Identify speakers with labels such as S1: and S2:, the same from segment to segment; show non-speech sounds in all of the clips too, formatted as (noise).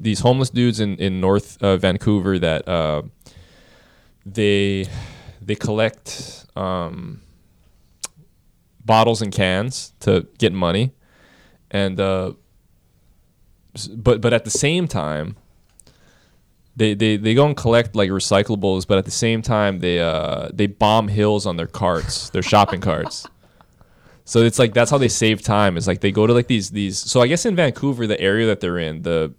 S1: these homeless dudes in in North uh, Vancouver that uh, they they collect um, bottles and cans to get money, and uh, s- but but at the same time. They, they, they go and collect like recyclables, but at the same time they uh, they bomb hills on their carts, their shopping carts. So it's like that's how they save time. It's like they go to like these these. So I guess in Vancouver, the area that they're in, the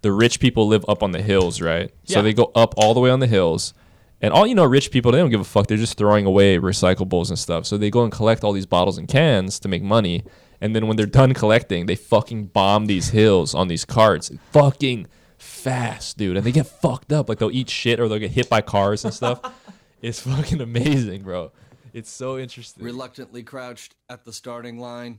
S1: the rich people live up on the hills, right?
S2: Yeah.
S1: So they go up all the way on the hills, and all you know, rich people they don't give a fuck. They're just throwing away recyclables and stuff. So they go and collect all these bottles and cans to make money, and then when they're done collecting, they fucking bomb these hills on these carts, fucking fast, dude. And they get fucked up. Like they'll eat shit or they'll get hit by cars and stuff. it's fucking amazing, bro. It's so interesting.
S3: Reluctantly crouched at the starting line.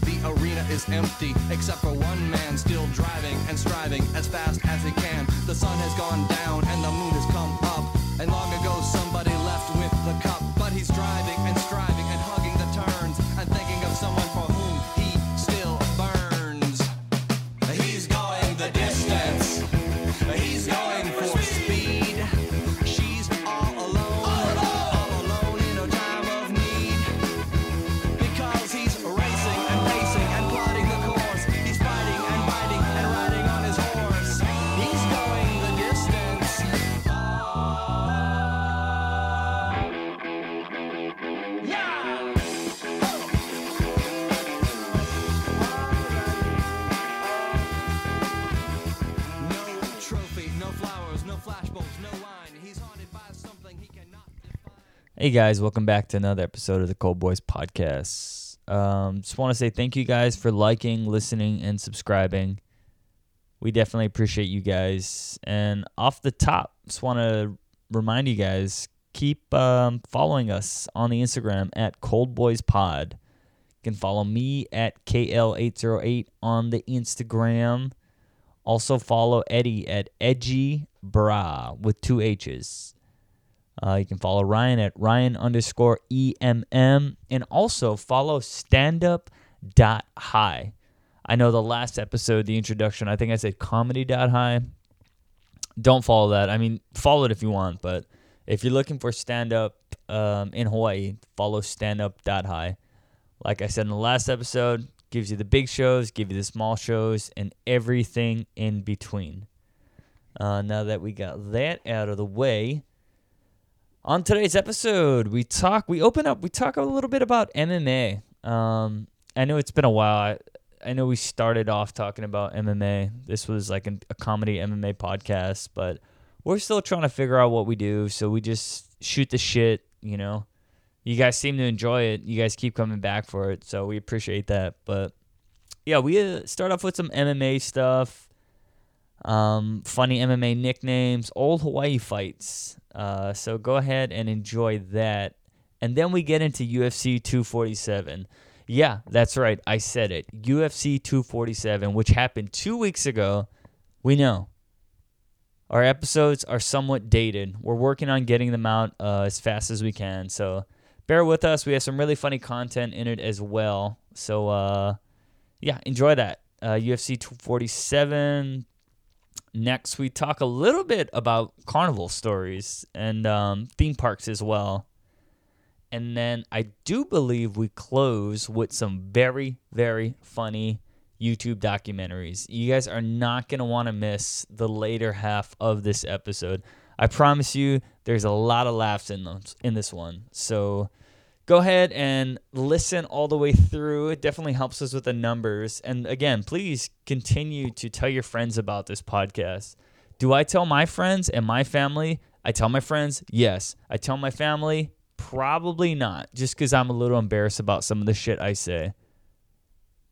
S3: The arena is empty, except for one man still driving and striving as fast as he can. The sun has gone down and the moon has come up. And long ago, somebody left with the cup. But he's driving and striving and hugging the turns and thinking of someone for whom he still burns. He's going the distance. He's going for speed. She's all alone, all alone in a time of need. Because he's racing and pacing and plotting the course. He's fighting and biting and riding on his horse. He's going the distance. Yeah! No trophy, no flowers, no flashbulbs, no wine. He's haunted by something he cannot define.
S2: Hey guys, welcome back to another episode of the Cold Boys Podcast. Um, just want to say thank you guys for liking, listening, and subscribing. We definitely appreciate you guys. And off the top, just want to remind you guys keep um, following us on the Instagram at Cold Boys Pod. You can follow me at KL808 on the Instagram. Also follow Eddie at Edgy Bra with two H's. Uh, you can follow Ryan at Ryan underscore EMM and also follow standup dot high. I know the last episode, the introduction, I think I said comedy dot high. Don't follow that. I mean, follow it if you want, but if you're looking for stand up um, in Hawaii, follow standup dot high. Like I said in the last episode, gives you the big shows, give you the small shows, and everything in between. Uh, now that we got that out of the way, on today's episode, we talk, we open up, we talk a little bit about MMA. Um, I know it's been a while. I, I know we started off talking about MMA. This was like an, a comedy MMA podcast, but we're still trying to figure out what we do. So we just shoot the shit, you know. You guys seem to enjoy it. You guys keep coming back for it. So we appreciate that. But yeah, we uh, start off with some MMA stuff um, funny MMA nicknames, old Hawaii fights. Uh, so go ahead and enjoy that. And then we get into UFC 247. Yeah, that's right. I said it. UFC 247, which happened two weeks ago. We know. Our episodes are somewhat dated. We're working on getting them out uh, as fast as we can. So bear with us. We have some really funny content in it as well. So uh, yeah, enjoy that. Uh, UFC 247, next we talk a little bit about carnival stories and um, theme parks as well and then i do believe we close with some very very funny youtube documentaries you guys are not going to want to miss the later half of this episode i promise you there's a lot of laughs in those, in this one so go ahead and listen all the way through. It definitely helps us with the numbers. And again, please continue to tell your friends about this podcast. Do I tell my friends and my family? I tell my friends, yes. I tell my family, probably not, just because I'm a little embarrassed about some of the shit I say.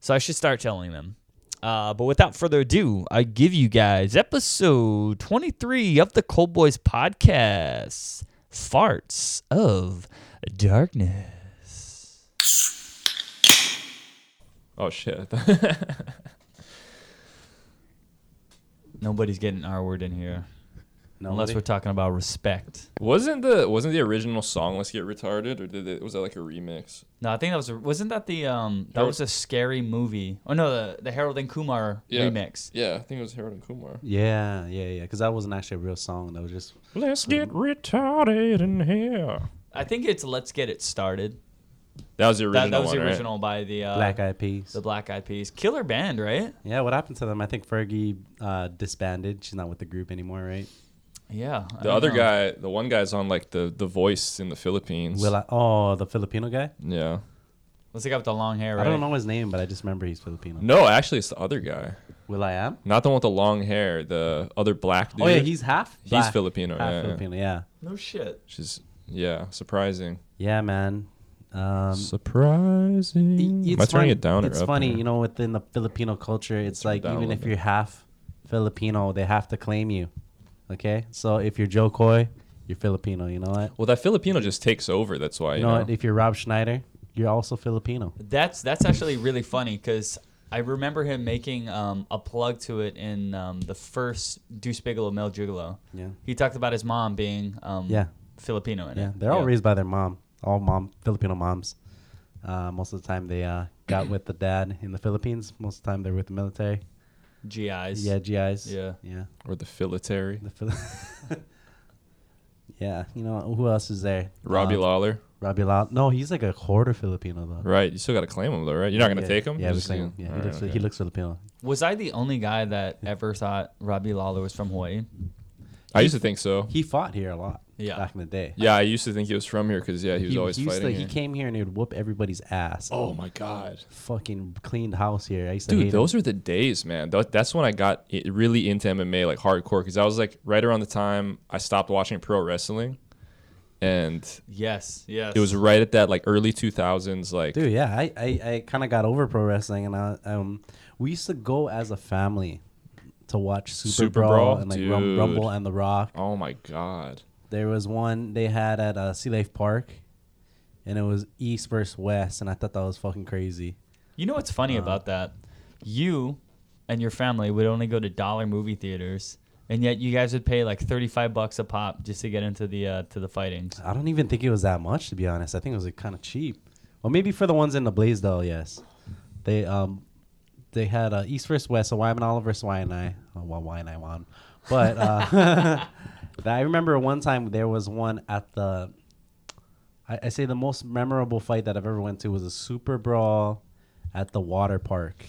S2: So I should start telling them. Uh, but without further ado, I give you guys episode 23 of the Cold Boys podcast Farts of Darkness.
S1: Oh shit. (laughs)
S2: Nobody's getting our word in here. Unless
S4: Nobody?
S2: we're talking about respect.
S1: wasn't the wasn't the original song Let's Get Retarded or did it was that like a remix?
S2: No, I think that was a, wasn't that the um that
S1: Harold-
S2: was a scary movie. Oh no, the the Harold and Kumar
S1: Yeah.
S2: remix.
S1: Yeah, I think it was Harold and Kumar.
S4: Yeah, yeah, yeah. Because that wasn't actually a real song. That was just
S1: Let's get retarded in here.
S2: I think it's Let's Get It Started.
S1: That was the original.
S2: That, that was the
S1: one, right?
S2: original by the uh,
S4: Black Eyed Peas.
S2: the Black Eyed Peas. Killer band, right?
S4: Yeah, what happened to them? I think Fergie uh, disbanded. She's not with the group anymore, right?
S2: Yeah. I
S1: The
S2: don't
S1: other
S2: know.
S1: guy, the one guy's on like the the voice in the Philippines.
S4: Will I, oh, the Filipino guy.
S1: yeah.
S2: was the guy with the long hair, right?
S4: I don't know his name, but I just remember he's Filipino.
S1: No, actually, it's the other guy,
S4: Will I am?
S1: not the one with the long hair. The other black dude.
S4: Oh yeah, he's half.
S1: He's
S4: black,
S1: Filipino,
S4: Half
S1: yeah, yeah.
S4: Filipino. Yeah.
S2: No shit.
S1: Which is yeah, surprising.
S4: Yeah, man. Um,
S1: surprising.
S4: i-
S1: Am I turning
S4: funny-
S1: it down or
S4: It's
S1: up
S4: funny,
S1: here?
S4: you know, within the Filipino culture, it's
S1: turn it
S4: like
S1: down a
S4: even
S1: little
S4: if
S1: bit.
S4: you're half Filipino, they have to claim you. Okay, so if you're Joe Coy, you're Filipino. You know what?
S1: Well, that Filipino just takes over. That's why.
S4: You
S1: You
S4: know
S1: know,
S4: what? If you're Rob Schneider, you're also Filipino.
S2: That's that's actually really funny because I remember him making um, a plug to it in um, the first Deuce Bigelow Mel Gigolo.
S4: Yeah.
S2: He talked about his mom being um,
S4: Yeah.
S2: Filipino in
S4: Yeah,
S2: it.
S4: they're all raised by their mom. All mom Filipino moms. Uh, most of the time, they uh, got with the dad in the Philippines. Most of the time, they're with the military.
S2: GIs.
S4: Yeah, GIs.
S2: Yeah.
S4: yeah.
S1: or the military.
S4: The Phil- (laughs) yeah, you know who else is there?
S1: Robbie
S4: Uh,
S1: Lawler.
S4: Robbie Lau. No, he's like a quarter Filipino though.
S1: Right. You still got to claim him though, right? You're not gonna
S4: yeah.
S1: take him.
S4: Yeah, we
S1: Just-
S4: claim him. yeah. He
S1: Alright,
S4: looks
S1: okay.
S4: he looks Filipino.
S2: Was I the only guy that ever thought Robbie Lawler was from Hawaii?
S1: I used to think so.
S4: He fought here a lot.
S2: Yeah.
S4: back in the day.
S1: Yeah, I used to think he was from here because yeah, he was always
S4: used
S1: fighting.
S4: to, he
S1: here.
S4: came here and he would whoop everybody's ass.
S1: oh my god.
S4: fucking cleaned house here. I used to
S1: Dude,
S4: hate
S1: those are the days, man. Tho- That's when I got i- really into MMA, like hardcore, because I was like right around the time I stopped watching pro wrestling, and
S2: Yes. Yes.
S1: it was right at that like early two thousands, like
S4: Dude, yeah, I, I, I kind of got over pro wrestling, and I, um, we used to go as a family to watch Super,
S1: Super
S4: Brawl,
S1: Brawl?
S4: and like Rum,
S1: Dude.
S4: Rumble and The Rock.
S1: oh my god,
S4: There was one they had at uh, Sea Life Park, and it was East versus West, and I thought that was fucking crazy.
S2: You know what's
S4: Uh-huh.
S2: funny about that? You and your family would only go to dollar movie theaters, and yet you guys would pay like thirty-five bucks a pop just to get into the uh, to the fightings.
S4: I don't even think it was that much to be honest. I think it was like, kind of cheap. Well, maybe for the ones in the Blaisdell, yes. They um, they had uh, East versus West, so Wyman Oliver versus Wyanai. Oh, well, Wyanai won, but uh, (laughs) I remember one time there was one at the. I, I say the most memorable fight that I've ever went to was a super brawl at the water park,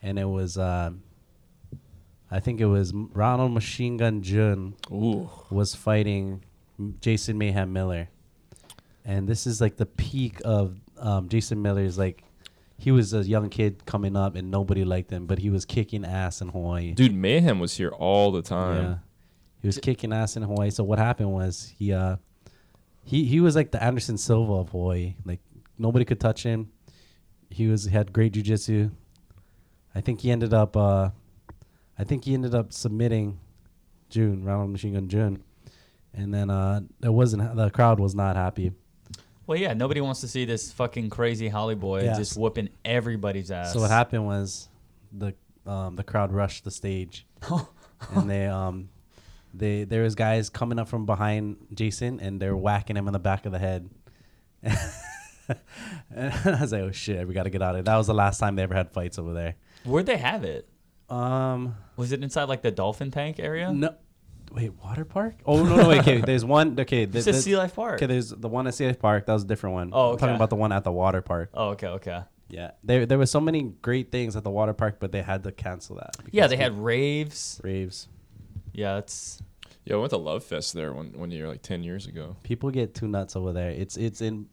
S4: and it was. Um, I think it was Ronald Machine Gun Jun
S1: ooh,
S4: was fighting Jason Mayhem Miller, and this is like the peak of um, Jason Miller's like. He was a young kid coming up, and nobody liked him, but he was kicking ass in Hawaii.
S1: dude, Mayhem was here all the time.
S4: Yeah, he was kicking ass in Hawaii. So what happened was he uh, he he was like the Anderson Silva of Hawaii. Like nobody could touch him. He was had great jujitsu. I think he ended up uh, I think he ended up submitting June Ronald Machine Gun June, and then uh, it wasn't the crowd was not happy.
S2: Well, yeah, nobody wants to see this fucking crazy Holly boy
S4: Yeah.
S2: just whooping everybody's ass.
S4: So what happened was the um, the crowd rushed the stage,
S2: (laughs)
S4: and they um they there was guys coming up from behind Jason and they're whacking him in the back of the head. (laughs) and I was like, oh shit, we got to get out of. Here. That was the last time they ever had fights over there.
S2: Where'd they have it?
S4: Um,
S2: Was it inside like the dolphin tank area?
S4: no. Wait, water park? Oh no, no, wait.
S2: (laughs)
S4: Okay, there's one. Okay, the,
S2: It's at
S4: the-
S2: Sea Life Park.
S4: Okay, there's the one at Sea Life Park. That was a different one.
S2: Oh,
S4: I'm talking
S2: okay.
S4: about the one at the water park.
S2: Oh, okay, okay.
S4: Yeah, there there were so many great things at the water park, but they had to cancel that.
S2: Yeah,
S4: because
S2: they had raves.
S4: raves.
S2: Yeah, it's
S1: Yeah, I went to Love Fest there one one year, like ten years ago.
S4: People get too nuts over there. It's it's in,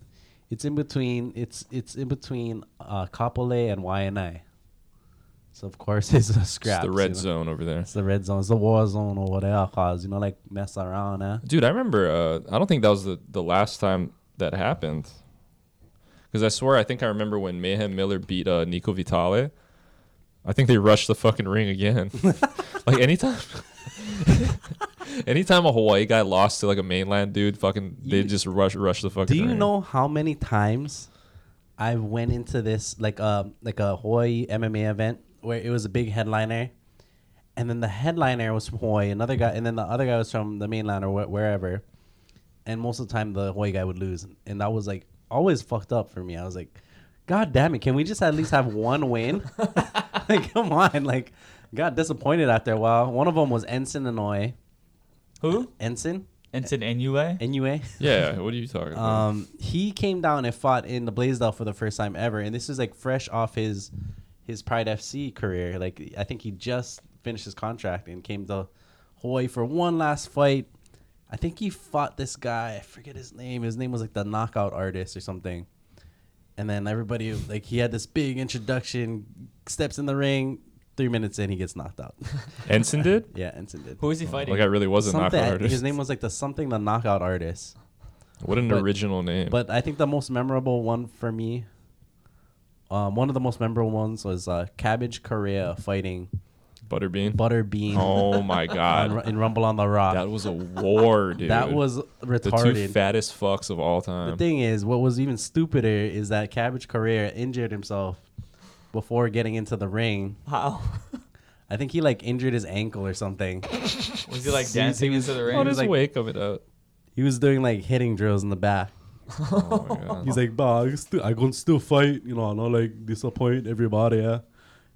S4: it's in between. It's it's in between uh, Kapolei and YNI. So of course (laughs) it's a
S1: It's
S4: scrap.
S1: the red zone over there.
S4: It's the red zone. It's the war zone or whatever. Cause you know, like mess around, eh?
S1: Dude, I remember. Uh, I don't think that was the, the last time that happened. Because I swear, I think I remember when Mayhem Miller beat uh, Nico Vitale. (laughs) I think they rushed the fucking ring again. like anytime. (laughs) Anytime a Hawaii guy lost to like a mainland dude, fucking they
S4: You-
S1: just rush rush the fucking.
S4: Do you
S1: ring.
S4: know how many times I went into this like a like a Hawaii MMA event where it was a big headliner, and then the headliner was from Hawaii, another guy, and then the other guy was from the mainland or wh- wherever, and most of the time the Hawaii guy would lose, and that was like always fucked up for me. I was like, God damn it, can we just at least have one win? (laughs) like, come on, like, got disappointed after a while. One of them was Ensign Inouye. Uh,
S2: Who?
S4: Ensign
S2: Ensign NUA?
S4: Inoue.
S1: Yeah, what are you talking about?
S4: Um, he came down and fought in the Blaisdell for the first time ever, and this is like fresh off his his Pride FC career. Like I think he just finished his contract and came to Hawaii for one last fight. I think he fought this guy. I forget his name. His name was like the Knockout Artist or something. And then everybody like he had this big introduction, steps in the ring. Three minutes in, he gets
S1: (laughs)
S4: knocked out.
S1: Ensign did.
S4: yeah, Ensign did.
S2: Who is he fighting?
S1: Like I really was a
S4: Something,
S1: knockout
S4: I think
S1: artist.
S4: his name was like the something the Knockout Artist.
S1: what an
S4: but-
S1: original name.
S4: But I think the most memorable one for me, um, one of the most memorable ones was uh, Cabbage Correa fighting
S1: Butterbean.
S4: Butterbean
S1: oh
S4: (laughs)
S1: my
S4: on Ru-
S1: god,
S4: in Rumble on the Rock.
S1: that was a war, dude.
S4: That was
S1: the
S4: retarded.
S1: two fattest fucks of all
S4: the
S1: time.
S4: thing is, what was even stupider is that Cabbage Correa injured himself before getting into the ring.
S2: How?
S4: I think he like injured his ankle or something.
S2: Was he like dancing
S4: Seizing his-
S2: into the
S1: What
S2: ring?
S1: is
S4: like-
S1: wake of it up?
S4: He was doing like hitting drills in the back.
S1: Oh my god.
S4: (laughs) He's like, bah, I still, I gonna still fight, you know, I not like disappoint everybody, yeah.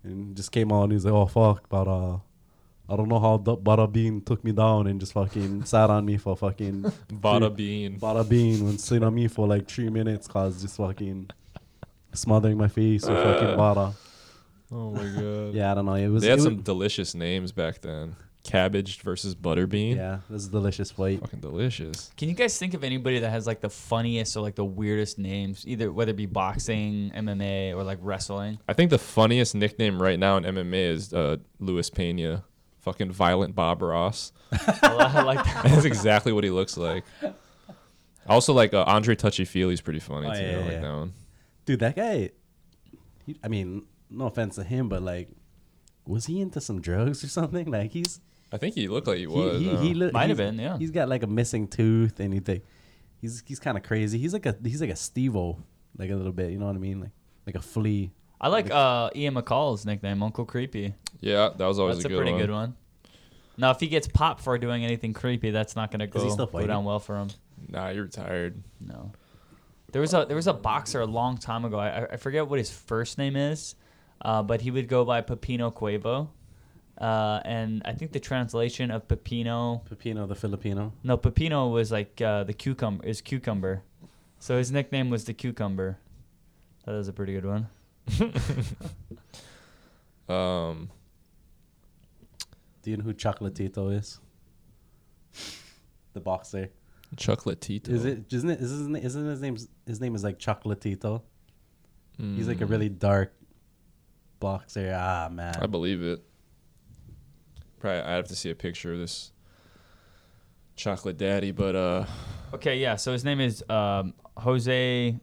S4: And just came on, he's like, oh fuck, but uh, I don't know how the Bada Bean took me down and just fucking (laughs) sat on me for fucking
S1: (laughs) Bada
S4: three-
S1: Bean.
S4: Bada Bean when sitting on me for like three minutes, cause just fucking smothering my face with fucking Bada.
S1: Oh
S4: (laughs)
S1: my god.
S4: Yeah, I don't know. It was,
S1: Uh. They had
S4: it
S1: some
S4: was-
S1: delicious names back then. Cabbage versus Butterbean.
S4: yeah, this is a delicious fight.
S1: Fucking delicious.
S2: Can you guys think of anybody that has like the funniest or like the weirdest names, either whether it be boxing, MMA, or like wrestling?
S1: I think the funniest nickname right now in MMA is uh, Luis Pena. Fucking violent Bob Ross. (laughs)
S2: I like that.
S1: That's exactly what he looks like. Also, like uh, Andre Touchy Feely's pretty funny
S4: Oh,
S1: too.
S4: yeah,
S1: I
S4: yeah,
S1: like
S4: yeah.
S1: that one.
S4: Dude, that guy, he, I mean, no offense to him, but like, was he into some drugs or something? Like, he's
S1: I think he looked like he was. uh,
S4: he,
S1: huh?
S4: he, he look-
S2: Might have
S4: he's-
S2: been, yeah.
S4: He's got like a missing tooth, and he think he's he's kind of crazy. He's like a he's like a Stevo, like a little bit. You know what I mean? Like like a flea.
S2: I like uh, Ian McCall's nickname, Uncle Creepy.
S1: yeah, that was always
S2: That's
S1: a
S2: a,
S1: good
S2: pretty
S1: one.
S2: good one. Now, if he gets popped for doing anything creepy, that's not going to
S4: he
S2: go,
S4: still
S2: go down
S4: fighting?
S2: well for him.
S1: Nah, you're tired.
S2: No. There was a there was a boxer a long time ago. I, I forget what his first name is, uh, but he would go by Pepino Cuevo, uh, and I think the translation of Pepino
S4: Pepino the Filipino.
S2: no Pepino was like uh, the cucumber is cucumber, so his nickname was the cucumber. That was a pretty good one.
S1: Um,
S4: Do you know who Chocolatito is? The boxer.
S1: Chocolatito.
S4: Is it? Isn't it? Isn't it- isn't his name? His name is like Chocolatito. He's
S2: Hmm.
S4: like a really dark boxer. Ah man.
S1: I believe it. Probably, I'd have to see a picture of this chocolate daddy, but uh,
S2: Okay, yeah. So his name is um, Jose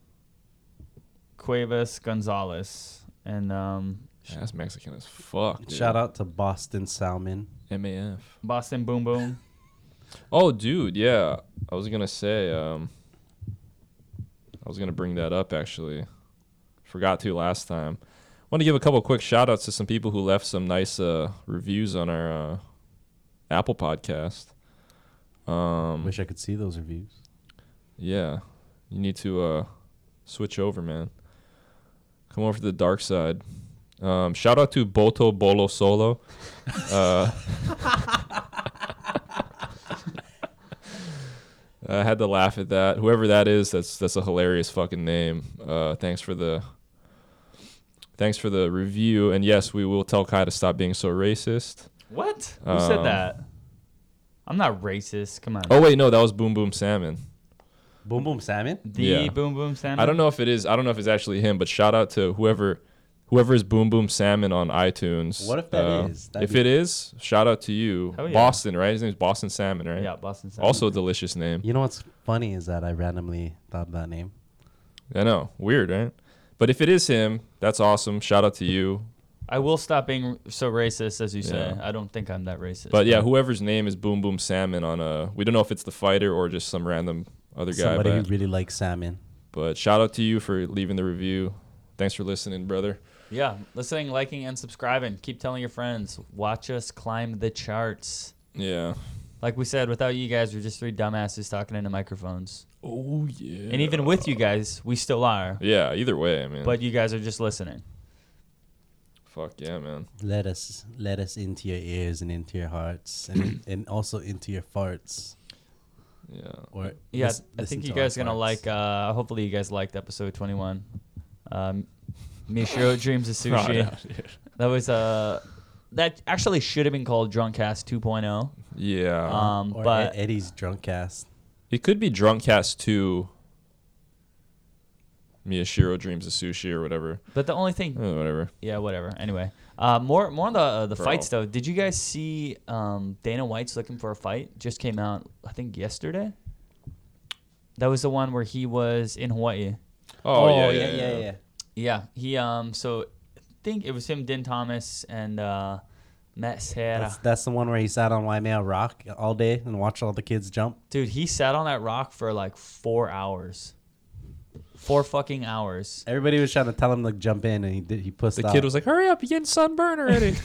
S2: Cuevas Gonzalez, and um,
S1: yeah, that's Mexican as fuck. Dude.
S4: Shout out to Boston Salmon.
S1: MAF.
S2: Boston Boom Boom.
S1: Oh, dude, yeah. I was gonna say, um, I was gonna bring that up actually. Forgot to last time. Want to give a couple quick shout outs to some people who left some nice uh, reviews on our uh, Apple podcast. Um,
S4: Wish I could see those reviews.
S1: yeah, you need to uh, switch over, man. Come over to the dark side. Um, shout out to Boto Bolo Solo. Uh, (laughs) I had to laugh at that. Whoever that is, that's that's a hilarious fucking name. Uh, thanks for the thanks for the review. And yes, we will tell Kai to stop being so racist.
S2: What? Who said
S1: Um,
S2: that? I'm not racist. Come on.
S1: Oh wait, no, that was Boom Boom Salmon.
S4: Boom boom salmon.
S2: the
S1: yeah.
S2: boom boom salmon.
S1: I don't know if it is. I don't know if it's actually him, but shout out to whoever, whoever is Boom Boom Salmon on iTunes.
S4: What if that
S1: Uh,
S4: is? That'd
S1: if
S4: be-
S1: it is, shout out to you,
S2: Hell yeah.
S1: Boston. Right? His name's Boston Salmon, right?
S2: Yeah, Boston salmon.
S1: Also, a delicious name.
S4: You know what's funny is that I randomly thought of that name.
S1: I know, weird, right? But if it is him, that's awesome. Shout out to you.
S2: I will stop being so racist as you say.
S1: Yeah.
S2: I don't think I'm that racist.
S1: But yeah, whoever's name is Boom Boom Salmon on a we don't know if it's the fighter or just some random other guy.
S4: Somebody who
S1: But,
S4: really likes salmon.
S1: but shout out to you for leaving the review. Thanks for listening, brother.
S2: yeah, listening, liking, and subscribing. Keep telling your friends. Watch us climb the charts.
S1: Yeah.
S2: Like we said, without you guys, we're just three dumbasses talking into microphones.
S1: Oh yeah.
S2: And even with you guys, we still are.
S1: yeah, either way, I mean.
S2: But you guys are just listening.
S1: fuck yeah, man.
S4: Let us let us into your ears and into your hearts and and also into your farts.
S1: Yeah.
S4: Or
S2: Yeah,
S4: lis-
S2: I
S4: listen
S2: think you
S4: to our
S2: guys are gonna
S4: farts.
S2: like. Uh, hopefully, you guys liked episode twenty-one. Um,
S4: (laughs)
S2: Mishiro dreams of sushi. that was uh, that actually should have been called Drunkcast 2.0.
S1: Yeah.
S2: oh, Um,
S4: or
S2: but
S4: Ed- Eddie's drunk cast.
S1: it could be Drunkcast 2 Miyashiro dreams of sushi or whatever.
S2: but the only thing,
S1: Uh, whatever.
S2: yeah, whatever. Anyway, uh, more more on the uh, the
S1: Bro.
S2: fights though. Did you guys see um, Dana White's looking for a fight? Just came out, I think yesterday. That was the one where he was in Hawaii.
S1: Oh, yeah, yeah, yeah,
S2: Yeah, he um. So I think it was him, Din Thomas, and uh, Matt Serra.
S4: That's, that's the one where he sat on Waimea Rock all day and watched all the kids jump.
S2: Dude, he sat on that rock for like four hours. Four fucking hours.
S4: Everybody was trying to tell him to jump in, and he did. He pussed
S1: The
S4: out.
S1: kid was like, "Hurry up, you're getting sunburned (laughs) already."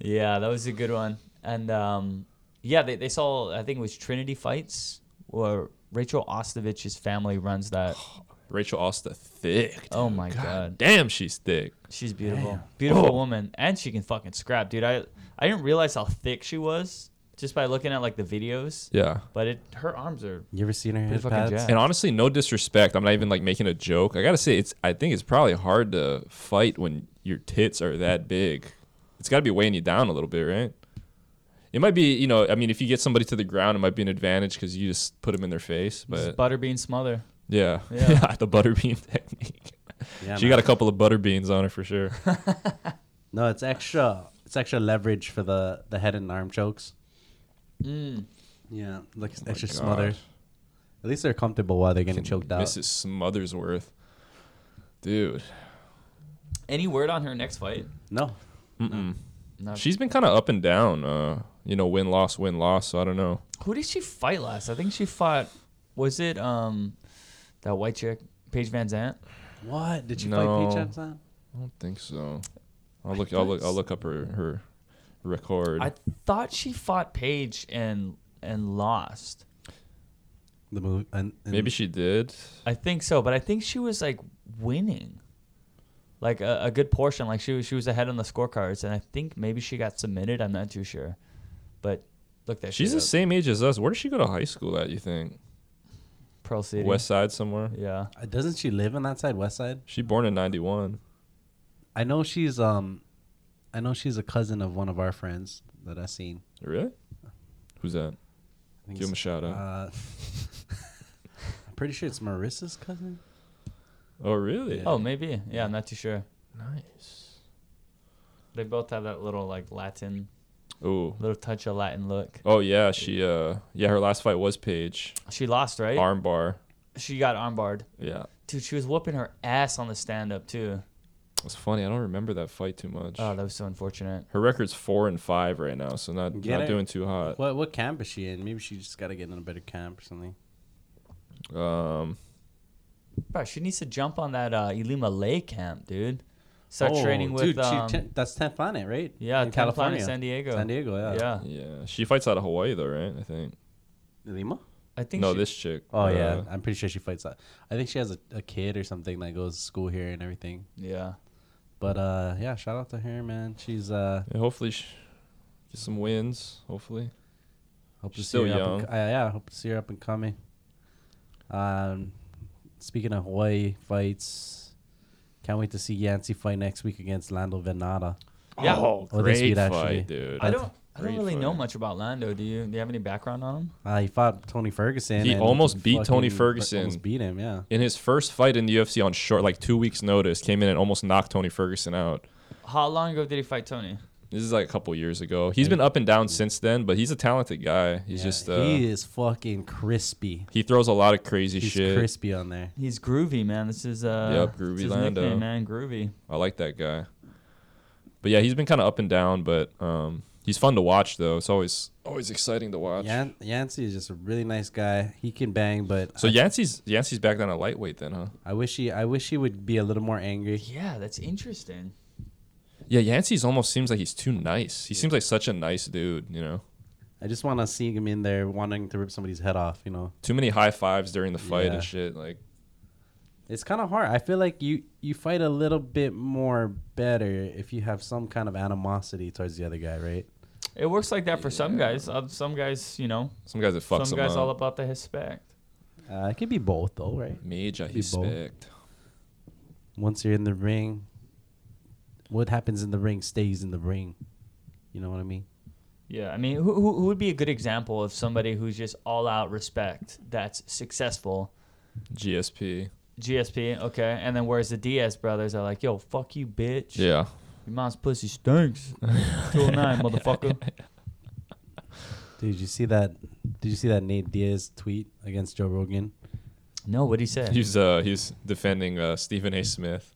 S2: Yeah, that was a good one. And um, yeah, they, they saw I think it was Trinity Fights where Rachel Ostovich's family runs that.
S1: Rachel Asta thick. Oh, dude.
S2: Oh my God.
S1: Damn, she's thick.
S2: She's beautiful. Beautiful
S1: Oh.
S2: woman. And she can fucking scrap, dude. I I didn't realize how thick she was just by looking at like the videos.
S1: Yeah.
S2: But it her arms are
S4: You ever seen her
S2: Pretty
S4: hip
S2: fucking
S4: pads?
S2: jacked.
S1: And honestly, no disrespect. I'm not even like making a joke. I gotta say, it's. I think it's probably hard to fight when your tits are that big. It's gotta be weighing you down a little bit, right? It might be, you know, I mean, if you get somebody to the ground, it might be an advantage because you just put them in their face. But
S2: butterbean smother.
S1: yeah,
S2: Yeah.
S1: yeah, (laughs) the butterbean technique.
S4: Yeah,
S1: she
S4: man.
S1: got a couple of butterbeans on her for
S4: (laughs)
S1: sure.
S4: no, it's extra. It's extra leverage for the the head and arm chokes. Yeah, like
S1: Mm.
S4: extra
S1: Oh God.
S4: smother. At least they're comfortable while they're getting
S1: Fucking
S4: choked out.
S1: Mrs. Smothersworth, dude.
S2: Any word on her next fight?
S4: No,
S1: Mm-mm.
S2: No.
S1: She's been kind of up and down. Uh, you know, win loss, win loss. So I don't know.
S2: Who did she fight last? I think she fought. Was it um that white chick, Paige Van Zant?
S4: what did she
S1: No.
S4: fight Peach on?
S1: I don't think so. I'll look. I'll look. I'll look up her her record.
S2: I thought she fought Paige and and lost.
S4: The movie. And, and
S1: Maybe she did.
S2: I think so, but I think she was like winning, like a, a good portion. Like she was she was ahead on the scorecards, and I think maybe she got submitted. I'm not too sure, but look that
S1: She's
S2: shit
S1: the
S2: up.
S1: same age as us. Where did she go to high school at? You think
S2: Pearl City.
S1: West Side somewhere?
S2: Yeah,
S4: Uh, doesn't she live on that side, West Side?
S1: She born in '91.
S4: I know she's um, I know she's a cousin of one of our friends that I seen.
S1: Really? Who's that?
S4: I think
S1: Give him a
S4: it's-
S1: shout out.
S4: Uh, (laughs) I'm pretty sure it's Marissa's cousin.
S1: oh really?
S4: yeah.
S2: Oh, maybe. Yeah, I'm not too sure.
S1: nice.
S2: They both have that little like Latin,
S1: Oh.
S2: little touch of Latin look.
S1: Oh yeah. She uh. Yeah. Her last fight was Paige.
S2: She lost, right?
S1: Armbar.
S2: she got armbarred.
S1: Yeah.
S2: Dude, she was whooping her ass on the stand up too.
S1: It's funny. I don't remember that fight too much.
S4: Uh,
S2: Oh, that was so unfortunate.
S1: her record's four and five right now, so not
S4: Get
S1: not
S4: it?
S1: doing too hot.
S4: What what camp is she in? Maybe she just got to get in a better camp or something.
S1: Um.
S2: Bro, she needs to jump on that uh, Elima Lay camp, dude. Start
S4: Oh,
S2: training with
S4: dude, she
S2: um,
S4: ten- that's 10th Planet, right?
S2: yeah,
S4: In
S2: Tenth Planet, San Diego.
S4: San Diego, yeah.
S2: yeah.
S1: Yeah. She fights out of Hawaii though, right? I think.
S4: Lima?
S2: I think
S1: No,
S2: she-
S1: this chick.
S4: Oh yeah,
S2: Uh-huh.
S1: uh,
S4: I'm pretty sure she fights that. I think she has a, a kid or something that goes to school here and everything.
S2: Yeah,
S4: But uh, yeah, shout out to her, man. She's uh,
S1: Yeah, hopefully, sh get some wins. Hopefully,
S4: hope to
S1: She's
S4: see
S1: still
S4: her Up
S1: young.
S4: and, uh, yeah, hope to see her up and coming. Um, speaking of Hawaii fights, can't wait to see Yancy fight next week against Lando Venata.
S2: yeah.
S4: Oh, this
S1: great
S4: week, actually.
S1: fight, dude.
S2: I don't. I don't
S1: Great
S2: really know
S1: fight.
S2: much about Lando. Do you? Do you have any background on him?
S4: Uh, he fought Tony Ferguson.
S1: He
S4: and
S1: almost beat Tony
S4: fucking fr-
S1: Ferguson.
S4: Almost beat him, yeah.
S1: In his first fight in the UFC on short, like two weeks' notice, came in and almost knocked Tony Ferguson out.
S2: How long ago did he fight Tony?
S1: This is like a couple years ago. He's been up and down since then, but he's a talented guy. He's
S4: Yeah,
S1: just uh,
S4: he
S1: he,
S4: is fucking crispy.
S1: throws a lot of crazy
S4: He's
S1: shit.
S4: crispy on there.
S2: He's groovy, man. This is uh,
S1: Yep, Groovy
S2: it's his
S1: Lando.
S2: nickname, man. Groovy.
S1: I like that guy. But yeah, he's been kind of up and down, but um, he's fun to watch though. It's always always exciting to watch.
S4: Yan- Yancey is just a really nice guy. He can bang, but
S1: So
S4: I,
S1: Yancey's Yancey's back down to lightweight then, huh?
S4: I wish he I wish he would be a little more angry.
S2: Yeah, that's interesting.
S1: Yeah, Yancey's almost seems like he's too nice. He seems like such a nice dude, you know.
S4: I just want to see him in there wanting to rip somebody's head off. You know,
S1: Too many high fives during the fight
S4: Yeah.
S1: and shit. Like
S4: it's kind of hard. I feel like you you fight a little bit more better if you have some kind of animosity towards the other guy, right?
S2: It works like that for some guys. Uh, some guys, you know,
S1: some guys it fucks
S2: some
S1: him
S2: guys
S1: up.
S2: all about the respect.
S4: Uh, it could be both though, right?
S1: Mage, I
S4: Be bold.
S1: respect.
S4: Once you're in the ring, what happens in the ring stays in the ring. You know what I mean?
S2: Yeah, I mean, who, who who would be a good example of somebody who's just all out respect that's successful?
S1: GSP.
S2: GSP, okay, and then whereas the Diaz brothers are like, "Yo, fuck you, bitch.
S1: Yeah.
S2: Your mom's pussy stinks." Two hundred nine, motherfucker.
S4: Did you see that? Did you see that Nate Diaz tweet against Joe Rogan?
S2: No, what he say?
S1: He's uh he's defending uh Stephen A. Smith.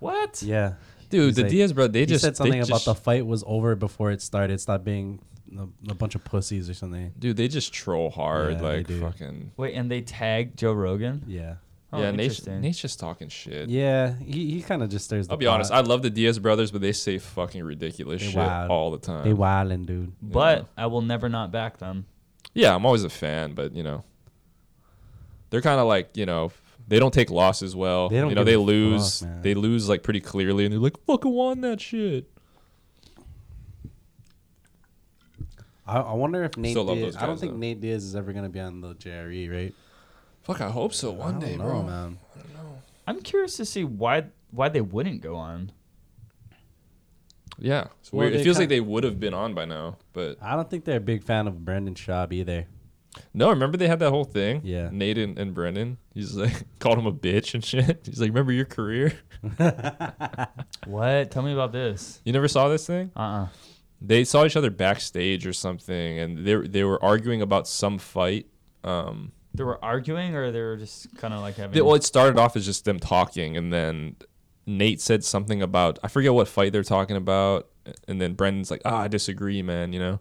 S2: what?
S4: Yeah,
S1: Dude,
S4: He's
S1: the
S4: like-
S1: Diaz bro, they
S4: he
S1: just
S4: said something
S1: they
S4: about
S1: just,
S4: the fight was over before it started. Stop being a, a bunch of pussies or something.
S1: dude. They just troll hard,
S4: Yeah, they
S1: like
S4: do.
S1: fucking.
S2: Wait, and they tagged Joe Rogan.
S4: Yeah,
S2: Oh,
S1: yeah, Nate's,
S2: interesting.
S1: Nate's just talking shit.
S4: yeah. He he kind of just stirs. The
S1: I'll be
S4: pot.
S1: honest. I love the Diaz brothers, but they say fucking ridiculous
S4: They
S1: shit
S4: wild.
S1: all the time.
S4: they wildin', dude.
S2: But I will never not back them.
S1: yeah, I'm always a fan, but you know, they're kind of like you know they don't take losses well.
S4: They don't
S1: you know
S4: give
S1: they
S4: a
S1: lose.
S4: fuck, man.
S1: they lose like pretty clearly, and they're like fucking won that shit.
S4: I, I wonder if Nate.
S1: Still love
S4: Diaz,
S1: those
S4: I don't
S1: guys,
S4: think
S1: though.
S4: Nate Diaz is ever gonna be on the JRE, right?
S1: Fuck, I hope so
S4: I
S1: one
S4: don't
S1: day,
S4: know,
S1: bro.
S4: man.
S2: I'm curious to see why why they wouldn't go on.
S1: Yeah, it's
S4: Well,
S1: weird.
S4: they
S1: it feels
S4: kin-
S1: like they would have been on by now, but
S4: I don't think they're a big fan of Brendan Schaub either.
S1: no. Remember they had that whole thing.
S4: Yeah.
S1: Nate and, and Brendan. He's like (laughs) called him a bitch and shit. (laughs) He's like, remember your career? (laughs)
S2: What? Tell me about this.
S1: You never saw this thing?
S2: Uh-uh.
S1: they saw each other backstage or something, and they they were arguing about some fight. Um,
S2: They were arguing, or they were just kind of like having.
S1: they- well, it started off as just them talking, and then Nate said something about I forget what fight they're talking about, and then Brendan's like, "Ah, I disagree, man," you know,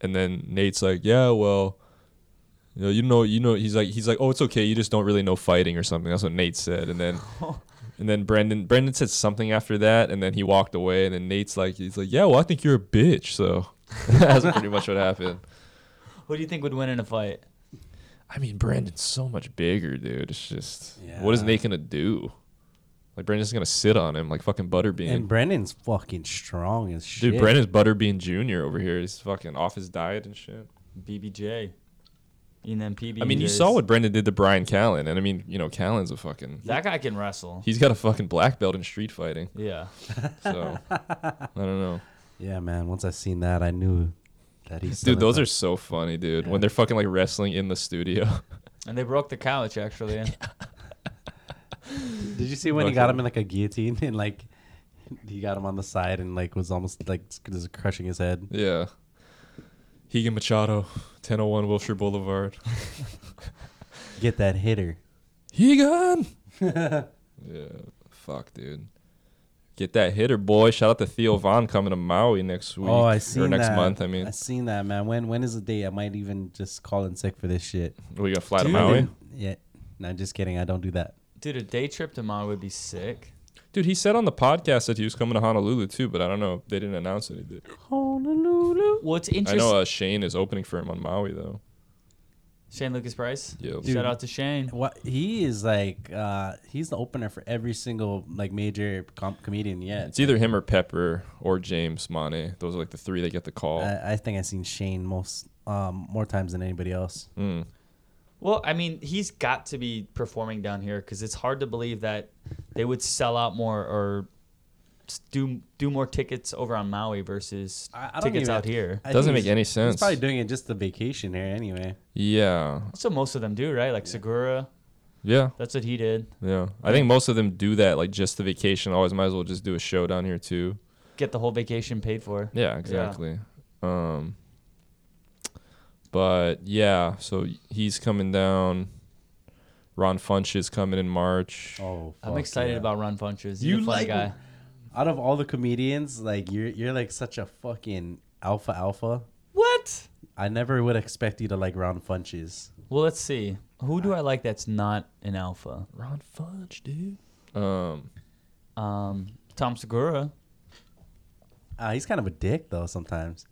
S1: and then Nate's like, "Yeah, well." You know, you know, you know. He's like, he's like, oh, it's okay. You just don't really know fighting or something. That's what Nate said, and then, and then Brendan, Brendan said something after that, and then he walked away. And then Nate's like, he's like, yeah, well, I think you're a bitch. So (laughs) that's pretty much what happened.
S2: Who do you think would win in a fight?
S1: I mean, Brandon's so much bigger, dude. It's just what is
S4: Yeah.
S1: Nate gonna do? Like Brandon's gonna sit on him like fucking Butterbean.
S4: And Brendan's fucking strong as shit.
S1: dude, Brandon's Butterbean Jr. over here. He's fucking off his diet and shit.
S2: BBJ. And then PB.
S1: I mean, you saw what Brandon did to Brian Callen, and I mean, you know, Callen's a fucking.
S2: That guy can wrestle.
S1: He's got a fucking black belt in street fighting,
S2: Yeah.
S1: so
S4: (laughs)
S1: I don't know.
S4: Yeah, man. Once I seen that, I knew that he's.
S1: Dude, those are so funny, dude. When they're fucking like wrestling in the studio. (laughs)
S2: And they broke the couch, actually.
S4: Did you see when he got him in like a guillotine (laughs) and like he got him on the side and like was almost like just crushing his head?
S1: yeah. Higan Machado, 1001 Wilshire Boulevard.
S4: Get that hitter.
S1: He
S4: (laughs)
S1: gone. yeah. Fuck, dude. Get that hitter, boy. Shout out to Theo Vaughn coming to Maui next week.
S4: Oh, I seen
S1: Or next
S4: that.
S1: month, I mean.
S4: I seen that man. When when is the date? I might even just call in sick for this shit.
S1: Are we going to fly
S2: Dude.
S1: to Maui?
S4: Then- Yeah. No, just kidding. I don't do that.
S2: Dude, a day trip to Maui would be sick.
S1: Dude, he said on the podcast that he was coming to Honolulu, too, but I don't know. They didn't announce it. Did.
S4: Honolulu.
S2: Well, it's
S1: I
S2: interesting.
S1: know uh, Shane is opening for him on Maui, though.
S2: Shane Lucas Price.
S1: Yeah. Dude.
S2: Shout out to Shane.
S4: What he is like? uh He's the opener for every single like major com- comedian yet.
S1: It's either him or Pepper or James Mane. Those are like the three that get the call.
S4: I, I think I've seen Shane most um more times than anybody else.
S1: Mm.
S2: Well, I mean, he's got to be performing down here because it's hard to believe that they would sell out more or s- do do more tickets over on Maui versus
S4: I- I don't
S2: tickets
S4: even-
S2: out here.
S4: I
S1: Doesn't
S4: think
S1: make any
S4: he's-
S1: sense.
S4: He's probably doing it just to vacation here anyway.
S1: Yeah.
S2: So most of them do, right? Like Segura,
S1: Yeah.
S2: that's what he did.
S1: Yeah. I think most of them do that, like just the vacation. Always might as well just do a show down here, too.
S2: get the whole vacation paid for.
S1: Yeah, exactly. Um, but yeah, so he's coming down. Ron Funch is coming in March.
S4: Oh,
S2: I'm
S4: fuck
S2: excited
S4: yeah.
S2: about Ron Funches. He's
S4: You
S2: a fun
S4: like
S2: guy.
S4: Out of all the comedians, like you're you're like such a fucking alpha alpha.
S2: What?
S4: I never would expect you to like Ron Funches.
S2: Well, let's see. Who do I like that's not an alpha?
S1: Ron Funch, dude. (laughs) Um,
S2: Um, Tom Segura.
S4: Uh, he's kind of a dick though sometimes.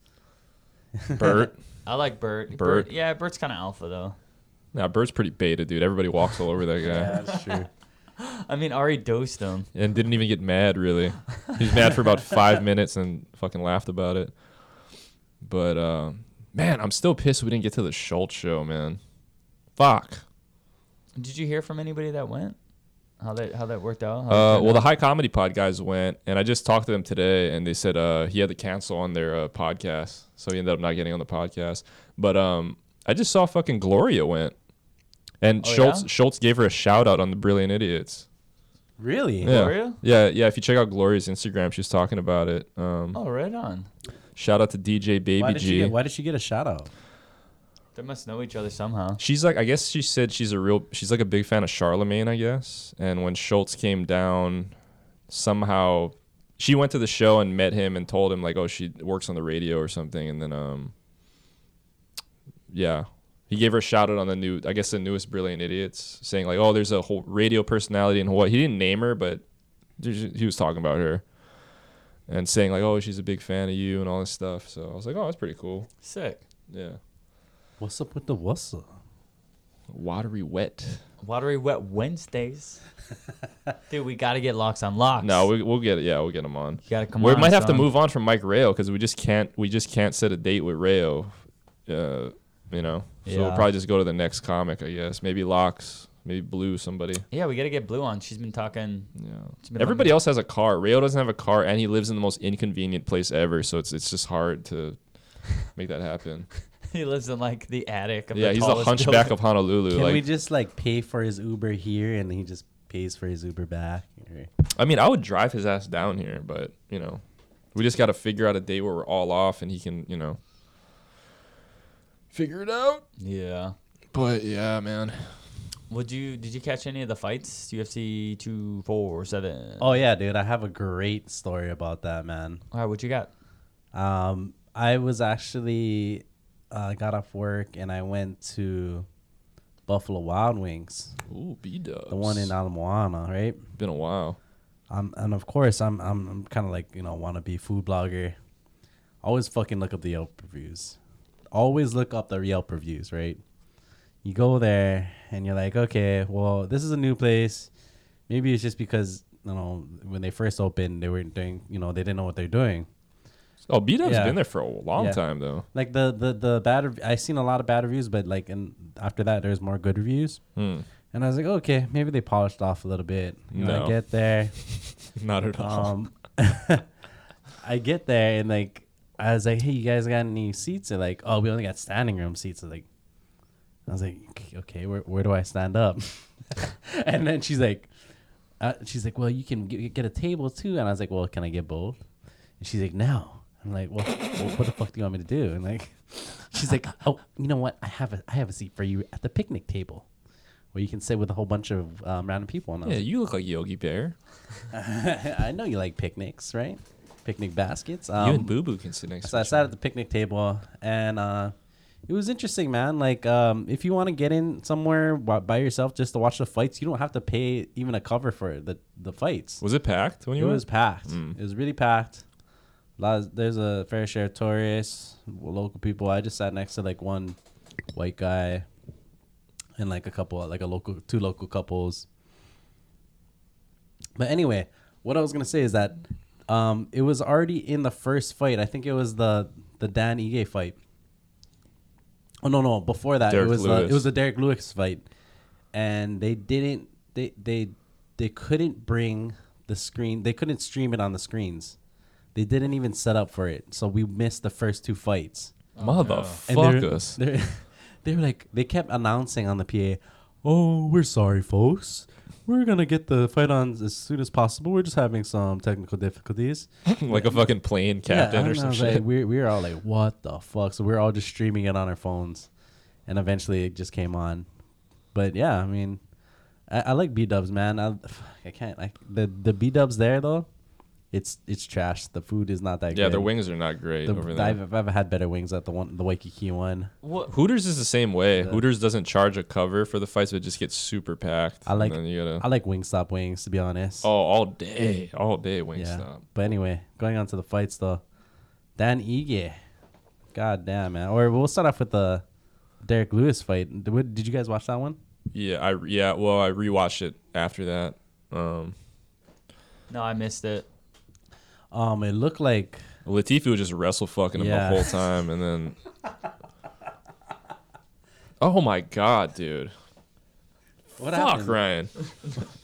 S1: Bert.
S2: I like Bert.
S1: Bert.
S2: Yeah, Bert's kind of alpha though.
S1: nah, Bert's pretty beta, dude. Everybody walks all over that guy. (laughs)
S4: that's true.
S2: I mean, Ari dosed him.
S1: and didn't even get mad really. He was mad for about five minutes and fucking laughed about it. But uh, man, I'm still pissed we didn't get to the Schultz show, man. Fuck.
S2: Did you hear from anybody that went? How that how that worked out?
S1: Uh,
S2: How that
S1: well,
S2: turned
S1: the
S2: out?
S1: High Comedy Pod guys went, and I just talked to them today, and they said uh, he had to cancel on their uh, podcast, so he ended up not getting on the podcast. But um, I just saw fucking Gloria went, and
S2: Oh,
S1: Schultz
S2: yeah?
S1: Schultz gave her a shout out on the Brilliant Idiots.
S4: Really?
S1: Yeah.
S2: Gloria?
S1: Yeah, yeah. If you check out Gloria's Instagram, she's talking about it. Um,
S2: oh, right on.
S1: Shout out to DJ Baby
S4: Why did,
S1: E G.
S4: she get, why did she get a shout out?
S2: They must know each other somehow.
S1: She's like, I guess she said she's a real, she's like a big fan of Charlemagne, I guess. And when Schultz came down, somehow she went to the show and met him and told him like, oh, she works on the radio or something. And then, um, yeah, he gave her a shout out on the new, I guess the newest Brilliant Idiots, saying like, oh, there's a whole radio personality in Hawaii. He didn't name her, but there's- he was talking about her and saying like, oh, she's a big fan of you and all this stuff. So I was like, oh, that's pretty cool.
S2: Sick.
S1: Yeah,
S4: What's up with the what's up?
S1: watery wet.
S2: Watery Wet
S1: (laughs)
S2: Wednesdays. Dude, we got to get locks on locks.
S1: No, we, we'll get it. Yeah, we'll get him on.
S2: you got to come
S1: we
S2: on,
S1: might have to
S2: son.
S1: move on from Mike Rayo because we just can't. We just can't set a date with Rayo. Uh, you know, so we'll
S2: Yeah.
S1: probably just go to the next comic, I guess. Maybe Locks, maybe Blue, somebody.
S2: Yeah, we got to get Blue on. She's been talking. (laughs)
S1: Yeah.
S2: It's been
S1: Everybody else has a car. Rayo doesn't have a car, and he lives in the most inconvenient place ever. So it's it's just hard to make that happen.
S2: He lives in like the attic of
S1: yeah,
S2: (laughs) the
S1: he's the
S2: tallest
S1: hunchback
S2: building.
S1: of Honolulu.
S4: Can
S1: like,
S4: we just like pay for his Uber here and he just pays for his Uber back? Or-
S1: I mean, I would drive his ass down here, but you know, we just got to figure out a day where we're all off, and he can, you know, figure it out.
S2: Yeah.
S1: But yeah, man.
S2: Would you did you catch any of the fights? UFC 247.
S4: Oh yeah, dude, I have a great story about that, man.
S2: All right, what you got?
S4: Um, I was actually uh, got off work and I went to Buffalo Wild Wings,
S1: Ooh, B Dubs.
S4: the one in uh, Ala Moana, right?
S1: Been a while.
S4: Um, and of course, I'm I'm, I'm kind of like you know want to be food blogger. Always fucking look up the Yelp reviews. Always look up the Yelp reviews, right? You go there and you're like, okay, well, this is a new place. Maybe it's just because you know when they first opened, they weren't doing, you know, they didn't know what they're doing.
S1: Oh, B Dub's
S4: Yeah.
S1: been there for a long
S4: Yeah.
S1: time though. (laughs)
S4: Like the the the bad, rev- I seen a lot of bad reviews, but like and after that, there's more good reviews.
S1: Hmm.
S4: And I was like, okay, maybe they polished off a little bit. You know,
S1: No.
S4: I get there.
S1: Not at
S4: (laughs) Um, I get there and like I was like, "Hey, you guys got any seats?" They're like, "Oh, we only got standing room seats." I was like, I was like, "Okay, "Okay, where where do I stand up?" (laughs) and then she's like, uh, "She's like, well, you can get, get a table too." And I was like, "Well, can I get both?" And she's like, "No." I'm like, "Well, well, what the fuck do you want me to do?" And like, (laughs) she's like, "Oh, you know what? I have a I have a seat for you at the picnic table." Where you can sit with a whole bunch of um, random people. And I was
S1: yeah,
S4: like,
S1: you look like Yogi Bear.
S4: (laughs) I know you like picnics, right? Picnic baskets. Um,
S1: you and Boo Boo can sit next.
S4: so I
S1: to each
S4: sat
S1: other.
S4: at the picnic table, and uh, it was interesting, man. Like, um, if you want to get in somewhere wa- by yourself just to watch the fights, you don't have to pay even a cover for the the fights.
S1: Was it Hmm. packed when
S4: It
S1: you
S4: was
S1: went?
S4: packed. It was really packed. Lot of- there's a fair share of tourists, local people. I just sat next to like one white guy, and like a couple, like a local, two local couples. But anyway, what I was gonna say is that um, it was already in the first fight. I think it was the the Dan Ige fight. Oh no no! Before that,
S1: Derek
S4: it was the,
S1: Lewis.
S4: it was the Derek Lewis fight, and they didn't they they they couldn't bring the screen. They couldn't stream it on the screens. They didn't even set up for it, so we missed the first two fights. And
S1: Motherfuckers.
S4: they're- (laughs) They're, they were like, they kept announcing on the PA, oh, we're sorry, folks. we're gonna get the fight on as soon as possible. We're just having some technical difficulties.
S1: (laughs) like a fucking
S4: (laughs)
S1: plane captain or
S4: I know,
S1: some
S4: like,
S1: shit.
S4: we we were all like, what the fuck? So we are all just streaming it on our phones, and eventually it just came on. But yeah, I mean, I, I like B Dubs, man. I (sighs) I can't like the the B Dubs there though. It's it's trash. The food is not that good.
S1: yeah, their wings are not great
S4: The,
S1: over there.
S4: I've, I've ever had better wings at the one the Waikiki one.
S2: What?
S1: Hooters is the same way. Hooters doesn't charge a cover for the fights, but it just gets super packed.
S4: I like
S1: And then you gotta,
S4: I like Wingstop wings to be honest.
S1: oh, all day, all day Wingstop.
S4: But anyway, going on to the fights though. Dan Ige. God damn, man. Or we'll start off with the Derek Lewis fight. Did, what- did you guys watch that one?
S1: Yeah, I yeah. Well, I rewatched it after that. Um,
S2: No, I missed it.
S4: Um, it looked like
S1: Latifi would just wrestle fucking him
S4: Yeah. (laughs)
S1: the whole time, and then. Oh my god, dude!
S4: what
S1: Fuck
S4: happened? (laughs)
S1: Ryan.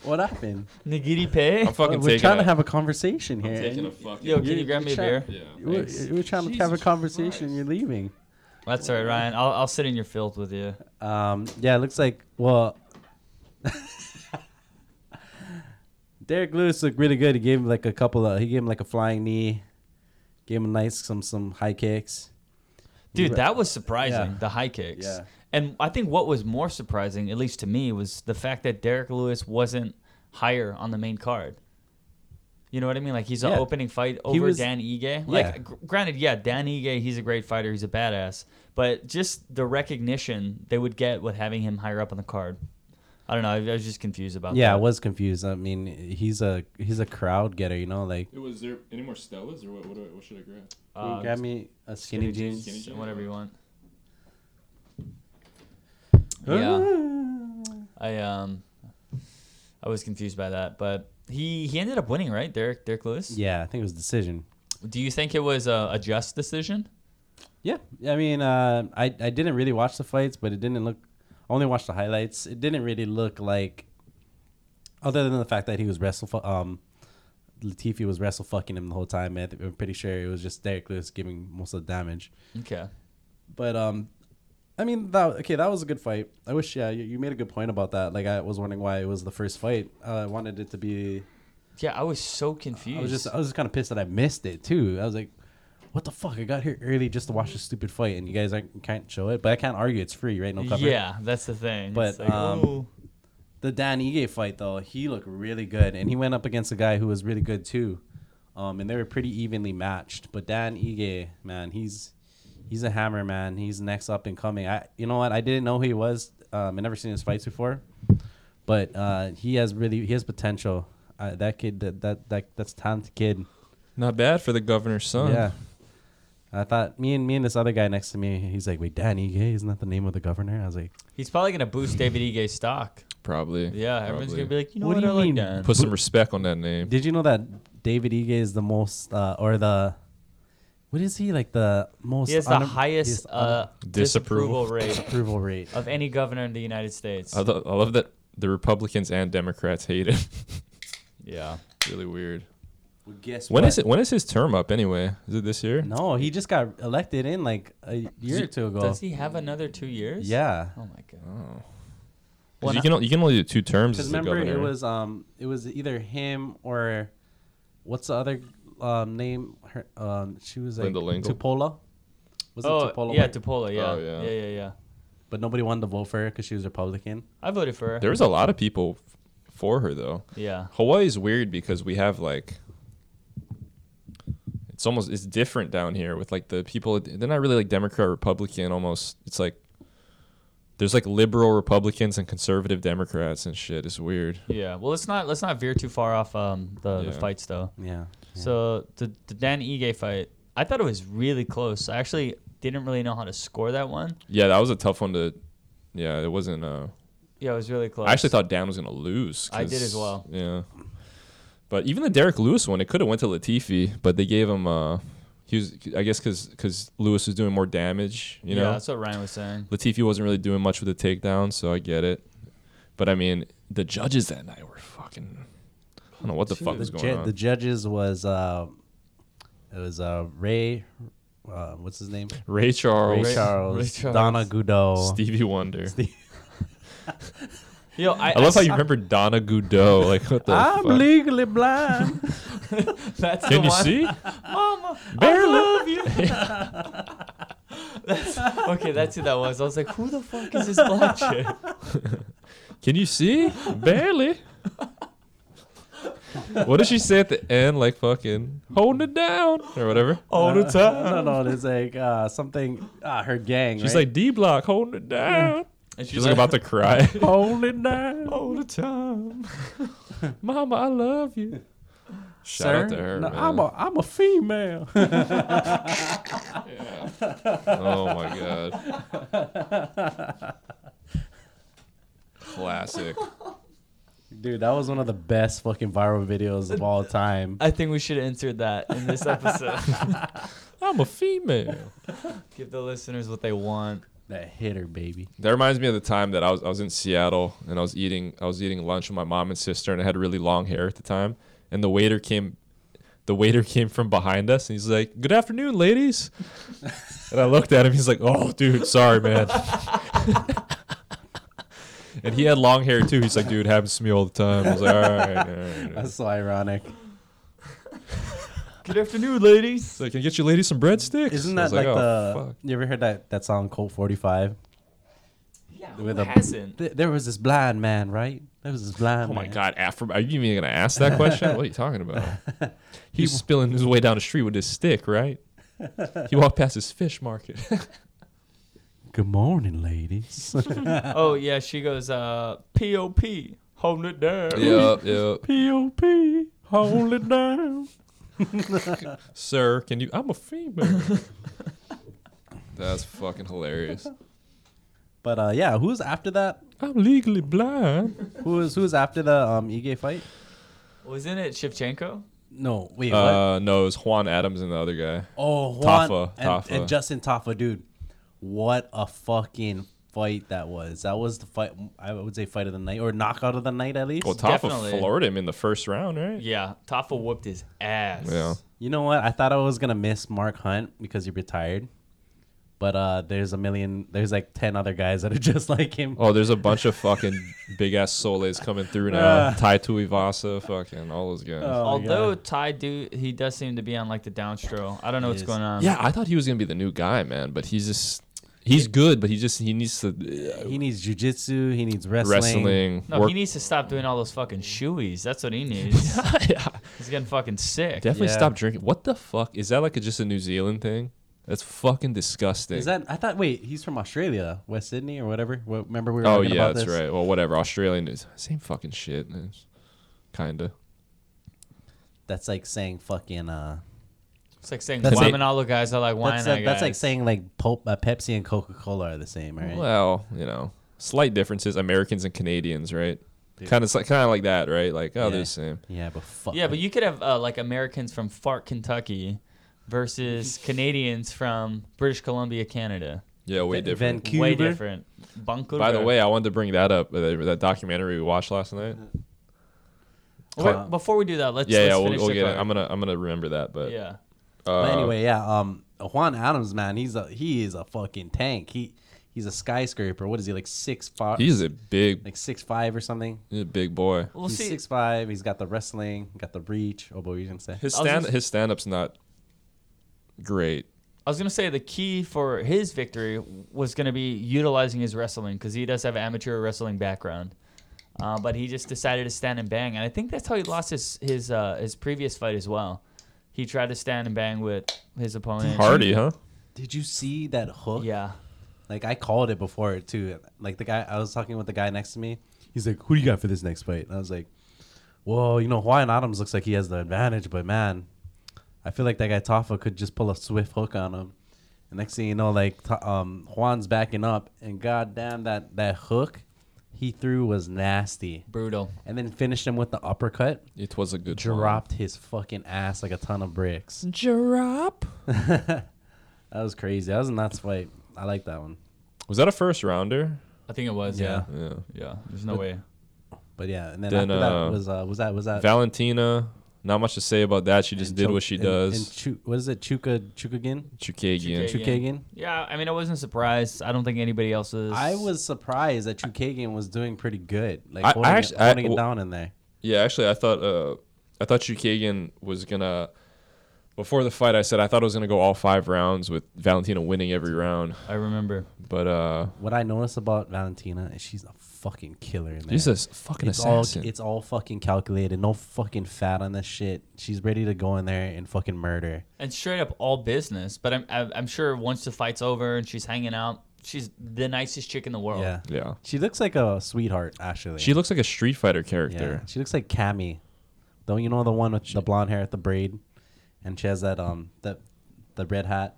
S4: What happened?
S2: Nigiri pay.
S1: I'm fucking
S4: We're
S1: taking.
S4: trying
S1: A,
S4: to have a conversation here.
S1: taking
S4: and
S1: a fucking.
S2: Yo, can you grab me a beer?
S1: yeah.
S4: We're,
S1: thanks.
S4: we're trying to have a conversation. You're leaving.
S2: That's all right, Ryan. I'll, I'll sit in your filth with you.
S4: Um, yeah, it looks like well, (laughs) Derek Lewis looked really good. He gave him like a couple of he gave him like a flying knee, gave him nice some some high kicks.
S2: Dude,
S4: You're-
S2: that was surprising,
S4: Yeah.
S2: the high kicks.
S4: Yeah.
S2: And I think what was more surprising, at least to me, was the fact that Derek Lewis wasn't higher on the main card. You know what I mean? Like he's an
S4: Yeah.
S2: opening fight over
S4: was-
S2: Dan Ige.
S4: Yeah.
S2: Like gr- granted, yeah, Dan Ige, he's a great fighter, he's a badass, but just the recognition they would get with having him higher up on the card. I don't know. I, I was just confused about
S4: Yeah, I
S2: that.
S4: was confused. I mean, he's a he's a crowd getter, you know, like
S1: It was there any more Stellas or what? What, what should I grab?
S4: Can you grab me a Uh, skinny, jeans.
S1: skinny jeans.
S2: whatever you want.
S4: Ah.
S2: Yeah. I um I was confused by that, but he he ended up winning, right? Derek Derek Lewis.
S4: Yeah, I think it was decision.
S2: Do you think it was a, a just decision?
S4: Yeah, I mean, uh, I I didn't really watch the fights, but it didn't look. I only watched the highlights. It didn't really look like, other than the fact that he was wrestle. fu- Um, Latifi was wrestle fucking him the whole time. and I'm pretty sure it was just Derek Lewis giving most of the damage.
S2: Okay.
S4: But um, I mean that okay, that was a good fight. I wish yeah, you, you made a good point about that. Like I was wondering why it was the first fight. Uh, I wanted it to be.
S2: Yeah, I was so confused.
S4: I was just I was just kind of pissed that I missed it too. I was like, what the fuck? I got here early just to watch this stupid fight, and you guys aren't, can't show it. But I can't argue; it's free, right? No cover.
S2: yeah, that's the thing.
S4: But,
S2: It's like,
S4: um,
S2: ooh.
S4: The Dan Ige fight though, he looked really good, and he went up against a guy who was really good too. Um, and they were pretty evenly matched. But Dan Ige, man, he's he's a hammer, man. He's next up and coming. I, you know what? I didn't know who he was. Um, I never seen his fights before, but uh, he has really he has potential. Uh, that kid, that that, that that's talented kid.
S1: Not bad for the governor's son.
S4: Yeah. I thought me and me and this other guy next to me, he's like, "Wait, Dan Ige isn't that the name of the governor?" I was like,
S2: he's probably gonna boost David Ige's stock.
S1: probably.
S2: Yeah, everyone's
S1: Probably.
S2: gonna be like, you know
S4: What
S2: what,
S4: do you
S2: I like
S4: mean?
S2: Dan.
S1: Put some respect on that name.
S4: Did you know that David Ige is the most, uh, or the, what is he like the most?
S2: He has the
S4: honor-
S2: highest
S4: his
S2: uh,
S1: Disapproval.
S2: disapproval rate
S4: approval rate.
S2: of any governor in the United States.
S1: I, lo- I love that the Republicans and Democrats hate him. (laughs)
S2: yeah.
S1: really weird.
S4: Well, guess
S1: When
S4: what?
S1: is it? When is his term up anyway? Is it this year?
S4: No, he just got elected in like a year or two ago.
S2: Does he have another two years?
S4: Yeah,
S2: Oh my god.
S1: 'Cause
S2: Well,
S1: you can o- you can only do two terms
S4: because
S1: as the
S4: remember
S1: governor.
S4: it was um it was either him or what's the other um name? Her, um, she was like
S1: Linda Lingle?
S4: Tupola. Was
S2: oh
S4: it Tupola?
S2: yeah,
S4: White?
S2: Tupola. Yeah.
S1: Oh, yeah.
S2: yeah, yeah, yeah.
S4: but nobody wanted to vote for her because she was Republican.
S2: I voted for her.
S1: there was a lot of people f- for her though.
S2: yeah.
S1: Hawaii's weird because we have like it's almost it's different down here with like the people they're not really like Democrat Republican almost it's like there's like liberal Republicans and conservative Democrats and shit. It's weird.
S2: Yeah. Well, let's not let's not veer too far off um, the, the
S1: Yeah.
S2: fights though.
S4: Yeah.
S2: So the the Dan Ige fight, I thought it was really close. I actually didn't really know how to score that one.
S1: Yeah, that was a tough one to yeah, it wasn't uh
S2: Yeah, it was really close.
S1: I actually thought Dan was gonna lose.
S2: I did
S1: 'cause-
S2: as well.
S1: Yeah, but even the Derek Lewis one, it could have went to Latifi, but they gave him. Uh, he was, I guess, because Lewis was doing more damage. You
S2: yeah,
S1: know,
S2: that's what Ryan was saying.
S1: Latifi wasn't really doing much with the takedown, so I get it. But I mean, the judges that night were fucking. I don't know what the fuck
S4: the,
S1: was going
S4: ju-
S1: on.
S4: the judges was uh, it was uh, Ray, uh, what's his name?
S1: Ray Charles,
S4: Ray Charles,
S2: Ray Charles.
S4: Donna Goodall,
S1: Stevie Wonder.
S4: Steve-
S2: (laughs) Yo, I,
S1: I love how you remember Donna Goudot. Like what the
S4: I'm
S1: fuck?
S4: legally
S2: (laughs)
S4: blind.
S1: (laughs)
S2: That's
S1: Can
S2: the
S1: you
S2: one. (laughs)
S1: see?
S2: Mama,
S1: Barely.
S2: I love you. (laughs) okay, that's who that was. I was like, who the fuck is this
S1: (laughs)
S2: black chick?
S1: Can you see? Barely. what does she say at the end? Like fucking holding it down or whatever.
S2: All the time.
S4: no, no, it's like uh, something. Uh, her gang.
S1: She's
S4: right?
S1: like D block holding it down.
S2: And she's
S1: She's like about to cry
S4: holy night.
S1: all the time. Mama, I love you. Shout out to her.
S4: No,
S1: man.
S4: I'm a I'm a female. (laughs)
S1: oh my god. Classic.
S4: Dude, that was one of the best fucking viral videos of all time.
S2: (laughs) I think we should insert that in
S1: (laughs)
S2: this episode.
S1: I'm a female.
S2: Give the listeners what they want.
S4: That hit her, baby.
S1: That reminds me of the time that I was I was in Seattle and I was eating I was eating lunch with my mom and sister and I had really long hair at the time and the waiter came the waiter came from behind us and he's like, "Good afternoon, ladies." and I looked at him. He's like, "Oh, dude, sorry, man." (laughs) and he had long hair too. He's like, "Dude, happens to me all the time." I was like, "All right, all right." all right."
S4: That's so ironic.
S2: Good afternoon, ladies.
S1: It's like, "Can I get you ladies some breadsticks?"
S4: Isn't
S1: I
S4: that
S1: was
S4: like,
S1: "Oh,
S4: the?
S1: fuck."
S4: You ever heard that that song Colt 45?
S2: Yeah,
S4: With
S2: who
S4: a-
S2: hasn't?
S4: Th- there was this blind man, right? There was this blind.
S1: Oh my
S4: man.
S1: God, Afro! Are you even gonna ask that question? what are you talking about? He's spilling his way down the street with his stick, right? He walked past his fish (laughs) market.
S4: Good morning, ladies. (laughs)
S2: Oh yeah, she goes. Uh, pop, holding it down.
S1: (laughs) yep.
S4: P.O.P. Hold it down.
S1: (laughs) Sir, can you? I'm a female. (laughs) That's fucking hilarious.
S4: But uh, yeah, who's after that?
S1: I'm legally blind.
S4: Who is who's after the um Ige fight?
S2: Wasn't it Shevchenko?
S4: No, wait, what?
S1: Uh, no, it's Juan Adams and the other guy.
S4: Oh, Juan
S1: Tafa,
S4: and,
S1: Tafa.
S4: and Justin Tafa, dude. What a fucking fight that was. That was the fight. I would say fight of the night or knockout of the night at least.
S1: Well, Tafa
S2: Definitely.
S1: floored him in the first round, right?
S2: Yeah, Tafa whooped his ass.
S1: Yeah.
S4: You know what? I thought I was gonna miss Mark Hunt because he retired, but uh, there's a million. There's like ten other guys that are (laughs) just like him.
S1: Oh, there's a bunch of fucking big ass soles coming through now. Tai Tuivasa, fucking all those guys.
S4: Uh. Oh my
S2: Although
S4: God.
S2: Ty do he does seem to be on like the downstroke. I don't know what's
S4: is.
S2: going on.
S1: Yeah, I thought he was gonna be the new guy, man. But he's just he's good, but he just he needs to uh,
S4: he needs jujitsu. He needs wrestling.
S1: wrestling.
S2: No,
S1: work.
S2: he needs to stop doing all those fucking shoeies. That's
S4: (laughs)
S2: what he needs.
S1: (laughs) yeah,
S2: He's getting fucking sick.
S1: definitely
S4: Yeah.
S1: stop drinking. What the fuck is that? Like a, just a New Zealand thing? That's fucking disgusting.
S4: Is that? I thought. Wait, he's from Australia, West Sydney or whatever. What, remember we were.
S1: oh
S4: talking
S1: yeah,
S4: about
S1: that's
S4: this?
S1: right. Well, whatever. Australian is same fucking shit. man. It's Kinda.
S4: That's like saying fucking. Uh,
S2: It's like saying
S4: That's
S1: it.
S2: Wabanalo guys are like wine
S4: that's like, that's like
S2: guys.
S4: saying like Pulp, uh, Pepsi and Coca Cola are the same, right?
S1: Well, you know, slight differences. Americans and Canadians, right? Kind of, kind of like that, right? Like, oh,
S4: Yeah.
S1: they're the same.
S4: Yeah, but fuck.
S2: Yeah, but you could have uh, like Americans from Fart, Kentucky,
S4: (laughs)
S2: versus Canadians from British Columbia, Canada.
S1: Yeah, way
S4: Van-
S1: different.
S4: Vancouver.
S2: Way different. Bunker.
S1: By the way, I wanted to bring that up. uh, That documentary we watched last night.
S2: Wait, before we do that, let's
S1: yeah,
S2: let's
S1: yeah, we'll,
S2: finish
S1: we'll
S2: the
S1: get. It.
S2: card.
S1: I'm gonna, I'm gonna remember that. But
S2: yeah.
S1: uh,
S4: But anyway, yeah. Um, Juan Adams, man, he's a he is a fucking tank. He he's a skyscraper. What is he like six five?
S1: he's a big,
S4: like six five or something.
S1: he's a big boy.
S2: Well,
S4: he's
S2: see,
S4: six five. He's got the wrestling, got the reach. Oh, boy, what were you gonna say?
S1: His
S2: I was
S1: stand,
S2: just-
S1: his stand up's not great.
S2: I was gonna say the key for his victory was gonna be utilizing his wrestling because he does have amateur wrestling background, uh, but he just decided to stand and bang, and I think that's how he lost his his uh, his previous fight as well. He tried to stand and bang with his opponent.
S1: Hardy, huh?
S4: Did you see that hook?
S2: Yeah.
S4: Like I called it before too. Like the guy, I was talking with the guy next to me. He's like, "Who do you got for this next fight?" And I was like, "Well, you know, Juan Adams looks like he has the advantage, but man, I feel like that guy Tafa could just pull a swift hook on him." And next thing you know, like Ta- um, Juan's backing up, and goddamn that that hook he threw was nasty.
S2: Brutal.
S4: And then finished him with the uppercut.
S1: It was a good
S4: Dropped his fucking ass like a ton of bricks.
S1: Drop.
S4: That was crazy. That was a nuts fight. I like that one.
S1: Was that a first rounder?
S2: I think it was. Yeah.
S4: Yeah.
S2: Yeah. There's no way.
S4: But yeah, and then,
S1: Then,
S4: after
S1: uh,
S4: that was uh, was that was that
S1: Valentina Not much to say about that. She just
S4: And
S1: did
S4: Cho-
S1: what she
S4: and- And
S1: does.
S4: Chu- what is it? Chuka Chukagin?
S1: Chukagian.
S2: Chukagian.
S4: Chukagian?
S2: Yeah, I mean, I wasn't surprised. I don't think anybody else was.
S4: I was surprised that Chukagian was doing pretty good. Like
S1: I- I
S4: holding, it-
S1: actually- I-
S4: holding it
S1: w-
S4: down in there.
S1: Yeah, actually, I thought uh, I thought Chukagian was gonna. Before the fight, I said I thought it was gonna go all five rounds with Valentina winning every round,
S2: I remember.
S1: but uh,
S4: What I noticed about Valentina is she's a fucking killer in there.
S1: he's a s- fucking
S4: it's all
S1: assassin.
S4: it's all fucking calculated. No fucking fat on this shit. She's ready to go in there and fucking murder.
S2: And straight up all business. But I'm, I'm I'm sure once the fight's over and she's hanging out, she's the nicest chick in the world.
S4: Yeah.
S1: Oh, yeah,
S4: She looks like a sweetheart, actually.
S1: she looks like a Street Fighter character.
S4: Yeah. She looks like Cammy. Don't you know the one with the blonde hair at the braid? And she has that um that the red hat.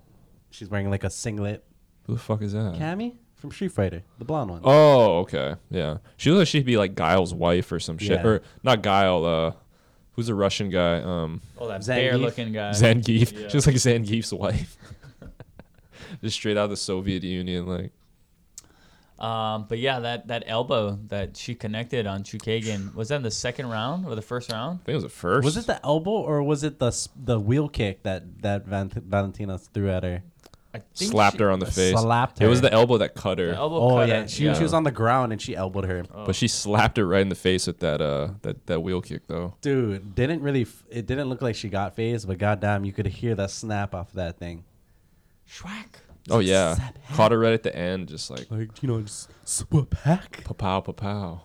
S4: She's wearing like a singlet.
S1: Who the fuck is that?
S4: Cammy from Street Fighter, the blonde one.
S1: Oh, okay, yeah. She looks like she'd be like Guile's wife or some shit,
S4: Yeah.
S1: or not Guile. Uh, who's the Russian guy? Um,
S2: Oh, that
S4: Zangief.
S2: bear looking guy.
S1: Zangief.
S2: yeah.
S1: She looks like Zangief's wife. (laughs) Just straight out of the Soviet Union, like
S2: Um, but yeah, that, that elbow that she connected on Chukagian was that in the second round or the first round?
S1: I think it was the first.
S4: Was it the elbow or was it the s- the wheel kick that that Van- Valentina threw at her?
S2: I think
S1: slapped
S2: she-
S1: her on the face?
S4: Slapped
S1: It was
S4: her.
S1: the elbow Oh. that cut her.
S2: The elbow
S4: Oh
S2: cutter,
S4: yeah, she, she was on the ground and she elbowed her.
S2: Oh.
S1: But she slapped it right in the face with that uh that, that wheel kick though.
S4: Dude, didn't really. F- it didn't look like she got phased, but goddamn, you could hear that snap off that thing.
S2: Shrek.
S1: Oh yeah, caught her right at the end, just like
S4: Like you know, just swap back.
S1: pow pow pow.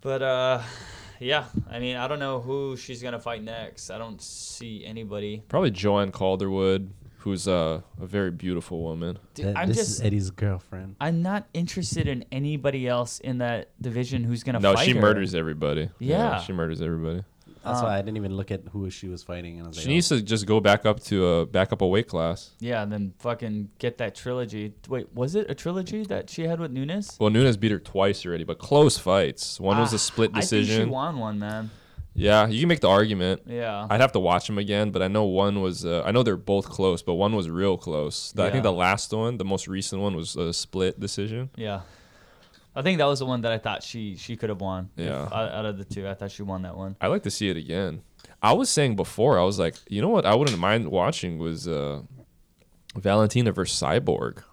S2: But uh, yeah, I mean, I don't know who she's gonna fight next. I don't see anybody.
S1: Probably Joanne Calderwood, who's uh, a very beautiful woman.
S2: Dude, I'm
S4: this
S2: just,
S4: is Eddie's girlfriend.
S2: I'm not interested in anybody else in that division who's gonna.
S1: No,
S2: fight
S1: she
S2: her.
S1: murders everybody.
S2: Yeah.
S1: she murders everybody.
S4: That's
S2: Uh,
S4: why I didn't even look at who she was fighting. And I was
S1: She
S4: like, oh,
S1: needs to just go back up to uh back up a weight class.
S2: Yeah, and then fucking get that trilogy. Wait, was it a trilogy that she had with Nunes?
S1: Well, Nunes beat her twice already, but close fights. One was
S2: Ah,
S1: a split
S2: I think she
S1: decision.
S2: won one, man.
S1: Yeah, you can make the argument.
S2: Yeah.
S1: I'd have to watch them again, but I know one was. Uh, I know they're both close, but one was real close. The- I
S2: Yeah.
S1: think the last one, the most recent one, was a split decision.
S2: Yeah. I think that was the one that I thought she she could have won. If-
S1: Yeah.
S2: Out, out of the two, I thought she won that one.
S1: I like to see it again. I was saying before, I was like, you know what? I wouldn't mind watching was uh, Valentina versus Cyborg.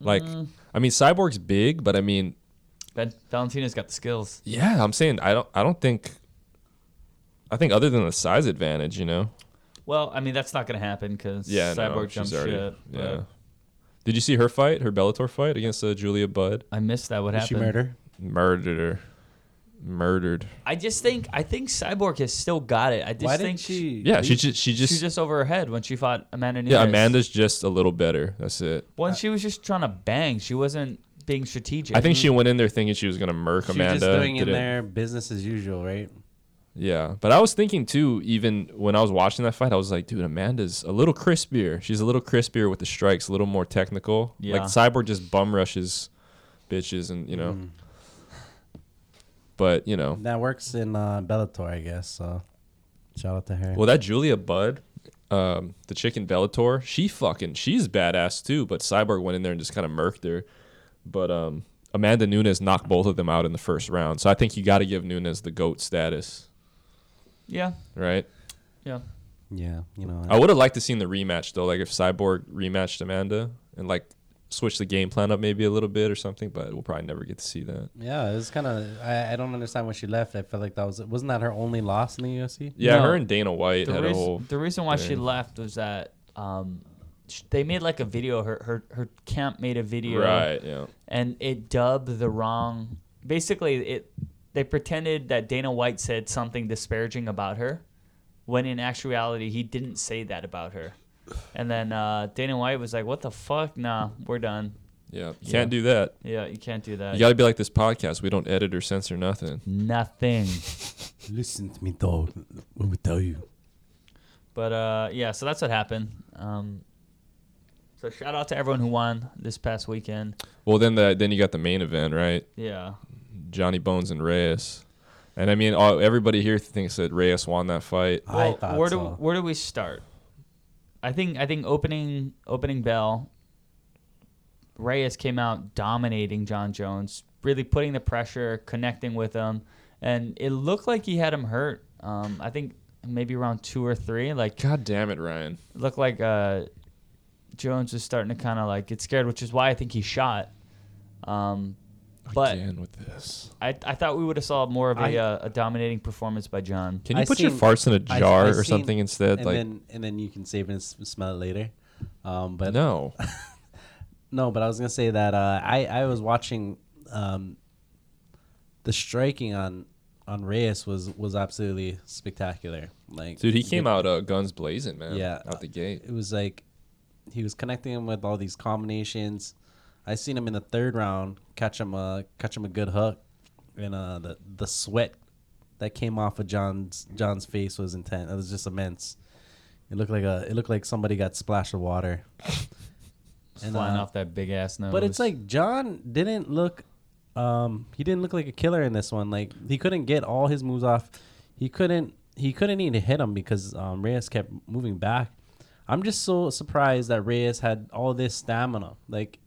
S1: Like,
S2: Mm.
S1: I mean, Cyborg's big, but I mean,
S2: Ben, Valentina's got the skills.
S1: yeah, I'm saying I don't. I don't think. I think other than the size advantage, you know.
S2: Well, I mean, that's not gonna happen because
S1: Yeah,
S2: Cyborg
S1: no,
S2: jumps
S1: she's already.
S2: shit. but
S1: yeah. Did you see her fight, her Bellator fight against uh, Julia Budd?
S2: I missed that. What
S4: did she
S2: happened?
S4: murder?
S1: Murdered her. Murdered.
S2: I just think I think Cyborg has still got it. I just
S4: Why
S2: think
S4: didn't she?
S1: Yeah, she
S4: leave?
S1: just she
S2: she was
S1: just
S2: just over her head when she fought Amanda Nunes.
S1: yeah. Amanda's just a little better. That's it.
S2: When
S4: Uh,
S2: she was just trying to bang, she wasn't being strategic.
S1: I think she went in there thinking Mm-hmm. she was gonna murk
S4: She's
S1: Amanda.
S4: just doing in
S1: didn't-
S4: there business as usual, right?
S1: Yeah, but I was thinking too. Even when I was watching that fight, I was like, dude, Amanda's a little crispier. She's a little crispier with the strikes, a little more technical.
S2: Yeah.
S1: Like Cyborg just bum rushes bitches, and you know. But you know,
S4: That works in uh, Bellator, I guess. So, shout out to her.
S1: well, that Julia Budd, um, the chicken Bellator, she fucking she's badass too. But Cyborg went in there and just kind of murked her. But um, Amanda Nunes knocked both of them out in the first round, so I think you got to give Nunes the goat status,
S2: Yeah,
S1: right?
S2: yeah.
S4: yeah, you know.
S1: I would have liked to seen the rematch though, like if Cyborg rematched Amanda and like switch the game plan up maybe a little bit or something, but we'll probably never get to see that.
S4: yeah, it was kind of. I, I don't understand when she left. I felt like that was wasn't that her only loss in the UFC.
S1: Yeah,
S2: No.
S1: her and Dana White
S2: The
S1: had a whole
S2: reason, the reason why she
S1: thing.
S2: left was that um, sh- they made like a video. Her her her camp made a video,
S1: right, yeah.
S2: And it dubbed the wrong. Basically, it they pretended that Dana White said something disparaging about her, when in actuality he didn't say that about her. And then uh, Dana White was like, "What the fuck? Nah, we're done.
S1: Yeah. You can't do that.
S2: Yeah, you can't do that.
S1: You gotta be like this podcast. We don't edit or censor nothing.
S2: Nothing."
S4: Listen to me, dog. Let me tell you.
S2: But uh, yeah, so that's what happened. Um, so shout out to everyone who won this past weekend.
S1: Well then the then you got the main event, right?
S2: Yeah,
S1: Johnny Bones and Reyes. And I mean all, everybody here thinks that Reyes won that fight.
S4: I thought
S2: where do
S4: so.
S2: where do we start? I think I think opening opening bell. Reyes came out dominating John Jones, really putting the pressure, connecting with him, and it looked like he had him hurt. Um, I think maybe around two or three. Like (laughs)
S1: God damn it, Ryan.
S2: it looked like uh, Jones was starting to kind of like get scared, which is why I think he shot. Um, but
S1: Again with this.
S2: I, I thought we would have saw more of a,
S4: I-
S2: uh, a dominating performance by John.
S1: Can you
S4: I
S1: put your
S4: seen-
S1: farts in a
S4: I- I
S1: jar or
S4: seen-
S1: something instead?
S4: and
S1: like
S4: then and then you can save it and s- smell it later. Um, but
S1: no.
S4: No, but I was gonna say that uh, I I was watching um, the striking on on Reyes was was absolutely spectacular. Like (laughs)
S1: Dude, he came out uh, guns blazing, man.
S4: Yeah.
S1: Out the gate.
S4: It was like he was connecting him with all these combinations. I seen him in the third round catch him a catch him a good hook, and uh, the the sweat that came off of John's John's face was intense. It was just immense. It looked like a it looked like somebody got splashed with water.
S2: flying
S4: uh,
S2: off that big ass nose.
S4: But it's like John didn't look um he didn't look like a killer in this one. Like he couldn't get all his moves off. He couldn't he couldn't even hit him because um Reyes kept moving back. I'm just so surprised that Reyes had all this stamina. Like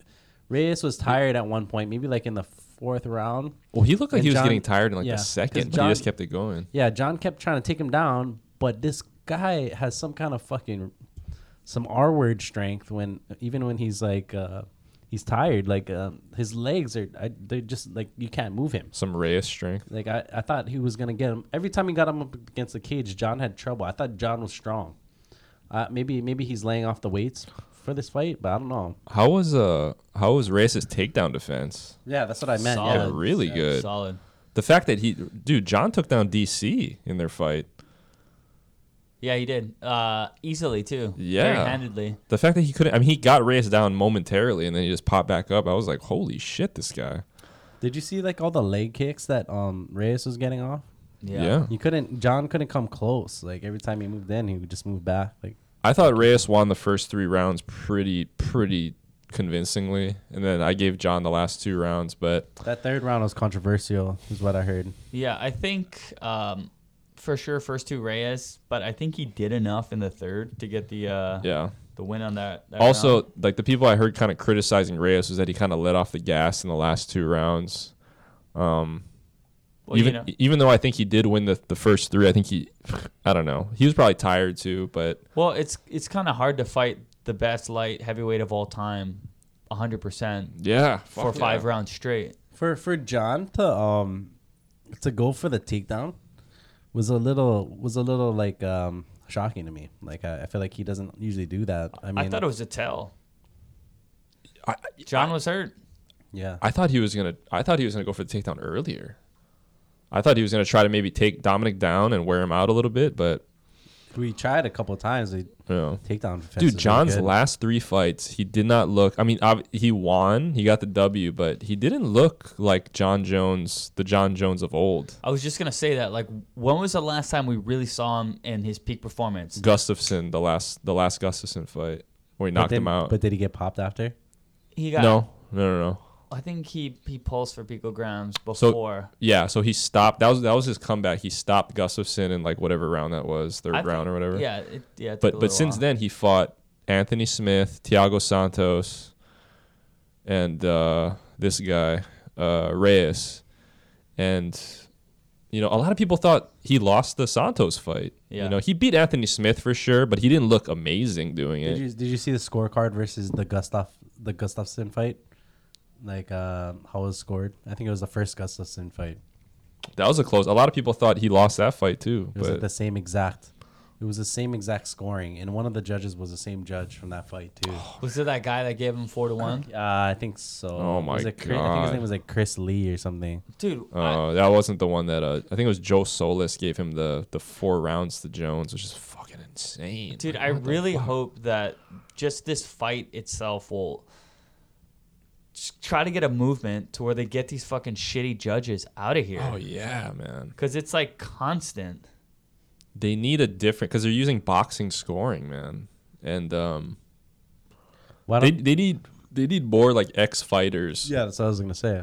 S4: Reyes was tired at one point, maybe like in the fourth round.
S1: Well, he looked like
S4: And
S1: he was
S4: John-
S1: getting tired in like
S4: yeah,
S1: the
S4: 'cause
S1: second, but
S4: John-
S1: he just kept it going.
S4: Yeah, John kept trying to take him down, but this guy has some kind of fucking some R word strength when even when he's like uh he's tired, like um his legs are I, they're just like you can't move him.
S1: Some Reyes strength.
S4: Like I, I thought he was gonna get him every time he got him up against the cage. John had trouble. I thought John was strong. Uh, maybe maybe he's laying off the weights for this fight, but I don't know.
S1: How was uh how was Reyes' takedown defense?
S4: Yeah, that's what I meant.
S2: Solid.
S4: Yeah.
S1: Yeah, really good.
S2: Solid.
S1: The fact that he dude, John took down DC in their fight.
S2: Yeah, he did. Uh, easily too. Very
S1: Yeah.
S2: handedly.
S1: The fact that he couldn't I mean he got Reyes down momentarily and then he just popped back up. I was like, Holy shit, this guy.
S4: Did you see like all the leg kicks that um Reyes was getting off?
S2: Yeah.
S1: yeah.
S4: You couldn't. John couldn't come close. Like every time he moved in, he would just move back. Like
S1: I thought Reyes won the first three rounds pretty, pretty convincingly, and then I gave John the last two rounds. But
S4: that third round was controversial, is what I heard.
S2: Yeah, I think um, for sure first two Reyes, but I think he did enough in the third to get the uh,
S1: yeah,
S2: the win on that. that
S1: also
S2: round.
S1: like the people I heard kind of criticizing Reyes was that he kind of let off the gas in the last two rounds.
S2: Well, you
S1: even e
S2: know-
S1: even though I think he did win the the first three, I think he, I don't know, he was probably tired too. But
S2: Well, it's it's kind of hard to fight the best light heavyweight of all time, hundred percent
S1: yeah,
S2: for five rounds straight.
S4: For for John to um to go for the takedown was a little was a little like um shocking to me. Like I, I feel like he doesn't usually do that. I mean,
S2: I thought it was a tell.
S1: I,
S2: John was hurt.
S4: yeah.
S1: I thought he was gonna. I thought he was gonna go for the takedown earlier. I thought he was gonna try to maybe take Dominic down and wear him out a little bit, but
S4: we tried a couple times. The
S1: you know.
S4: takedown defense.
S1: Dude, John's last three fights, he did not look. I mean, ob- he won, he got the W, but he didn't look like John Jones, the John Jones of old.
S2: I was just gonna say that. Like, when was the last time we really saw him in his peak performance?
S1: Gustafson, the last, the last Gustafson fight, where he knocked him out.
S4: But did he get popped after?
S2: He got
S1: no, no, no, no.
S2: I think he he pulls for picograms before.
S1: Yeah, so he stopped. That was that was his comeback. He stopped Gustafson in like whatever round that was, third
S2: I
S1: round
S2: think-
S1: or whatever.
S2: Yeah, it, yeah. It took a
S1: But
S2: little
S1: but since
S2: while.
S1: then, he fought Anthony Smith, Thiago Santos, and uh, this guy uh, Reyes, and you know a lot of people thought he lost the Santos fight.
S2: Yeah.
S1: You know he beat Anthony Smith for sure, but he didn't look amazing doing
S4: Did
S1: it.
S4: you did you see the scorecard versus the Gustav the Gustafsson fight? Like uh, how it was scored? I think it was the first Gustafsson fight.
S1: that was a close. A lot of people thought he lost that fight too.
S4: It was like
S1: But
S4: the same exact. It was the same exact scoring, and one of the judges was the same judge from that fight
S1: (gasps)
S4: too.
S2: was it that guy that gave him four to one?
S4: Uh, I think so.
S1: Oh my
S4: was it Chris, I think his
S1: God.
S4: name was like Chris Lee or something.
S2: Dude, I,
S1: uh, that wasn't the one that uh, I think it was Joe Solis gave him the the four rounds to Jones, which is fucking insane.
S2: dude,
S1: Like,
S2: I
S1: what the
S2: really
S1: fuck?
S2: hope that just this fight itself will just try to get a movement to where they get these fucking shitty judges out of
S1: Oh
S2: here.
S1: yeah, man.
S2: Because it's like constant.
S1: they need a different because they're using boxing scoring, man, and um,
S4: Why
S1: they
S4: don't?
S1: they need they need more like ex fighters,
S4: yeah, that's what I was gonna say.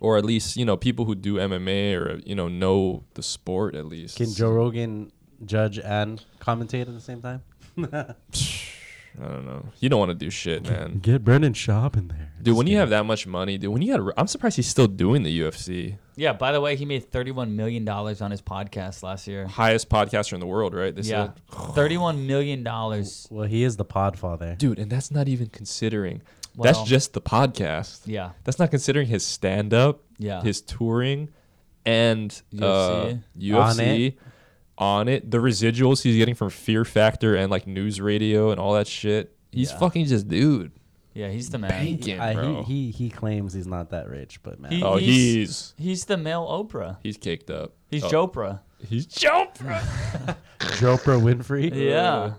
S1: or at least you know people who do MMA or you know know the sport at least.
S4: Can Joe Rogan judge and commentate at the same time?
S1: I don't know. You don't want to do shit,
S4: (laughs)
S1: man.
S4: Get Brendan Schaub in there,
S1: Dude, when you have that much money, dude, when you got, I'm surprised he's still doing the UFC.
S2: Yeah. By the way, he made thirty-one million dollars on his podcast last year.
S1: Highest podcaster in the world, right? This
S2: yeah,
S1: (sighs)
S2: (sighs) (laughs) thirty-one million dollars.
S4: Well, he is the podfather.
S1: dude, and that's not even considering. that's
S2: Well-
S1: just the podcast.
S2: Yeah.
S1: That's not considering his stand up,
S2: Yeah.
S1: his touring, and uh,
S2: UFC.
S1: UFC. On it. the residuals he's getting from Fear Factor and like news radio and all that shit. He's
S2: Yeah.
S1: fucking just dude
S2: Yeah, he's the man.
S1: banking,
S4: I-
S1: bro.
S4: he, he he claims he's not that rich, but man,
S2: He-
S1: oh, he's
S2: he's- He's the male Oprah.
S1: he's caked up.
S2: He's
S1: oh,
S2: Jopra.
S1: He's Jopra.
S4: Oprah Winfrey.
S2: Yeah.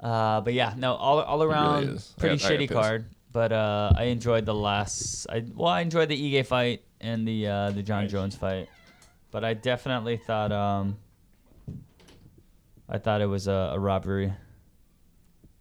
S2: Uh, but yeah, no, all all around
S1: is. I
S2: pretty
S1: got- I got
S2: shitty
S1: pissed.
S2: card. But uh, I enjoyed the last. I well, I enjoyed the Ige fight and the uh, the John Jones fight. But I definitely thought um, I thought it was a, a robbery.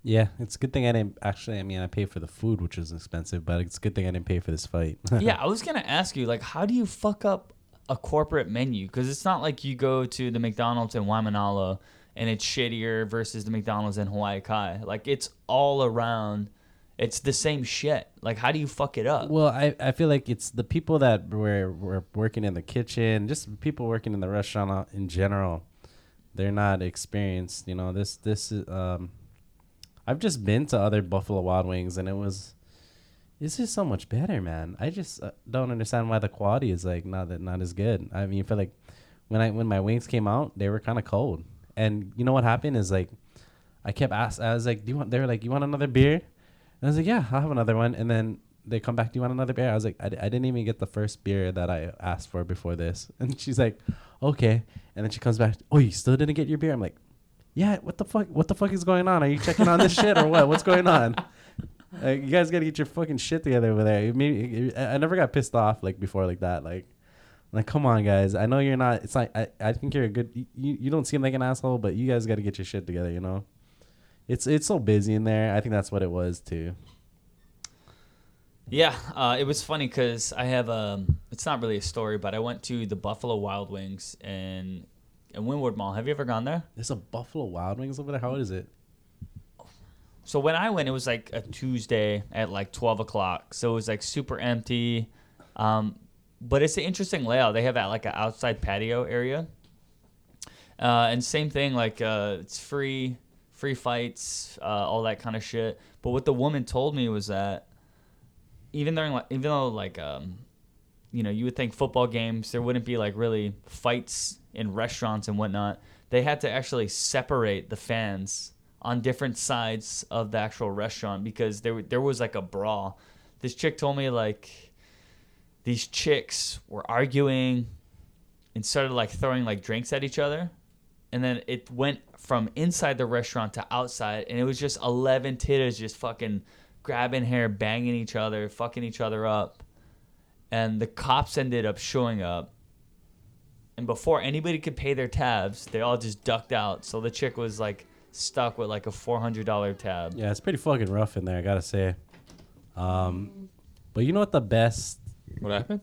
S4: Yeah, it's a good thing I didn't actually. I mean, I paid for the food, which was expensive, but it's a good thing I didn't pay for this fight. (laughs)
S2: yeah, I was gonna ask you like, how do you fuck up a corporate menu? Because it's not like you go to the McDonald's in Waimanalo and it's shittier versus the McDonald's in Hawaii Kai. Like it's all around. It's the same shit. Like, how do you fuck it up?
S4: Well, I, I feel like it's the people that were were working in the kitchen, just people working in the restaurant uh, in general. They're not experienced, you know. This this is, um, I've just been to other Buffalo Wild Wings, and it was, this is so much better, man. I just uh, don't understand why the quality is like not that not as good. I mean, I feel like when I when my wings came out, they were kind of cold, and you know what happened is like, I kept asking. I was like, "Do you want?" They were like, "You want another beer?" And I was like, "Yeah, I'll have another one." And then they come back, "Do you want another beer?" I was like, "I, d- I didn't even get the first beer that I asked for before this." (laughs) And she's like, "Okay." And then she comes back, "Oh, you still didn't get your beer?" I'm like, "Yeah, what the fuck? What the fuck is going on? Are you checking on this shit or what? What's going on?" Like, Uh, you guys gotta get your fucking shit together over there. It made me- I I never got pissed off like before like that. Like, like come on, guys. I know you're not. It's like I, I think you're a good. You, you don't seem like an asshole, but you guys gotta get your shit together. You know. It's it's so busy in there. I think that's what it was too.
S2: Yeah, uh, it was funny because I have a. It's not really a story, but I went to the Buffalo Wild Wings in in Windward Mall. Have you ever gone there?
S4: There's a Buffalo Wild Wings over there. How is it?
S2: So when I went, it was like a Tuesday at like 12 o'clock. So it was like super empty. Um, but it's an interesting layout. They have that like an outside patio area. Uh, and same thing, like uh, it's free, free fights, uh, all that kind of shit. But what the woman told me was that even during, like, even though like, um, you know, you would think football games there wouldn't be like really fights in restaurants and whatnot. They had to actually separate the fans on different sides of the actual restaurant because there w- there was like a brawl. This chick told me like these chicks were arguing and started like throwing like drinks at each other. And then it went from inside the restaurant to outside, and it was just 11 tittas just fucking grabbing hair, banging each other, fucking each other up and the cops ended up showing up. And before anybody could pay their tabs, they all just ducked out. So the chick was like stuck with like a four hundred dollar tab.
S4: Yeah, it's pretty fucking rough in there. I gotta say. Um, but you know what the best
S1: What happened?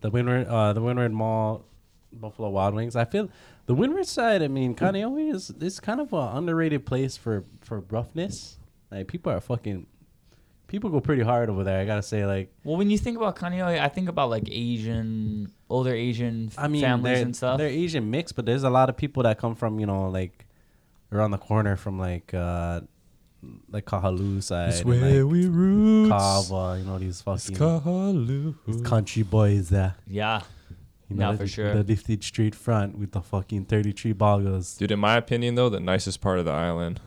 S4: the Windward uh the Windward Mall Buffalo Wild Wings. I feel the Windward side. I mean, Kaneohe is is kind of an underrated place for for roughness. Like people are fucking people go pretty hard over there. I gotta say, like
S2: Well, when you think about Kanye, I think about like Asian, older Asian
S4: I mean,
S2: families
S4: they're,
S2: and stuff.
S4: They're Asian mix, but there's a lot of people that come from you know like around the corner from like uh like Kahalu side, and, like
S1: we roots.
S4: Kava, you know these fucking these
S1: Kahalu.
S4: country boys there.
S2: Yeah,
S4: You
S2: Nah,
S4: know,
S2: for
S4: the,
S2: sure.
S4: The lifted street front with the fucking thirty tree boggles.
S1: Dude, in my opinion, though, the nicest part of the island,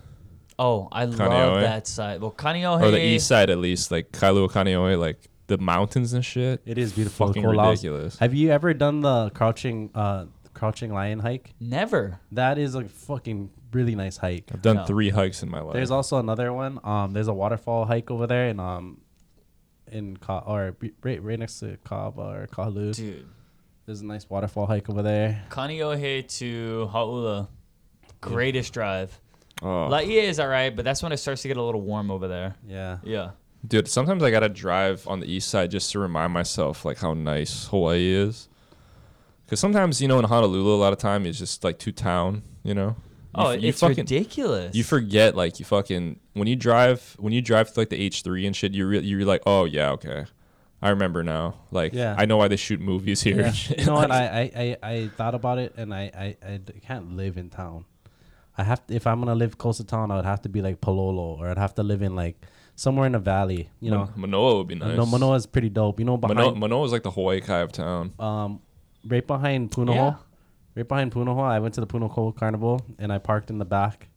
S2: Oh, I
S1: Kaneohe?
S2: love that side. Well, Kanye
S1: or the east side at least, like Kailua Kaneohe, like the mountains and shit.
S4: It is beautiful.
S1: fucking
S4: Koh Laos.
S1: ridiculous.
S4: Have you ever done the crouching uh crouching lion hike?
S2: never.
S4: That is a fucking really nice hike.
S1: I've done
S2: No.
S1: three hikes in my life.
S4: There's also another one. Um, there's a waterfall hike over there, and um, in Ka- or b- right right next to Kava or Kalu.
S2: Dude,
S4: There's a nice waterfall hike over there.
S2: Kaneohe to Haula, greatest drive.
S1: oh.
S2: Laie is alright, but that's when it starts to get a little warm over there.
S4: Yeah.
S2: Yeah.
S1: Dude, sometimes I gotta drive on the east side just to remind myself like how nice Hawaii is. Cause sometimes you know in Honolulu, a lot of time it's just like too town. You know. You
S2: Oh,
S1: f- you
S2: it's
S1: fucking,
S2: ridiculous.
S1: You forget like you fucking when you drive when you drive through like the H three and shit. You re- you're like oh yeah okay, I remember now. Like,
S4: Yeah.
S1: I know why they shoot movies here.
S4: Yeah.
S1: and shit. (laughs)
S4: you know what? I, I, I, I thought about it, and I, I, I d- can't live in town. I have to, if I'm gonna live close to town, I would have to be like Palolo, or I'd have to live in like somewhere in a valley. You know,
S1: Mon- Manoa would be nice.
S4: no, Manoa's pretty dope. You know, behind
S1: Manoa, Manoa is like the Hawaii Kai of town.
S4: um, right behind Punahou,
S1: Yeah.
S4: right behind Punahou, I went to the Punahou Carnival, and I parked in the back.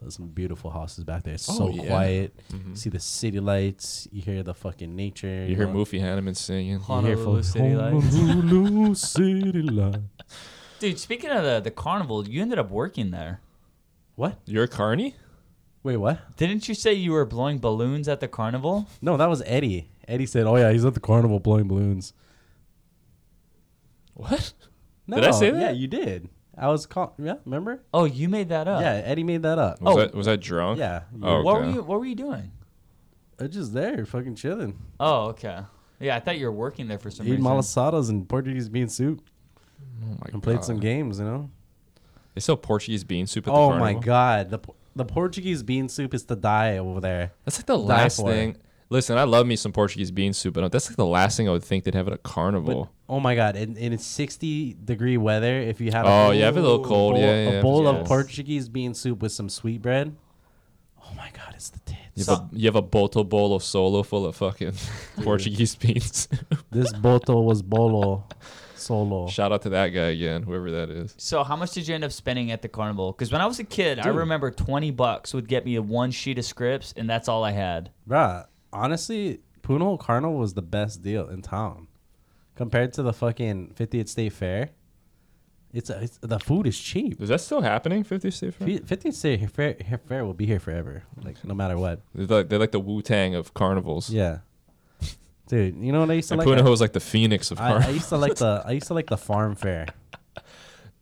S4: There's some beautiful houses back there. It's so
S1: Oh, yeah.
S4: quiet. See the city lights. You hear the fucking nature.
S1: You hear
S4: know?
S1: Mufi Hanneman singing.
S2: You hear full-
S4: Honolulu City lights.
S1: (laughs)
S2: Dude, speaking of the, the carnival, you ended up working there.
S4: What?
S1: You're a carny?
S4: Wait, what?
S2: Didn't you say you were blowing balloons at the carnival?
S4: No, that was Eddie. Eddie said, "Oh yeah, he's at the carnival blowing balloons."
S1: What?
S4: No,
S1: Did I say
S4: Yeah,
S1: that?
S4: you did. I was call. Yeah, remember?
S2: Oh, you made that up.
S4: Yeah, Eddie made that up.
S1: Was,
S2: Oh.
S1: that, was that drunk?
S4: Yeah.
S1: Oh,
S2: What
S1: okay.
S2: were you What were you doing?
S4: I was just there, fucking chilling,
S2: Oh, okay. Yeah, I thought you were working there for some
S4: eating
S2: reason.
S4: malasadas and Portuguese bean soup,
S1: Oh my
S4: and played some
S1: God.
S4: games. You know.
S1: They sell Portuguese bean soup at the
S4: oh
S1: carnival.
S4: my god, the Por- the Portuguese bean soup is to die over there.
S1: That's like the
S4: Die
S1: last
S4: for it.
S1: thing. Listen, I love me some Portuguese bean soup, but that's like the last thing I would think they'd have at a
S4: But
S1: carnival.
S4: oh my god, in, in its sixty degree weather, if you had
S1: Oh, yeah, if it's a little cold,
S4: bowl,
S1: yeah,
S4: a
S1: yeah, if
S4: bowl
S1: it's
S4: of
S1: cold.
S4: Portuguese bean soup with some sweet bread. Oh my god, it's the
S1: You
S4: tits.
S1: have, a, you have a boto bowl of solo full of fucking (laughs) Portuguese beans.
S4: this boto
S1: (laughs)
S4: was bolo solo.
S1: Shout out to that guy again, whoever that is.
S2: So, how much did you end up spending at the carnival? Because when I was a kid, I remember twenty bucks would get me a one sheet of scripts, and that's all I had.
S4: Bruh, honestly, Punahou Carnival was the best deal in town compared to the fucking 50th State Fair. It's, it's the food is cheap.
S1: Is that still happening, 50 State Fair?
S4: 50th State Fair, Fair will be here forever, like no matter what.
S1: They're like, they're like the Wu Tang of carnivals.
S4: Yeah, dude, you know what I used to
S1: And
S4: like.
S1: Punahou is like the phoenix of
S4: I, I
S1: carnivals.
S4: used to like the I used to like the farm fair.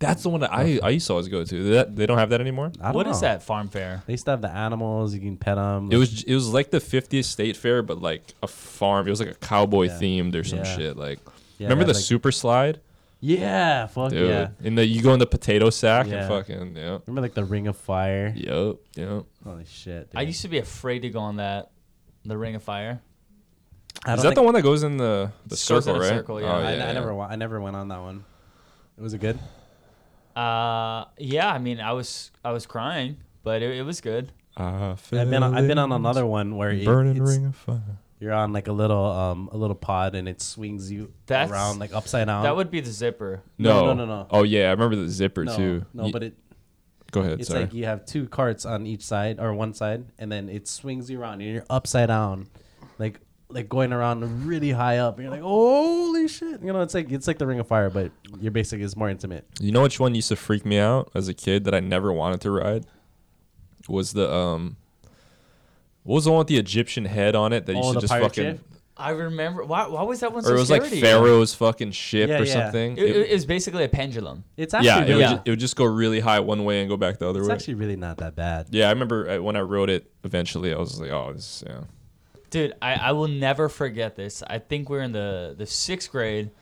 S1: That's the one that I, I used to always go to. That, they don't have that anymore?
S4: I don't
S2: What is
S4: know.
S2: that farm fair?
S4: They used to have the animals. You can pet them.
S1: It was it was like the 50th state fair, but like a farm. It was like a cowboy
S4: Yeah.
S1: themed or some
S4: Yeah.
S1: shit. Like,
S4: Yeah,
S1: remember
S4: they
S1: the
S4: had, like-
S1: super slide,
S4: yeah, fuck
S1: dude?
S4: yeah.
S1: In the you go in the potato sack
S4: Yeah.
S1: and fucking yeah,
S4: Remember like the ring of fire.
S1: yep, yep.
S4: Holy shit!
S2: I
S4: dude.
S2: used to be afraid to go on that, the Ring of Fire.
S4: I
S1: Is
S4: don't
S1: that
S4: think-
S1: the one that goes in the the
S2: It goes
S1: circle,
S2: in a
S1: right?
S2: circle, yeah.
S1: Oh,
S4: I,
S1: yeah,
S4: I
S1: yeah.
S4: never went. I never went on that one. Was it good?
S2: Uh, yeah, I mean, I was I was crying, but it, it was good.
S1: I
S4: I've been on, I've been on another one where it-
S1: burning
S4: it's-
S1: ring of fire.
S4: You're on like a little um a little pod and it swings you
S2: That's-
S4: around like upside down.
S2: That would be the zipper.
S1: No,
S4: No, no, no, no.
S1: Oh yeah, I remember the zipper
S4: no,
S1: too.
S4: no,
S1: Ye-
S4: but it
S1: go ahead.
S4: it's
S1: sorry.
S4: like you have two carts on each side or one side and then it swings you around and you're upside down, like like going around really high up. And you're like holy shit, you know it's like it's like the Ring of Fire, but you're basically it's more intimate.
S1: You know which one used to freak me out as a kid that I never wanted to ride? Was the um what was the one with the Egyptian head on it that you
S4: Oh,
S1: should
S4: the
S1: just
S4: pirate
S1: fucking
S4: ship?
S2: I remember. Why, why was that one so
S1: or it was
S2: scary
S1: like
S2: to you?
S1: Pharaoh's fucking ship
S4: Yeah,
S1: or
S4: yeah.
S1: something.
S2: It,
S1: It-
S2: it was basically a pendulum.
S4: It's actually
S1: yeah, it
S4: really,
S1: would
S2: Yeah.
S1: ju- it would just go really high one way and go back the other
S4: it's
S1: way.
S4: actually really not that bad.
S1: yeah, I remember uh, when I rode it eventually I was like, oh, this yeah.
S2: Dude, I, I will never forget this. I think we were in the, the sixth grade,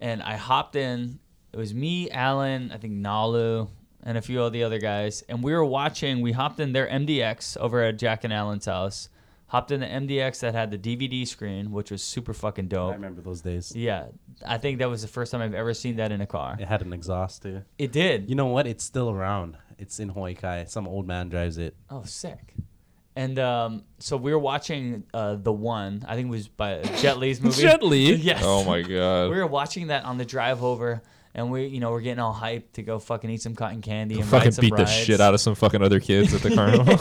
S2: and I hopped in. It was me, Alan, I think Nalu, and a few of the other guys. And we were watching, we hopped in their MDX over at Jack and Alan's house. Hopped in the MDX that had the DVD screen, which was super fucking
S4: I
S2: dope.
S4: remember those days.
S2: Yeah, I think that was the first time I've ever seen that in a car.
S4: It had an exhaust too.
S2: It did.
S4: You know what? It's still around. It's in Hawaii Kai. Some old man drives it.
S2: Oh, sick. And um, so we were watching uh, the one. I think it was by Jet Li's movie.
S1: Jet
S4: (laughs)
S1: Li?
S2: Yes.
S1: Oh my god.
S2: we were watching that on the drive over, and we, you know, we're getting all hyped to go fucking eat some cotton candy and
S1: fucking
S2: ride some
S1: beat
S2: rides.
S1: the shit out of some fucking other kids at the carnival.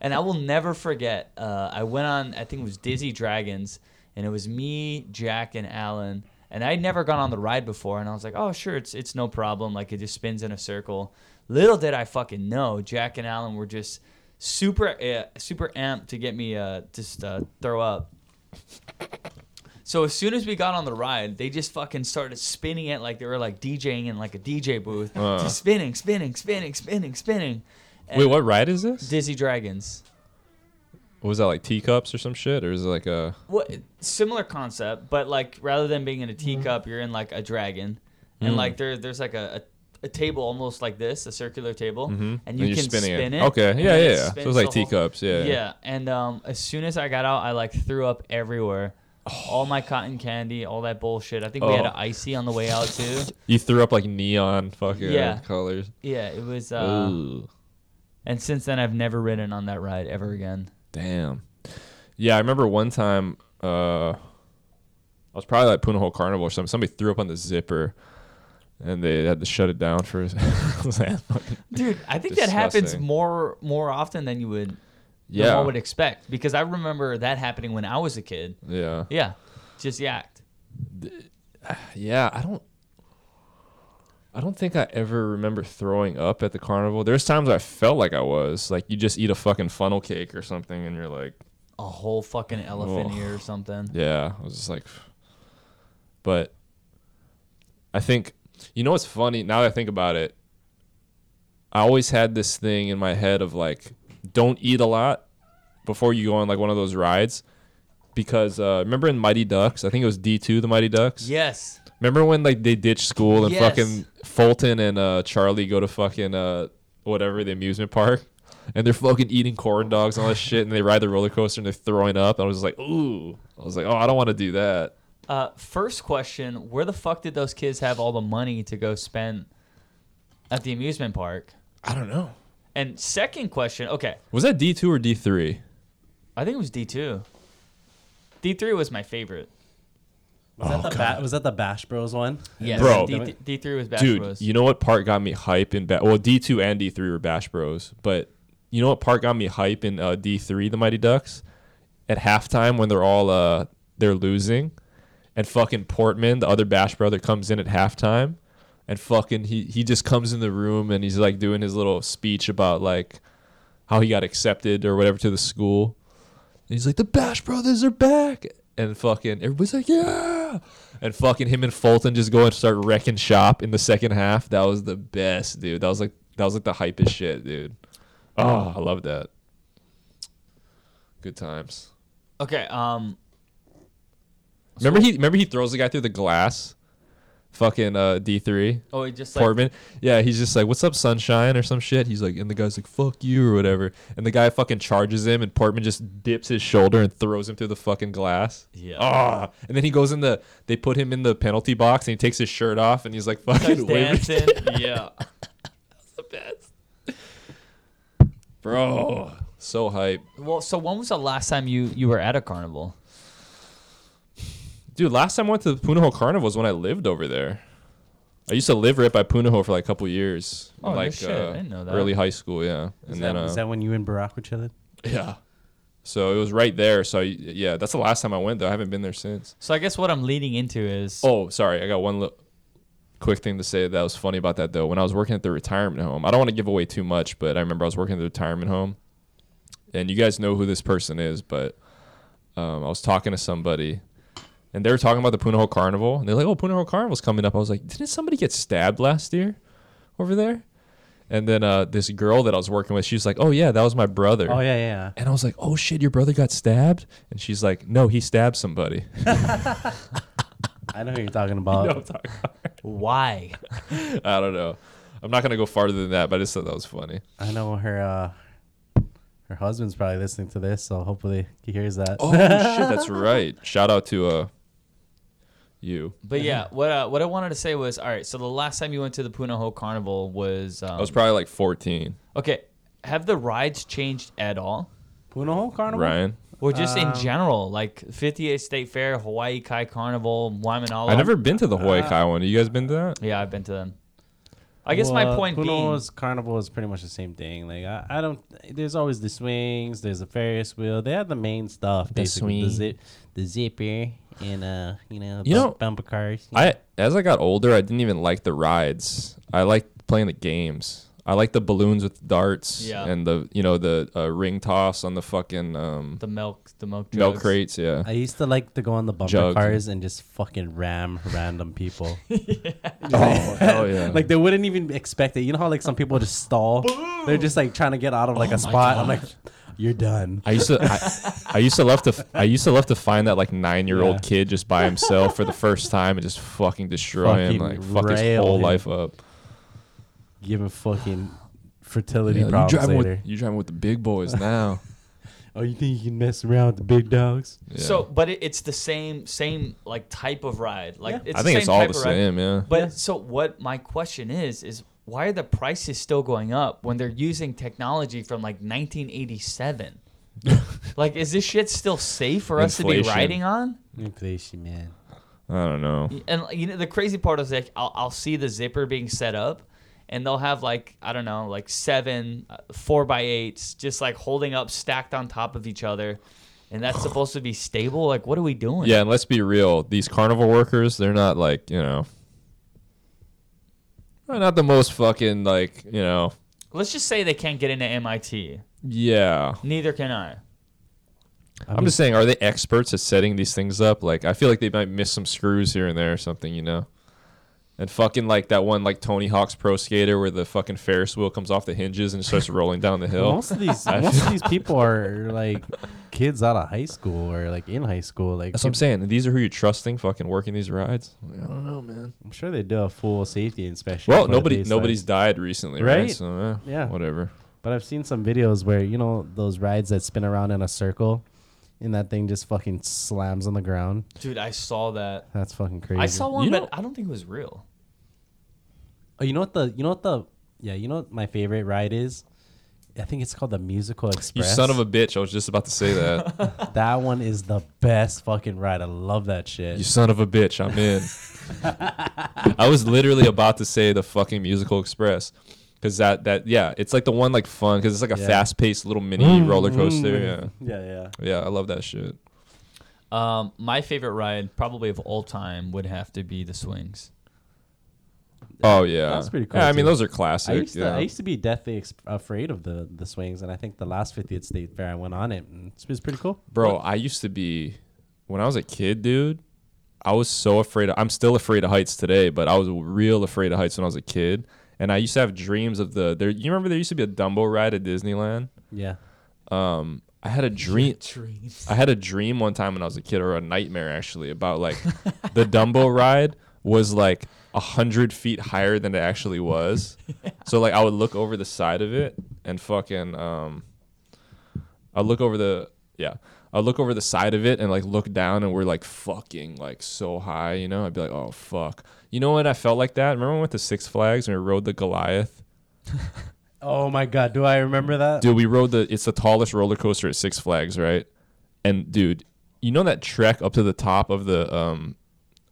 S2: And I will never forget. Uh, I went on. I think it was Dizzy Dragons, and it was me, Jack, and Alan. And I'd never gone on the ride before, and I was like, "Oh, sure, it's it's no problem. Like it just spins in a circle." Little did I fucking know, Jack and Alan were just super uh, super amped to get me uh, just uh, throw up. So as soon as we got on the ride, they just fucking started spinning it like they were like DJing in like a DJ booth,
S1: Uh.
S2: just spinning, spinning, spinning, spinning, spinning.
S1: Wait, what ride is this?
S2: Dizzy Dragons.
S1: What was that like teacups or some shit? Or is it like a
S2: what similar
S1: Mm.
S2: concept, but like rather than being in a teacup, you're in like a dragon, and like there there's like a, a, a table almost like this, a circular table, and you
S1: Mm-hmm. you're
S2: can
S1: spinning it.
S2: spin it.
S1: Okay,
S2: and
S1: yeah,
S2: then
S1: yeah,
S2: it
S1: yeah. So
S2: spins
S1: it's like
S2: the whole-
S1: teacups, yeah, yeah.
S2: Yeah, and um, as soon as I got out, I like threw up everywhere. All my cotton candy, all that bullshit. I think we had
S1: Oh.
S2: an icy on the way out too.
S1: You threw up like neon fucking
S2: Yeah.
S1: colors.
S2: yeah, it was. Uh,
S1: Ooh,
S2: and since then, I've never ridden on that ride ever again.
S1: damn. Yeah, I remember one time uh, I was probably at Punahou Carnival or something. Somebody threw up on the zipper, and they had to shut it down for. (laughs) I was like, fucking-
S2: Dude, I think that happens
S1: Disgusting.
S2: more more often than you would yeah.
S1: yeah,
S2: one would expect because I remember that happening when I was a kid.
S1: yeah,
S2: Yeah, just yacked.
S1: yeah. I don't. I don't think I ever remember throwing up at the carnival. There's times I felt like I was like you just eat a fucking funnel cake or something, and you're like,
S2: A whole fucking elephant
S1: Oh.
S2: ear or something.
S1: Yeah, I was just like, but I think you know what's funny now that I think about it. I always had this thing in my head of like, don't eat a lot before you go on like one of those rides, because uh, remember in Mighty Ducks, I think it was D two, the Mighty Ducks.
S2: Yes.
S1: Remember when like they ditched school and
S2: Yes.
S1: fucking Fulton and uh, Charlie go to fucking uh, whatever the amusement park, and they're fucking eating corn dogs and all that shit, and they ride the roller coaster and they're throwing up. I was just like, ooh, I was like, oh, I don't want to do that.
S2: Uh, first question: Where the fuck did those kids have all the money to go spend at the amusement park?
S1: I don't know.
S2: And second question: Okay,
S1: Was that D two or D three?
S2: I think it was D two. D three was my favorite.
S4: Was, that the ba- was that the Bash Bros one?
S2: Yes,
S1: Bro.
S2: D three was Bash
S1: Dude,
S2: Bros.
S1: you know what part got me hype in ba- well D two and D three were Bash Bros, but you know what part got me hype in uh, D three, the Mighty Ducks, at halftime when they're all uh they're losing, and fucking Portman, the other Bash brother, comes in at halftime, and fucking he he just comes in the room and he's like doing his little speech about like how he got accepted or whatever to the school, and he's like, the Bash Brothers are back. And fucking everybody's like, yeah. And fucking him and Fulton just go and start wrecking shop in the second half. That was the best, dude. That was like that was like the hypest shit, dude. Oh, I love that. Good times.
S2: okay, um,
S1: Remember he remember he throws the guy through the glass? Fucking uh D three.
S2: oh, it just like
S1: Portman. Yeah, he's just like, "What's up, sunshine?" or some shit. He's like, and the guy's like, "Fuck you" or whatever. And the guy fucking charges him, and Portman just dips his shoulder and throws him through the fucking glass.
S2: Yeah.
S1: Ah. And then he goes in the. They put him in the penalty box, and he takes his shirt off, and he's like,
S2: starts
S1: "Fucking waving.
S2: dancing.
S1: (laughs)
S2: yeah,
S1: bro." So hype,
S2: Well, so when was the last time you you were at a carnival?
S1: dude. Last time I went to the Punahou Carnival was when I lived over there. I used to live right by Punahou for like a couple years,
S2: Oh, no
S1: like uh,
S2: shit. I didn't know that.
S1: early high school, yeah.
S4: Is that,
S1: uh,
S4: is that when you and Barack were chilling?
S1: (laughs) Yeah. So it was right there. So I, yeah, that's the last time I went though. I haven't been there since.
S2: So I guess what I'm leading into is
S1: Oh, sorry. I got one li- quick thing to say that was funny about that though. When I was working at the retirement home, I don't want to give away too much, but I remember I was working at the retirement home, and you guys know who this person is, but um, I was talking to somebody, and they were talking about the Punahou Carnival, and they're like, "Oh, Punahou Carnival's coming up." I was like, "Didn't somebody get stabbed last year over there?" And then uh, this girl that I was working with, she was like, "Oh yeah, that was my brother."
S4: Oh yeah, yeah. yeah.
S1: And I was like, "Oh shit, your brother got stabbed?" And she's like, "No, he stabbed somebody."
S4: I know who you're
S1: (laughs)
S4: talking about.
S2: why?
S1: I don't know. I'm not gonna go farther than that, but I just thought that was funny.
S4: I know her. Uh, her husband's probably listening to this, so hopefully he hears that.
S1: (laughs) Oh
S4: (laughs)
S1: shit, (laughs) that's right. Shout out to uh you.
S2: But
S1: (laughs)
S2: yeah, what uh, what I wanted to say was, all right. So the last time you went to the Punahou Carnival was, um,
S1: I was probably like 14.
S2: okay. Have the rides changed at all,
S4: Punahou
S2: Uh-huh.
S4: Carnival.
S1: Ryan,
S2: or just
S1: Um,
S2: in general, like 58th State Fair, Hawaii Kai Carnival, Waimanalo?
S1: I've never been to the
S2: uh,
S1: Hawaii Kai one. Have you guys been to that?
S2: Yeah, I've been to them. I guess my
S4: Well,
S2: point being,
S4: Punahou's Carnival is pretty much the same thing. Like I, I don't. There's always the swings. There's a Ferris wheel. They have the main stuff. basically. The
S2: swing.
S4: zip, the zipper, and uh, you know,
S1: You
S4: bump-
S1: know,
S4: bumper cars.
S1: I as I got older, I didn't even like the rides. I liked playing the games. I liked the balloons with darts
S2: Yeah.
S1: and the you know the uh, ring toss on the fucking um,
S2: the milk, the milk,
S1: milk
S2: jugs.
S1: crates. Yeah,
S4: I used to like to go on the bumper
S1: Jug.
S4: cars and just fucking ram random
S2: (laughs)
S4: people.
S1: (laughs) hell yeah.
S4: like they wouldn't even expect it. You know how like some people just stall. They're just like trying to get out of
S2: Oh
S4: like a spot. I'm like, you're done.
S1: I used to, I, I used to love to, f- I used to love to find that like nine year
S4: Yeah.
S1: old kid just by himself for the first time and just fucking destroy him,
S4: Fucking
S1: like fuck his
S4: rail
S1: whole
S4: him.
S1: life up.
S4: giving (sighs) fucking fertility
S1: Yeah, you
S4: problems
S1: driving
S4: later.
S1: with you driving with the big boys now.
S4: oh, you think you can mess around with the big dogs?
S1: Yeah.
S2: So, but it, it's the same same like type of ride. Like
S4: Yeah.
S2: it's
S1: I think
S2: the
S1: it's
S2: same
S1: all
S2: type
S1: the
S2: of ride.
S1: same. Yeah.
S2: But
S4: Yeah.
S2: so what? My question is, is why are the prices still going up when they're using technology from
S1: (laughs)
S2: like 1987? like, is this shit still safe for us to be
S1: Inflation.
S2: riding on?
S4: Inflation, man.
S1: I don't know.
S2: And you know, the crazy part is like I'll, I'll see the zipper being set up, and they'll have like I don't know, like seven uh, four by eights just like holding up, stacked on top of each other,
S1: (sighs)
S2: and that's supposed to be stable. Like, what are we doing?
S1: Yeah, and let's be real. These carnival workers, they're not like you know, they're not the most fucking like you know.
S2: Let's just say they can't get into MIT.
S1: Yeah,
S2: Neither can I.
S1: I'm just saying, are they experts at setting these things up? Like, I feel like they might miss some screws here and there or something, you know. And fucking like that one, like Tony Hawk's Pro Skater, where the fucking Ferris wheel comes off the hinges and starts rolling down the hill.
S4: Most of these, most
S1: (laughs)
S4: of these people are like kids out of high school or like in high school. Like
S1: That's what I'm saying. And these are who you're trusting, fucking working these rides. I don't know, man.
S4: I'm sure they do a full safety inspection.
S1: Well,
S4: for the
S1: nobody,
S4: baseline.
S1: nobody's died recently, right?
S4: Right?
S1: So eh,
S4: Yeah.
S1: whatever.
S4: But I've seen some videos where you know those rides that spin around in a circle, and that thing just fucking slams on the ground.
S2: Dude, I saw that.
S4: That's fucking crazy.
S2: I saw one,
S1: You
S2: but
S1: know-
S2: I don't think it was real.
S4: Oh, you know what the you know what the yeah you know what my favorite ride is. I think it's called the Musical
S1: You
S4: Express.
S1: son of a bitch! I was just about to say that.
S4: That one is the best fucking ride. I love that shit.
S1: you son of a bitch! I'm
S4: (laughs)
S1: in. I was literally about to say the fucking musical express, because that that yeah, it's like the one like fun because it's like a
S4: Yeah. Mm,
S1: fast paced little mini roller coaster. Yeah,
S4: yeah, yeah.
S1: yeah, I love that shit.
S2: Um, my favorite ride, probably of all time, would have to be the swings.
S1: Oh yeah,
S4: That's pretty cool,
S1: Yeah, I mean
S4: too.
S1: those are
S4: I
S1: classic.
S4: used to
S1: yeah.
S4: I used to be deathly ex- afraid of the the swings, and I think the last 50th State Fair I went on it, and it was pretty cool.
S1: Bro, I used to be when I was a kid, dude. I was so afraid. Of, I'm still afraid of heights today, but I was real afraid of heights when I was a kid. And I used to have dreams of the there. You remember there used to be a Dumbo ride at Disneyland.
S4: Yeah,
S1: Um, I had a dream. I had a dream one time when I was a kid, or a nightmare actually, about like the Dumbo ride was like a hundred feet higher than it actually was. So like I would look over the side of it and fucking um, I look over the yeah, I look over the side of it and like look down and we're like fucking like so high, you know? I'd be like, oh fuck. You know when I felt like that? Remember when we went to Six Flags and we rode the Goliath?
S4: Oh my god, do I remember that?
S1: Dude, we rode the it's the tallest roller coaster at Six Flags, right? And dude, you know that trek up to the top of the um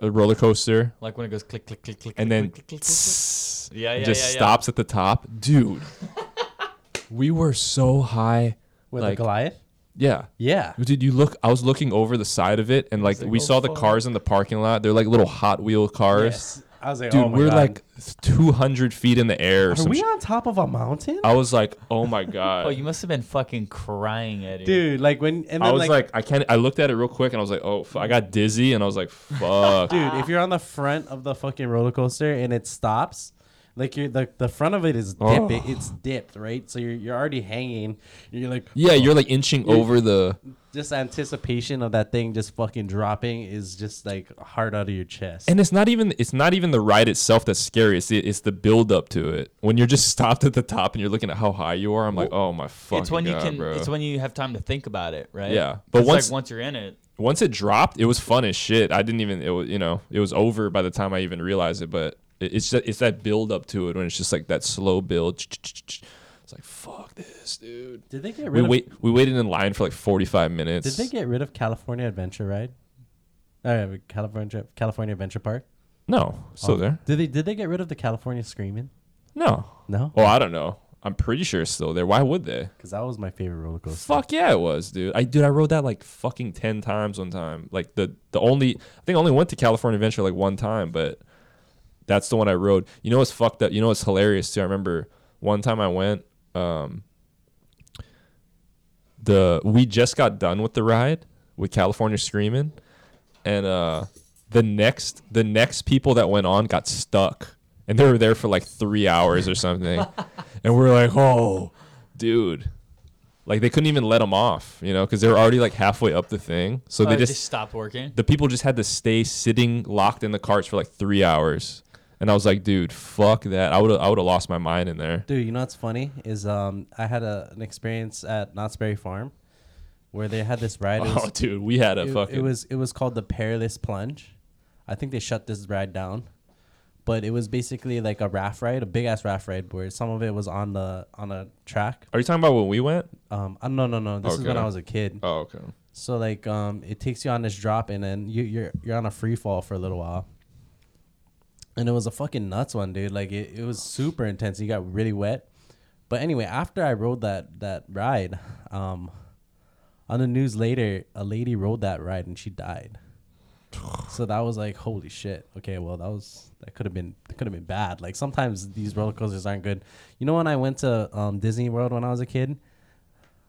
S1: uh, roller coaster
S2: Like when it goes click, click, click, click,
S1: and
S2: click,
S1: then
S2: click, click, click, click.
S1: tss,
S2: Yeah,
S1: and
S2: yeah,
S1: just
S2: yeah, yeah.
S1: stops at the top. Dude. we were so high.
S4: With
S1: like-
S4: the Goliath?
S1: Yeah.
S4: Yeah.
S1: Dude, you look I was looking over the side of it and like,
S2: like,
S1: we
S2: oh,
S1: saw the
S2: fuck.
S1: cars in the parking lot. They're like little Hot Wheel cars.
S4: Yes. I was like,
S1: Dude,
S4: oh my
S1: we're
S4: god.
S1: like 200 feet in the air or
S4: are
S1: some
S4: we
S1: shit.
S4: on top of a mountain?
S1: I was like, "Oh my god."
S2: Oh, you must have been fucking crying, Eddie.
S4: Dude, like when and then
S1: I was like, I can't. I looked at it real quick and I was like, oh, f- I got dizzy and I was like, fuck.
S4: dude, if you're on the front of the fucking roller coaster and it stops, like you're the the front of it is dipped,
S1: Oh.
S4: it's dipped, right? So you're you're already hanging. You're like
S1: yeah, you're like inching over the.
S4: just anticipation of that thing just fucking dropping is just like hard out of your chest.
S1: And it's not even. It's not even the ride itself that's scary. It's the, it's the build up to it. When you're just (laughs) stopped at the top and you're looking at how high you are, I'm like, oh my fucking
S2: it's when
S1: god,
S2: you can.
S1: bro.
S2: It's when you have time to think about it, right?
S1: Yeah, but
S2: but
S1: once-
S2: once like once you're in it,
S1: Once it dropped, it was fun as shit. I didn't even. It was you know it was over by the time I even realized it. But it, it's that it's that build up to it when it's just like that slow build. It's like fuck this, dude.
S4: did they get
S1: We
S4: rid of
S1: wait. We waited in line for like 45 minutes.
S4: Did they get rid of California Adventure Ride? Uh, California California Adventure Park.
S1: No, still
S4: Oh.
S1: there.
S4: Did they did they get rid of the California Screaming?
S1: No.
S4: No,
S1: Oh, I don't know. I'm pretty sure it's still there. Why would they?
S4: because that was my favorite roller coaster.
S1: Fuck yeah, it was, dude. I dude, I rode that like fucking ten times one time. Like the the only I think I only went to California Adventure like one time, but that's the one I rode. You know what's fucked up? You know what's hilarious too? I remember one time I went. Um, the we just got done with the ride with California Screaming, and uh, the next the next people that went on got stuck, and they were there for like three hours or something,
S4: (laughs)
S1: and we're like, oh, dude. Like they couldn't even let them off, you know, because they were already like halfway up the thing. So
S2: oh,
S1: they
S2: it
S1: just
S2: just stopped working.
S1: the people just had to stay sitting locked in the carts for like three hours. And And I was like, dude, fuck that. I would I would have lost my mind in there.
S4: Dude, you know what's funny is um I had a, an experience at Knott's Berry Farm where they had this ride. It
S1: (laughs)
S4: was,
S1: Oh, dude, we had a
S4: it-
S1: fucking.
S4: it was it was called the Perilous Plunge. I think they shut this ride down, but it was basically like a raft ride, a big ass raft ride where some of it was on the on a track.
S1: Are you talking about when we went?
S4: Um, I, no no no, this is when
S1: Okay.
S4: I was a kid.
S1: Oh, okay.
S4: So like um it takes you on this drop and then you you're you're on a free fall for a little while. And it was a fucking nuts one, dude. Like it, it was super intense. You got really wet. But anyway, after I rode that that ride, um on the news later, a lady rode that ride and she died. So that was like holy shit. Okay, well that was that could have been that could have been bad. Like sometimes these roller coasters aren't good. You know when I went to um, Disney World when I was a kid,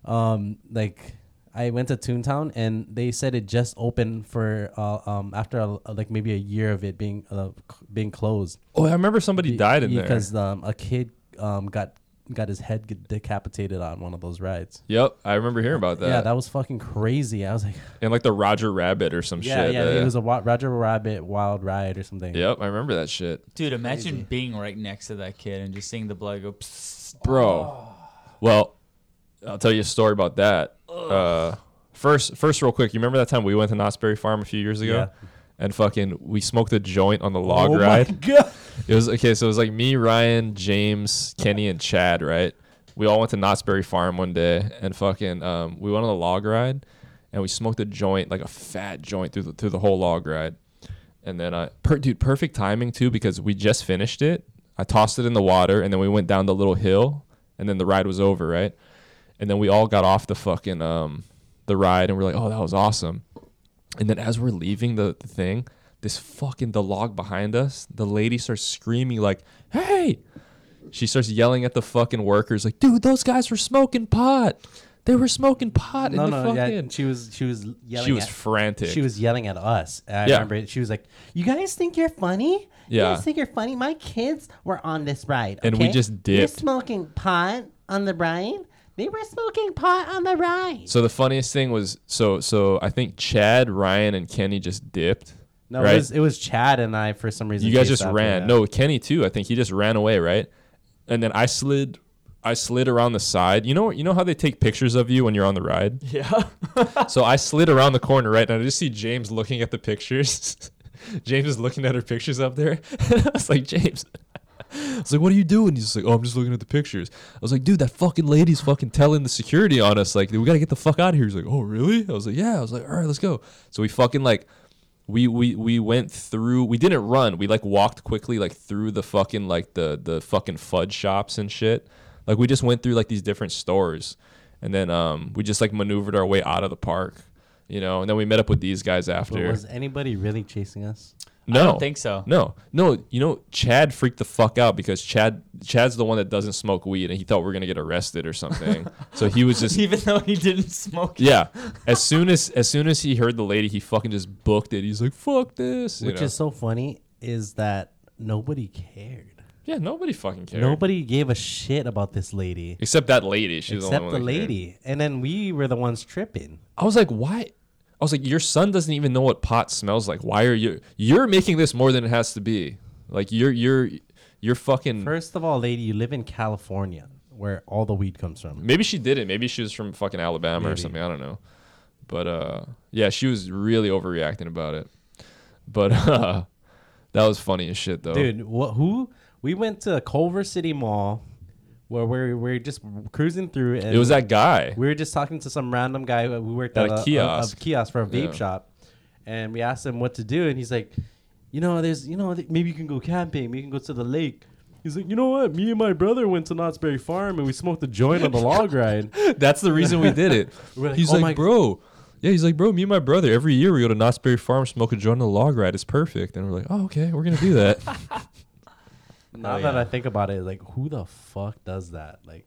S4: um like I went to Toontown and they said it just opened for uh, um after a, like maybe a year of it being uh, c- being closed.
S1: Oh, I remember somebody
S4: Be-
S1: died in
S4: because
S1: there.
S4: um a kid um got got his head get decapitated on one of those rides.
S1: Yep, I remember hearing about that.
S4: Yeah, that was fucking crazy. I was
S1: (laughs)
S4: like,
S1: and like the Roger Rabbit or some
S4: yeah,
S1: shit. Uh,
S4: yeah, it was a wa- Roger Rabbit wild ride or something.
S1: Yep, I remember that shit,
S2: Dude, imagine being right next to that kid and just seeing the blood go. (laughs) Psst.
S4: Oh.
S1: bro. Well, I'll tell you a story about that. Uh, first, first, real quick, you remember that time we went to Knott's Berry Farm a few years ago,
S4: Yeah.
S1: and fucking we smoked a joint on the log
S4: (laughs) oh
S1: ride.
S4: my (laughs) god.
S1: It was okay. So it was like me, Ryan, James, Kenny, and Chad. Right. We all went to Knott's Berry Farm one day, and fucking, um, we went on a log ride, and we smoked a joint, like a fat joint, through the, through the whole log ride. And then, uh, per, dude, perfect timing too because we just finished it. I tossed it in the water, and then we went down the little hill, and then the ride was over, right? And then we all got off the fucking um, the ride, and we're like, oh, that was awesome. And then as we're leaving the, the thing, this fucking the log behind us, the lady starts screaming like, "Hey!" She starts yelling at the fucking workers like, "Dude, those guys were smoking pot. They were smoking pot
S4: No,
S1: in the
S4: no, yeah.
S1: fucking."
S4: She was she was yelling.
S1: she was
S4: at-
S1: frantic.
S4: She was yelling at us. And I
S1: Yeah.
S4: remember it. she was like, "You guys think you're funny?
S1: Yeah.
S4: You guys think you're funny? My kids were on this ride,
S1: And we
S4: okay?
S1: just
S4: You're
S1: dipped.
S4: smoking pot on the ride. They were smoking pot on the ride.
S1: so the funniest thing was so so I think Chad, Ryan, and Kenny just dipped.
S4: No,
S1: right?
S4: it was it was Chad and I for some reason.
S1: you guys
S4: chased
S1: just
S4: after
S1: ran.
S4: that.
S1: No, Kenny too. I think he just ran away, right? And then I slid, I slid around the side. You know, you know how they take pictures of you when you're on the ride.
S2: Yeah.
S1: (laughs) So I slid around the corner, right? And I just see James looking at the pictures. (laughs) James is looking at her pictures up there. (laughs) I was like, James. I was like, what are you doing? He's just like, oh, I'm just looking at the pictures. I was like, dude, that fucking lady's fucking telling the security on us. Like, we gotta get the fuck out of here. He's like, oh, really? I was like, yeah. I was like, all right, let's go. So we fucking like, we we we went through. We didn't run. We like walked quickly like through the fucking like the the fucking fudge shops and shit. Like we just went through like these different stores, and then um we just like maneuvered our way out of the park, you know. And then we met up with these guys
S4: But
S1: after.
S4: was anybody really chasing us?
S1: No,
S2: don't think so.
S1: No, no. You know, Chad freaked the fuck out because Chad, Chad's the one that doesn't smoke weed, and he thought we are gonna get arrested or
S4: (laughs)
S1: something. so he was just,
S2: Even though he didn't smoke.
S1: yeah. As soon as, as soon as he heard the lady, he fucking just booked it. He's like, "Fuck this," you
S4: Which
S1: know?
S4: is so funny is that nobody cared.
S1: yeah. Nobody fucking cared.
S4: Nobody gave a shit about this lady.
S1: except that lady. She's the,
S4: Except
S1: only
S4: the
S1: one that cared.
S4: lady. And then we were the ones tripping.
S1: I was like, why? I was like, your son doesn't even know what pot smells like. Why are you? You're making this more than it has to be. Like you're you're you're fucking.
S4: First of all, lady, you live in California, where all the weed comes from.
S1: Maybe she did it. Maybe she was from fucking Alabama or
S4: Maybe.
S1: something. I don't know. But uh, yeah, she was really overreacting about it. But (laughs) uh, that was funny as shit though.
S4: Dude, what? Who? We went to Culver City Mall, where we're we're just cruising through, and
S1: it was that
S4: (laughs)
S1: guy.
S4: we were just talking to some random guy who worked
S1: At
S4: at,
S1: a
S4: a,
S1: kiosk.
S4: a, a kiosk for a vape
S1: Yeah.
S4: shop, and we asked him what to do, and he's like, you know, there's, you know, th- maybe you can go camping, maybe you can go to the lake. He's like, you know what? Me and my brother went to Knott's Berry Farm and we smoked a joint on the
S1: (laughs)
S4: log ride.
S1: That's the reason we did (laughs) it.
S4: We're like,
S1: he's
S4: "Oh
S1: like,
S4: my-
S1: bro. Yeah, he's like, bro, me and my brother, every year we go to Knott's Berry Farm, smoke a joint on the log ride. It's perfect. And we're like, oh, okay, we're going to do
S4: (laughs)
S1: that.
S4: Now
S2: Oh,
S4: that
S2: yeah.
S4: I think about it, like, who the fuck does that? Like,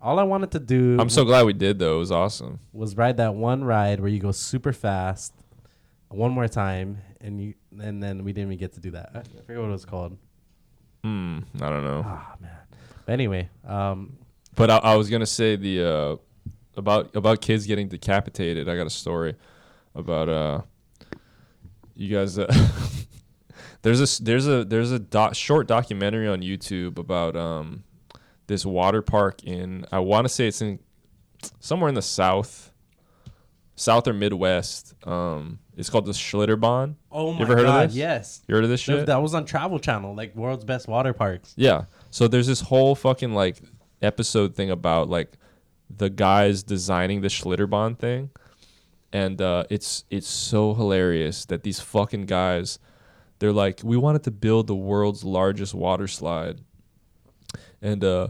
S4: all I wanted to do
S1: I'm so glad we did, though. It was awesome.
S4: was ride that one ride where you go super fast one more time and you and then we didn't even get to do that. I forget what it was called.
S1: Hmm, I don't know.
S4: Ah man. But anyway, um
S1: But I, I was gonna say the uh, about about kids getting decapitated. I got a story about uh, you guys. Uh, (laughs) There's a s- there's a there's a doc, short documentary on YouTube about um this water park in I want to say it's in somewhere in the south, south or Midwest. Um, it's called the Schlitterbahn.
S4: Oh my
S1: you ever heard
S4: god!
S1: of this?
S4: Yes,
S1: You heard of this shit?
S4: That- that was on Travel Channel, like world's best water parks.
S1: Yeah. So there's this whole fucking like episode thing about like the guys designing the Schlitterbahn thing, and uh, it's it's so hilarious that these fucking guys, they're like, we wanted to build the world's largest water slide, and uh,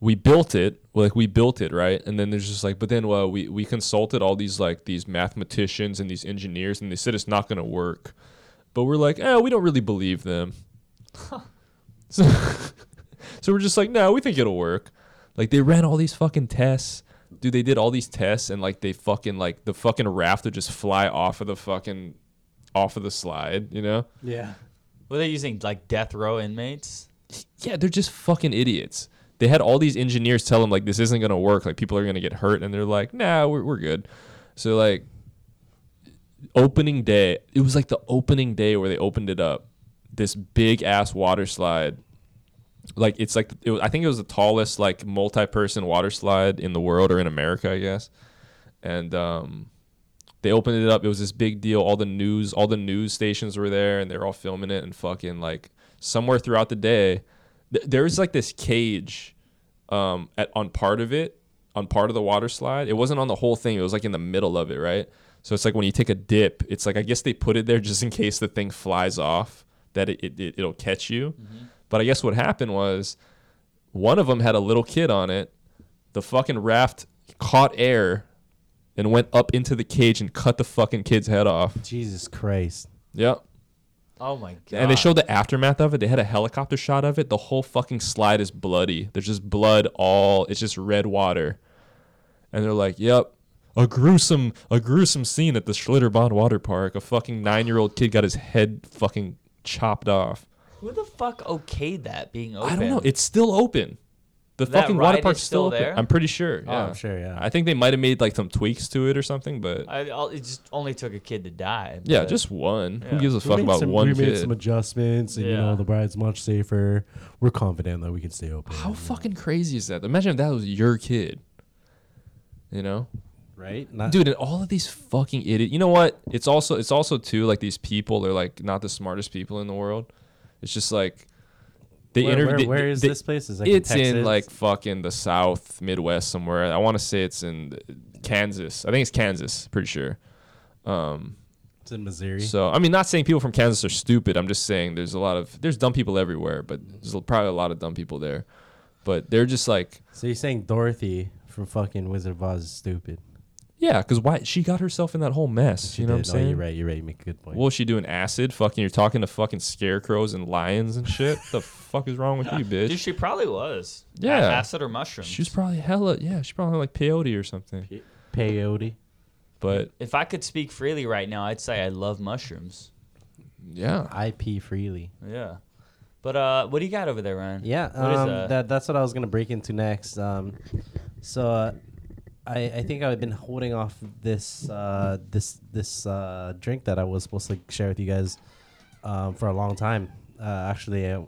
S1: we built it like we built it right and then there's just like but then well we we consulted all these like these mathematicians and these engineers and they said it's not going to work but we're like eh, we don't really believe them so so we're just like no we think it'll work like they ran all these fucking tests dude they did all these tests and like they fucking like the fucking raft would just fly off of the fucking off of the slide you know
S4: Yeah,
S2: Were they using like death row inmates?
S1: yeah, they're just fucking idiots. They had all these engineers tell them like this isn't gonna work, like people are gonna get hurt, and they're like, nah, we're we're good. So like opening day, it was like the opening day where they opened it up. This big ass water slide. Like it's like it was, I think it was the tallest like multi-person water slide in the world or in America, I guess. And um they opened it up. It was this big deal. All the news, all the news stations were there, and they were all filming it. And fucking like somewhere throughout the day, th- there was like this cage um, at on part of it, on part of the water slide. It wasn't on the whole thing. It was like in the middle of it, right? So it's like when you take a dip, it's like I guess they put it there just in case the thing flies off, that it, it, it it'll catch you. But I guess what happened was one of them had a little kid on it. The fucking raft caught air and went up into the cage and cut the fucking kid's head off.
S4: Jesus Christ!
S1: Yep.
S2: Oh my god!
S1: And they showed the aftermath of it. They had a helicopter shot of it. The whole fucking slide is bloody. There's just blood all. It's just red water. And they're like, "Yep, a gruesome, a gruesome scene at the Schlitterbahn water park. A fucking nine-year-old kid got his head fucking chopped off.
S2: who the fuck okayed that being open?
S1: I don't know. It's still open. The
S2: That
S1: fucking
S2: ride
S1: water
S2: is
S1: park's
S2: still
S1: still, open.
S2: there?
S1: I'm pretty sure.
S4: Oh,
S1: yeah.
S4: I'm sure, yeah.
S1: I think they might have made like some tweaks to it or something, but
S2: I, I'll- it just only took a kid to die.
S1: yeah,
S2: but-
S1: just one. Who
S2: Yeah.
S1: gives a fuck about
S4: some,
S1: one
S4: we
S1: kid?
S4: made some adjustments, and you
S2: Yeah.
S4: know the ride's much safer. We're confident that we can stay open.
S1: How fucking crazy is that? Imagine if that was your kid. You know?
S4: (gasps) right, Not-
S1: Dude, and all of these fucking idiot. You know what? It's also it's also too like these people, they're like not the smartest people in the world. It's just like they
S4: Where-
S1: interview
S4: where-
S1: they-
S4: where is
S1: they-
S4: this place? Is it like in
S1: it's in
S4: Texas?
S1: like fucking the South Midwest somewhere. I want to say it's in Kansas. I think it's Kansas, pretty sure.
S4: It's in Missouri.
S1: So I mean, not saying people from Kansas are stupid. I'm just saying there's a lot of there's dumb people everywhere, but there's probably a lot of dumb people there. But they're just like
S4: So you're saying Dorothy from fucking Wizard of Oz is stupid?
S1: Yeah, because why she got herself in that whole mess.
S4: She
S1: you know
S4: did.
S1: what I'm saying?
S4: Oh, you're right. You're right. You make a good point.
S1: What was she doing? Acid? Fucking, you're talking to fucking scarecrows and lions and shit. the fuck is wrong with you,
S2: (laughs) Dude,
S1: bitch?
S2: she probably was.
S1: Yeah.
S2: Acid or mushroom.
S1: She was probably hella. Yeah, she probably had like peyote or something.
S4: Peyote.
S1: But
S2: If I could speak freely right now, I'd say I love mushrooms.
S1: yeah,
S4: IP freely.
S2: Yeah. But uh, what do you got over there, Ryan?
S4: Yeah,
S2: What is
S4: um,
S2: that?
S4: that? that's what I was gonna break into next. Um, so uh, I I think I've been holding off this uh, this this uh, drink that I was supposed to share with you guys um, for a long time. Uh, actually, uh,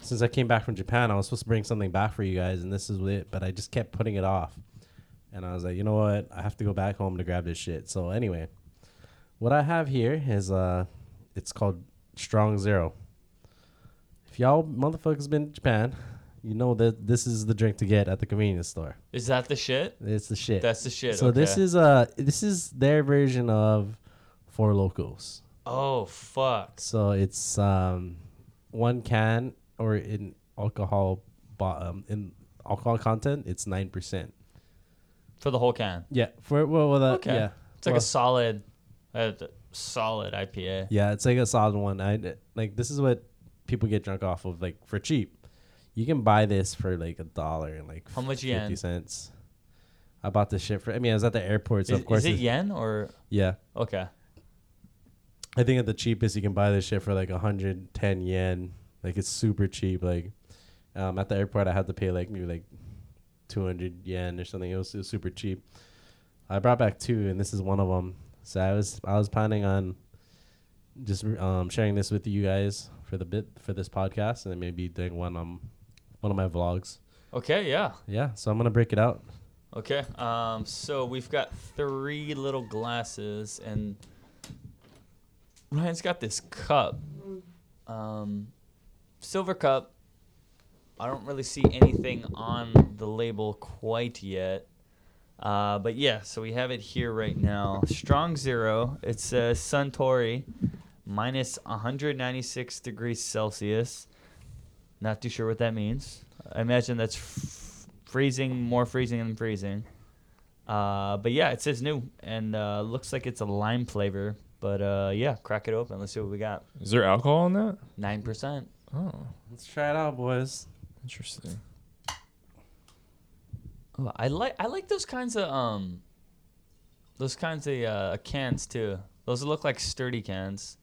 S4: since I came back from Japan, I was supposed to bring something back for you guys, and this is it. But I just kept putting it off, and I was like, you know what? I have to go back home to grab this shit. So anyway, what I have here is uh, it's called Strong Zero. If y'all motherfuckers been to Japan, you know that this is the drink to get at the convenience store.
S2: Is that the shit?
S4: It's the shit.
S2: That's the shit.
S4: so this
S2: okay.
S4: is uh this is their version of Four Locos.
S2: Oh fuck.
S4: So it's um one can or in alcohol bottom in alcohol content, it's nine percent.
S2: For the whole can.
S4: Yeah, for well, well that,
S2: Okay.
S4: Uh, yeah,
S2: It's like
S4: Well,
S2: a solid, uh, th- solid IPA.
S4: Yeah, it's like a solid one. I like this is what people get drunk off of like for cheap. You can buy this for like a dollar and like
S2: How much
S4: fifty
S2: yen?
S4: cents. I bought this shit for. I mean, I was at the airport, so
S2: is,
S4: of course.
S2: is it
S4: it's-
S2: yen or
S4: Yeah,
S2: okay?
S4: I think at the cheapest you can buy this shit for like hundred ten yen. Like it's super cheap. Like um, at the airport, I had to pay like maybe like two hundred yen or something. It was, it was super cheap. I brought back two, and this is one of them. So I was I was planning on just um, sharing this with you guys for the bit for this podcast, and then maybe doing one um one of my vlogs.
S2: Okay, yeah.
S4: Yeah, so I'm gonna break it out.
S2: Okay. Um, so we've got three little glasses, and Ryan's got this cup, um, silver cup. I don't really see anything on the label quite yet. Uh, but yeah, so we have it here right now. Strong Zero. It's uh, Suntory, minus 196 degrees Celsius. Not too sure what that means. I imagine that's f- freezing, more freezing than freezing. Uh, but yeah, it says new and uh, looks like it's a lime flavor. But uh, yeah, crack it open. Let's see what we got.
S1: Is there alcohol in that?
S2: Nine percent.
S1: Oh,
S4: Let's try it out, boys.
S1: interesting.
S2: Oh, I like I like those kinds of um, those kinds of uh, cans too. Those look like sturdy cans,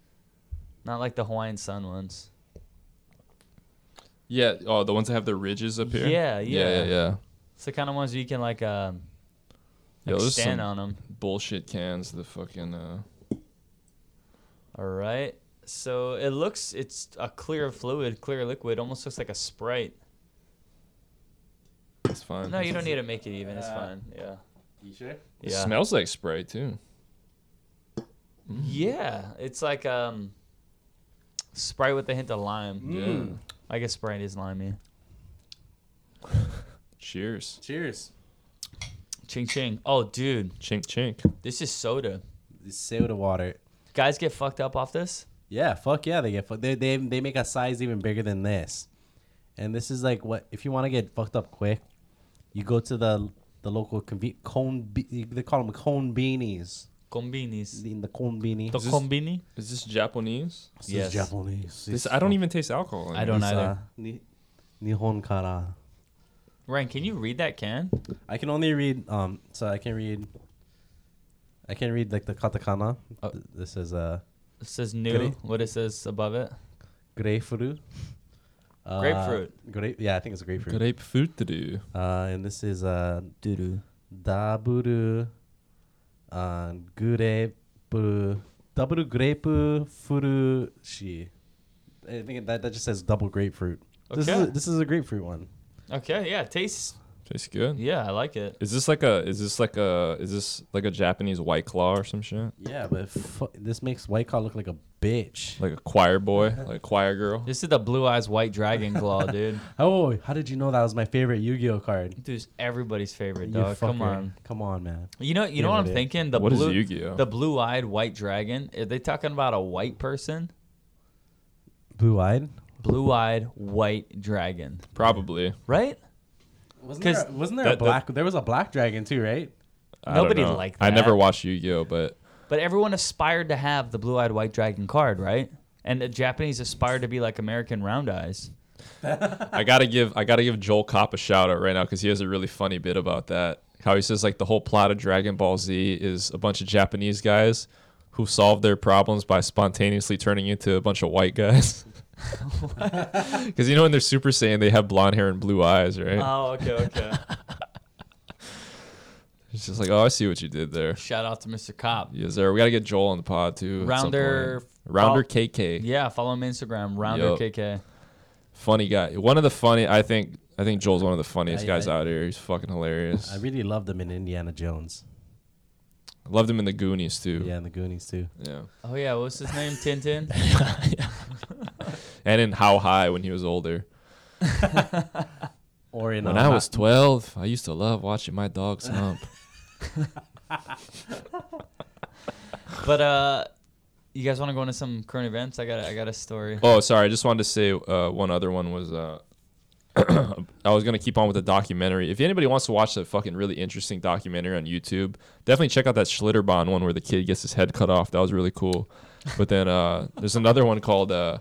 S2: not like the Hawaiian Sun ones.
S1: Yeah. Oh, the ones that have the ridges up here.
S2: Yeah,
S1: Yeah.
S2: yeah.
S1: Yeah. yeah.
S2: It's the kind of ones you can like, um,
S1: Yo,
S2: like
S1: there's
S2: stand
S1: some-
S2: on them.
S1: Bullshit cans. The fucking. Uh,
S2: All right. So it looks it's a clear fluid, clear liquid. Almost looks like a Sprite.
S1: that's fine.
S2: No, you don't (laughs) need to make it even. It's
S4: Yeah.
S2: fine. Yeah.
S4: You sure?
S1: It
S2: Yeah.
S1: smells like Sprite too.
S2: Yeah. It's like um, Sprite with a hint of lime.
S1: Yeah.
S2: I guess Sprite is limey.
S1: Cheers.
S4: Cheers.
S2: Ching ching. Oh, dude,
S1: Chink chink.
S2: this is soda.
S4: This soda water.
S2: Guys get fucked up off this.
S4: Yeah, fuck yeah, they get fucked. They, they they make a size even bigger than this, and this is like what if you want to get fucked up quick, you go to the the local conve- cone. Be- they call them cone beanies.
S2: Combinis.
S4: In the cone beanie.
S2: The
S1: Is this-
S2: combini.
S1: Is this Japanese?
S4: This
S2: Yes.
S4: is Japanese.
S1: This I don't even taste alcohol. In
S2: I
S1: it.
S2: don't
S4: It's,
S2: either.
S4: uh, Ni- Nihon kara.
S2: Ryan, can you read that can?
S4: I can only read. Um, so I can read. I can read like the katakana.
S2: Oh.
S4: Th- This is uh,
S2: It says new.
S4: Can I-
S2: What it says above it?
S4: grapefruit. Uh,
S2: Grapefruit.
S4: Grape. Yeah, I think it's grapefruit.
S1: Grapefruit to do.
S4: Uh, and this is uh,
S2: Doo-doo.
S4: daburu, uh, gurebu, double grape furu shi. I think that, that just says double grapefruit. This is a,
S2: Okay.
S4: this is a grapefruit one.
S2: Okay. Yeah. Tastes.
S1: Tastes good.
S2: Yeah, I like it.
S1: Is this like a? Is this like a? Is this like a Japanese white claw or some shit?
S4: Yeah, but fu- this makes White Claw look like a bitch.
S1: Like a choir boy,
S2: Uh-huh.
S1: like a choir girl.
S2: This is the blue eyes white dragon claw, (laughs) dude.
S4: Oh, how did you know that was my favorite Yu-Gi-Oh card?
S2: Dude, it's everybody's favorite
S4: You
S2: dog. Come
S4: fucker.
S2: on.
S4: come on, man.
S2: You know, you
S4: Yeah,
S2: know what I'm
S4: dude.
S2: thinking. The
S1: What is
S2: blue,
S1: Yu-Gi-Oh?
S2: The blue-eyed white dragon. Are they talking about a white person?
S4: Blue-eyed.
S2: Blue-eyed white dragon,
S1: Probably.
S2: right?
S4: Wasn't
S2: 'Cause
S4: there? a- Wasn't there
S1: that-
S4: a
S1: that-
S4: black? there was a black dragon too, right?
S1: I don't
S2: Nobody
S1: know.
S2: liked
S1: I never
S2: that.
S1: watched Yu-Gi-Oh, but
S2: But everyone aspired to have the blue-eyed white dragon card, right? And the Japanese aspired to be like American round eyes. (laughs)
S1: I gotta give I gotta give Joel Kopp a shout out right now because he has a really funny bit about that. How he says like the whole plot of Dragon Ball Z is a bunch of Japanese guys who solve their problems by spontaneously turning into a bunch of white
S2: (laughs)
S1: guys. (laughs) Because you know when they're Super Saiyan, they have blonde hair and blue eyes, right?
S2: Oh, okay, okay.
S1: it's just like, oh, I see what you did there.
S2: (laughs) Shout out to Mr. Cop.
S1: Yes, sir. We gotta get Joel on the pod too. at some
S2: Rounder-
S1: point. Rounder
S2: Fal-
S1: KK,
S2: Yeah, follow him on Instagram, Rounder
S1: Yup.
S2: KK.
S1: funny guy. One of the funny. I think. I think Joel's one of the funniest
S4: I-
S1: guys
S4: I-
S1: out here. He's fucking hilarious.
S4: I really loved them in Indiana Jones.
S1: Loved him in the Goonies too.
S4: Yeah, and the Goonies too.
S2: (laughs)
S1: Yeah.
S2: Oh yeah, what's his name? Tintin.
S1: (laughs) and in How High when he was older.
S4: Or in
S1: When
S4: uh,
S1: I was 12, I used to love watching my dogs hump.
S2: But uh, you guys want to go into some current events? I got a, I got a story.
S1: oh, sorry. I just wanted to say uh, one other one was uh, (clears throat) I was going to keep on with the documentary. If anybody wants to watch that fucking really interesting documentary on YouTube, definitely check out that Schlitterbahn one where the kid gets his head cut off. That was really cool. But then uh, there's another one called, uh,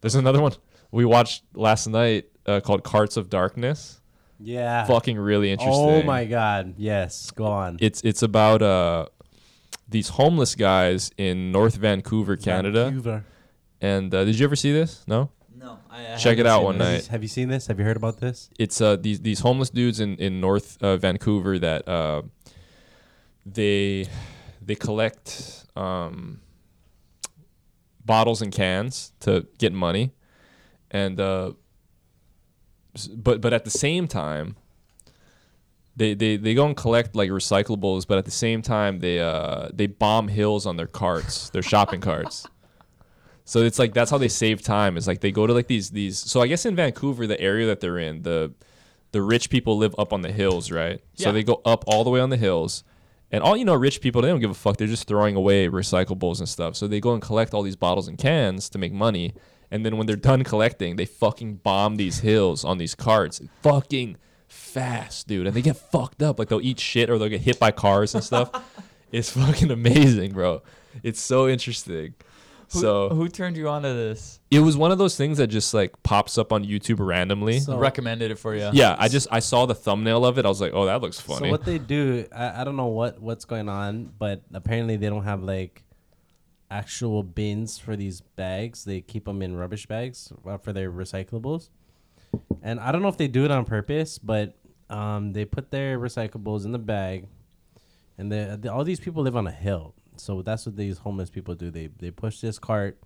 S1: there's another one we watched last night uh, called Carts of Darkness.
S4: yeah.
S1: Fucking really interesting.
S4: Oh my God! Yes, go on.
S1: it's it's about uh these homeless guys in North Vancouver, Canada.
S4: Vancouver.
S1: And uh, did you ever see this? No.
S2: No, I, I
S1: Check it out one
S4: Have you-
S1: night.
S4: Have you seen this? Have you heard about this?
S1: It's uh these these homeless dudes in in North uh, Vancouver that uh they they collect um bottles and cans to get money, and uh, s- but but at the same time, they, they they go and collect like recyclables, but at the same time they uh, they bomb hills on their carts, their shopping carts. So it's like that's how they save time. It's like they go to like these these. So I guess in Vancouver, the area that they're in, the the rich people live up on the hills, right?
S2: Yeah.
S1: So they go up all the way on the hills, and all you know, rich people they don't give a fuck. They're just throwing away recyclables and stuff. So they go and collect all these bottles and cans to make money, and then when they're done collecting, they fucking bomb these hills on these carts, fucking fast, dude. And they get fucked up. Like they'll eat shit or they'll get hit by cars and
S2: (laughs)
S1: stuff. it's fucking amazing, bro. It's so interesting. So
S2: who, turned you on to this?
S1: it was one of those things that just like pops up on YouTube randomly.
S2: Oh.
S4: So-
S2: Recommended it for you.
S1: yeah, I just I saw the thumbnail of it. I was like, oh, that looks funny.
S4: So what they do, I, I don't know what what's going on, but apparently they don't have like actual bins for these bags. They keep them in rubbish bags uh, for their recyclables, and I don't know if they do it on purpose, but um, they put their recyclables in the bag, and they, they, all these people live on a hill, so that's what these homeless people do. They they push this cart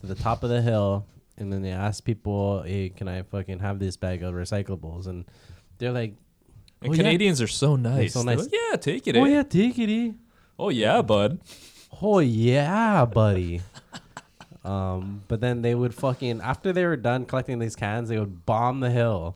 S4: to the top of the hill, and then they ask people, "Hey, can I fucking have this bag of recyclables?" And they're like.
S1: and
S4: "Oh, yeah."
S1: Canadians are so nice.
S4: so
S1: They're
S4: nice.
S1: like, yeah, take it.
S4: Oh
S1: eh?
S4: yeah, diggity.
S1: Oh, yeah, bud.
S4: Oh yeah, buddy. um, but then they would fucking after they were done collecting these cans, they would bomb the hill.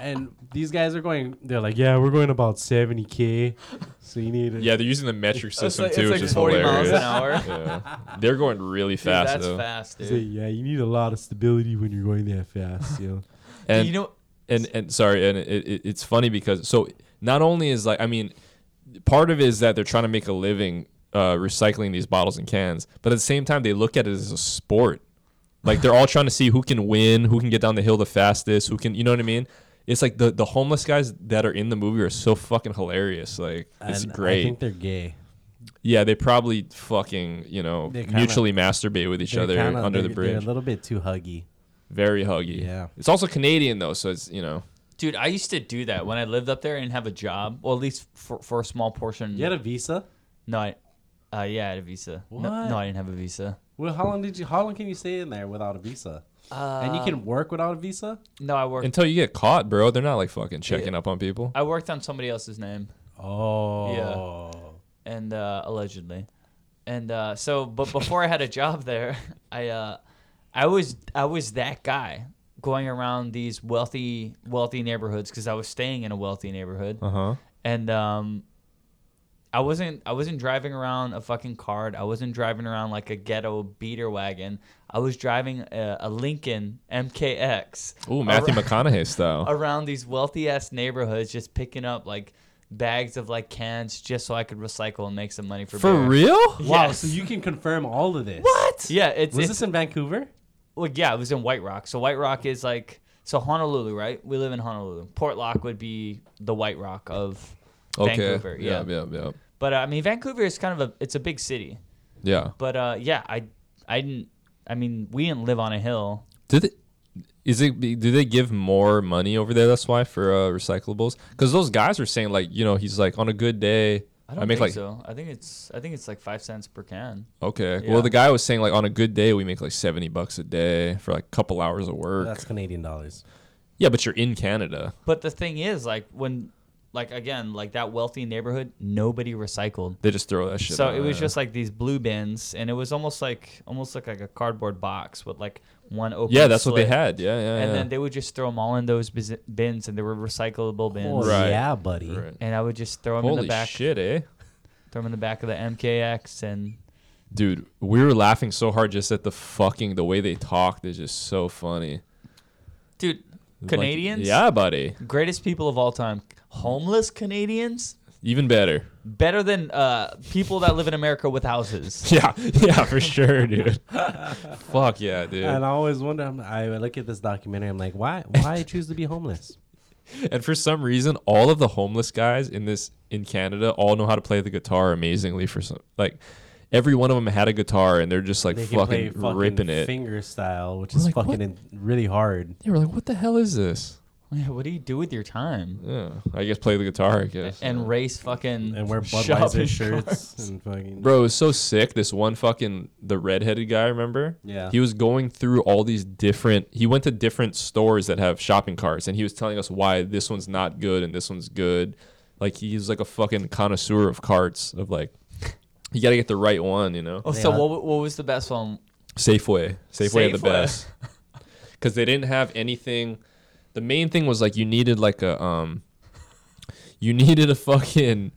S4: and these guys are going. They're like, yeah, we're going about seventy k. So you need.
S1: Yeah, they're using the metric system
S2: like-
S1: too,
S2: it's
S1: which
S2: like
S1: is
S2: 40 miles
S1: hilarious. (laughs)
S2: an hour.
S1: Yeah. They're going really
S2: Dude,
S1: fast
S2: that's
S1: though.
S2: fast,
S4: Say,
S2: dude.
S4: yeah, you need a lot of stability when you're going that fast.
S1: (laughs)
S4: You know.
S1: And
S2: you know,
S1: and and sorry, and it, it, it's funny because so not only is like I mean, part of it is that they're trying to make a living uh, recycling these bottles and cans, but at the same time they look at it as a sport. Like they're all trying to see who can win, who can get down the hill the fastest, who can you know what I mean? It's like the the homeless guys that are in the movie are so fucking hilarious. Like it's
S4: And
S1: great.
S4: I think they're gay.
S1: yeah, they probably fucking you know
S4: They kinda-
S1: mutually masturbate with each
S4: They're
S1: other
S4: kinda-
S1: under the
S4: they're- They're a
S1: bridge.
S4: little bit too huggy.
S1: Very huggy.
S4: Yeah.
S1: it's also Canadian though, so it's you know.
S2: dude, I used to do that when I lived up there and have a job, well, at least for, for a small portion.
S4: You had a visa.
S2: no, I, uh, yeah, I had a visa. No- No,
S4: What?
S2: I didn't have a visa.
S4: Well, how long did you? How long can you stay in there without a visa?
S2: Uh,
S4: and you can work without a visa.
S2: No, I worked.
S1: Until you get caught, bro. They're not like fucking checking up on people.
S2: I worked on somebody else's name,
S4: Oh.
S2: and uh, allegedly, and uh, so, but before I had a job there, (laughs) I, uh, I was, I was that guy going around these wealthy, wealthy neighborhoods because I was staying in a wealthy neighborhood,
S1: Uh huh.
S2: and um, I wasn't, I wasn't driving around a fucking card. I wasn't driving around like a ghetto beater wagon. I was driving a, a Lincoln MKX.
S1: Ooh, Matthew
S2: around-
S1: McConaughey
S2: (laughs)
S1: style.
S2: around these wealthy ass neighborhoods just picking up like bags of like cans just so I could recycle and make some money for beer. (laughs)
S1: real?
S4: Wow,
S2: Yes.
S4: so you can confirm all of this.
S2: Yeah, it's,
S4: Was
S2: it's
S4: this in Vancouver?
S2: well, yeah, it was in White Rock. So White Rock is like so Honolulu, right? We live in Honolulu. Port Lock would be the White Rock of
S1: Okay.
S2: Vancouver. Yeah.
S1: Yeah, yeah, yeah.
S2: But uh, I mean Vancouver is kind of a it's a big city.
S1: Yeah.
S2: But uh yeah, I I didn't I mean, we didn't live on a hill.
S1: Did it? Is it? Do they give more money over there? That's why for uh, recyclables, because those guys were saying like, you know, he's like on a good day.
S2: I don't
S1: make
S2: think
S1: like
S2: so. I think it's I think it's like five cents per can.
S1: okay.
S2: Yeah.
S1: Well, the guy was saying like on a good day we make like seventy bucks a day for like a couple hours of work.
S4: That's Canadian dollars.
S1: yeah, but you're in Canada.
S2: But the thing is, like when, like again, like that wealthy neighborhood, nobody recycled.
S1: They just throw that shit.
S2: So
S1: out
S2: it was
S1: there.
S2: just like these blue bins, and it was almost like almost looked like a cardboard box with like one open.
S1: yeah, that's what they
S2: slit.
S1: had. Yeah, yeah.
S2: And
S1: yeah.
S2: then they would just throw them all in those biz- bins, and they were recyclable bins.
S4: Oh,
S1: Right.
S4: yeah, buddy.
S1: Right.
S2: And I would just throw them in
S1: Holy
S2: the back,
S1: shit, eh?
S2: throw them in the back of the MKX, and
S1: Dude, we were laughing so hard just at the fucking the way they talked is just so funny.
S2: dude,
S1: Like,
S2: Canadians,
S1: yeah, buddy.
S2: greatest people of all time, homeless Canadians,
S1: Even better. (laughs)
S2: better than uh, people that live in America with houses.
S1: Yeah, yeah, for sure, dude. Fuck yeah, dude.
S4: And
S1: And,
S4: I always wonder. I'm, I look at this documentary. I'm like, why? Why choose to be homeless?
S1: for some reason, all of the homeless guys in this in Canada all know how to play the guitar amazingly. For some, like every one of them had a guitar, and they're just like
S4: They can play
S1: fucking,
S4: fucking
S1: ripping it.
S4: finger style, which
S1: We're
S4: is
S1: like,
S4: fucking
S1: what?
S4: in, really hard.
S1: They were like, "What the hell is this?"
S2: Yeah, what do you do with your time?
S1: Yeah, I guess play the guitar. I guess.
S2: And race fucking
S4: and wear
S2: shopping
S4: Budweiser
S2: carts.
S4: shirts and fucking.
S1: Bro, it was so sick. This one fucking the redheaded guy, remember?
S4: Yeah.
S1: He was going through all these different. He went to different stores that have shopping carts, and he was telling us why this one's not good and this one's good. Like he's like a fucking connoisseur of carts. Of like, you gotta get the right one, you know.
S2: (laughs) Oh,
S4: Yeah.
S2: so what, wa- what was the best one?
S1: Safeway. Safeway had the
S2: Safeway.
S1: best. (laughs) Because they didn't have anything. The main thing was like you needed like a um, you (laughs) needed a fucking,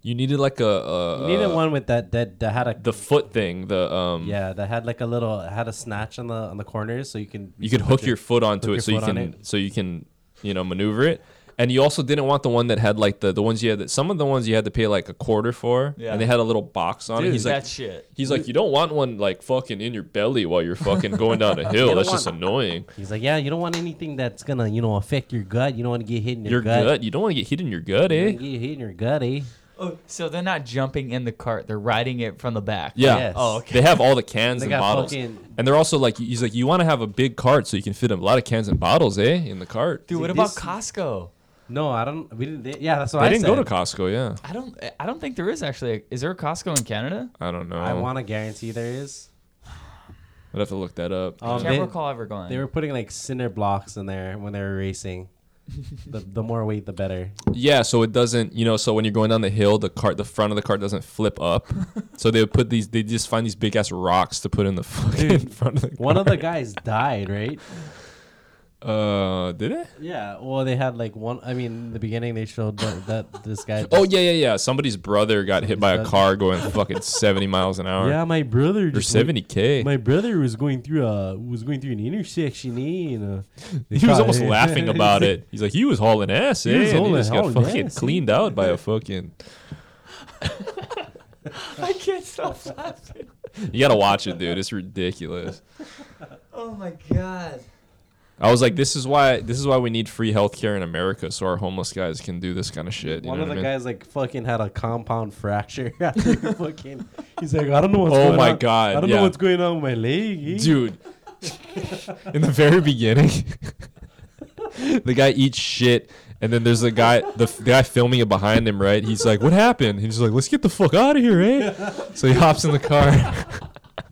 S1: you needed like a, a
S4: You needed
S1: a-
S4: one with that that that had a
S1: uh, the foot thing. The um,
S4: yeah that had like a little had a snatch on the on the corners so you can
S1: you could hook your foot onto
S4: hook
S1: it
S4: your
S1: so you
S4: foot on
S1: can
S4: it.
S1: so you can you know maneuver it and you also didn't want the one that had like the the ones you had that some of the ones you had to pay like a quarter for
S2: Yeah.
S1: and they had a little box on it
S2: Dude,
S1: he's like
S2: that shit.
S1: he's like you don't want one like fucking in your belly while you're fucking going down
S4: (laughs)
S1: a hill that's just annoying
S4: He's like, yeah, you don't want anything that's gonna, you know, affect your gut. You don't want to get hit in your,
S1: your
S4: gut.
S1: gut. you don't want to get hit in your gut
S4: You
S1: eh
S4: don't get hit in your gut, eh?
S2: Oh, so they're not jumping in the cart; they're riding it from the back.
S1: yeah
S4: Yes.
S2: Oh, okay.
S1: they have all the cans
S4: They
S1: and
S4: got
S1: bottles
S4: fucking-
S1: and they're also like he's like you want to have a big cart so you can fit a lot of cans and bottles eh in the cart
S2: Dude, what
S4: See,
S2: about
S4: this-
S2: Costco?
S4: No, I don't. We didn't. They, yeah, that's what
S1: they
S4: I
S1: didn't
S4: said.
S1: go to costco yeah
S2: I don't. I don't think there is actually. A, is there a Costco in Canada?
S1: i don't know
S4: I want to guarantee there is.
S1: i'd have to look that up
S2: I
S4: Um,
S2: can't
S4: they,
S2: recall ever going.
S4: they were putting like cinder blocks in there when they were racing. the, the more weight, the better.
S1: Yeah, so it doesn't, you know, so when you're going down the hill, the cart, the front of the cart doesn't flip
S4: (laughs)
S1: up. so they would put these, they just find these big ass rocks to put in the (laughs) fucking front of the
S4: One of the guys died, right?
S1: Uh, did it?
S4: Yeah. Well, they had like one. I mean, in the beginning they showed that, that this guy.
S1: Oh yeah, yeah, yeah. Somebody's brother got hit by a
S4: brother.
S1: car going fucking
S4: (laughs)
S1: 70 miles an hour.
S4: yeah, my brother.
S1: Or
S4: Just went-
S1: 70k.
S4: My brother was going through a was going through an intersection, eh? And, uh,
S1: (laughs)
S4: they
S1: he was
S4: caught- (laughs)
S1: almost laughing about it. He's like, he was hauling ass, eh?
S4: He was
S1: and he
S4: hauling-
S1: just got
S4: hauling
S1: fucking
S4: ass, eh?
S1: cleaned out by a fucking.
S2: (laughs) I can't
S4: (laughs)
S2: stop laughing.
S1: You gotta watch it, dude. It's ridiculous.
S2: Oh my god.
S1: I was like, this is why, this is why we need free healthcare in America, so our homeless guys can do this kind of shit. You
S4: One
S1: know
S4: of the
S1: what I mean?
S4: guys like fucking had a compound fracture. (laughs)
S1: (laughs)
S4: after he fucking, he's like, I don't know what's.
S1: Oh
S4: going
S1: my
S4: on.
S1: God,
S4: I don't
S1: yeah.
S4: know what's going on with my leg. eh?"
S1: dude in the very beginning (laughs) the guy eats shit and then there's a guy the, f- guy filming it behind him right he's like what happened he's like let's get the fuck out of here eh so he hops in the car (laughs)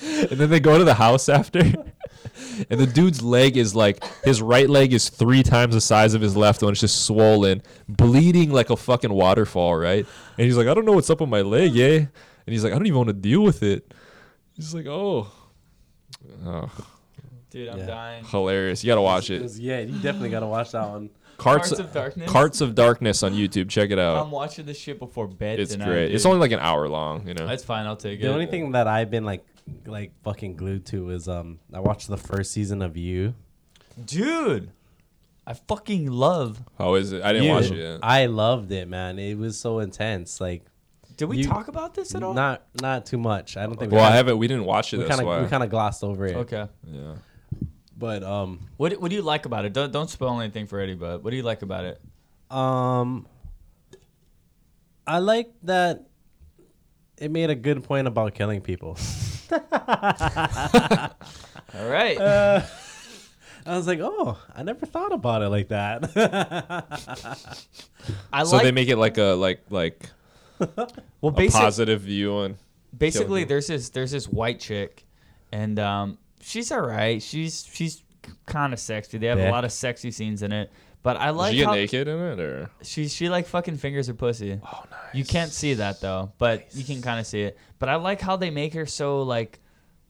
S1: and then they go to the house after and the dude's leg is like his right leg is three times the size of his left one it's just swollen bleeding like a fucking waterfall right and he's like i don't know what's up with my leg eh and he's like i don't even want to deal with it he's like oh Oh,
S2: Dude, I'm
S4: Yeah.
S2: dying.
S1: hilarious! You gotta watch
S4: It
S1: it.
S4: was- yeah, you definitely gotta watch that one.
S1: Carts,
S2: Hearts of Darkness.
S1: Carts of Darkness on YouTube. Check it
S2: I'm
S1: out.
S2: watching this shit before bed
S1: It's
S2: tonight.
S1: great. It's
S2: dude.
S1: only like an hour long. You know.
S2: That's fine. I'll take it.
S4: The only thing that I've been like, like fucking glued to is um, I watched the first season of You.
S2: dude, I fucking love.
S1: How is it? I didn't
S4: You.
S1: watch it yet.
S4: I loved it, man. It was so intense. Like,
S2: Did we
S4: You-
S2: talk about this at all?
S4: not not too much. I don't think.
S1: Well, I
S4: kinda-
S1: haven't. We didn't watch it.
S4: We
S1: That's
S4: kind of
S1: why.
S4: we kind of glossed over it.
S2: Okay.
S1: yeah.
S4: But um,
S2: What What do you like about it? Don't Don't spoil anything for Eddie, but what do you like about it?
S4: Um, I like that it made a good point about killing people. (laughs)
S2: All right.
S4: I was like, oh, I never thought about it like that. (laughs)
S2: I
S1: So
S2: like.
S1: they make it like a like like
S2: well,
S1: a
S2: basically,
S1: positive view on.
S2: basically
S1: him.
S2: there's this there's this white chick and um she's all right she's she's kind of sexy they have a
S4: Yeah.
S2: lot of sexy scenes in it but i
S1: Did
S2: like
S1: she get
S2: how
S1: naked in it or?
S2: she she like fucking fingers her pussy oh nice you can't see that though but you can kind of see it but i like how they make her so like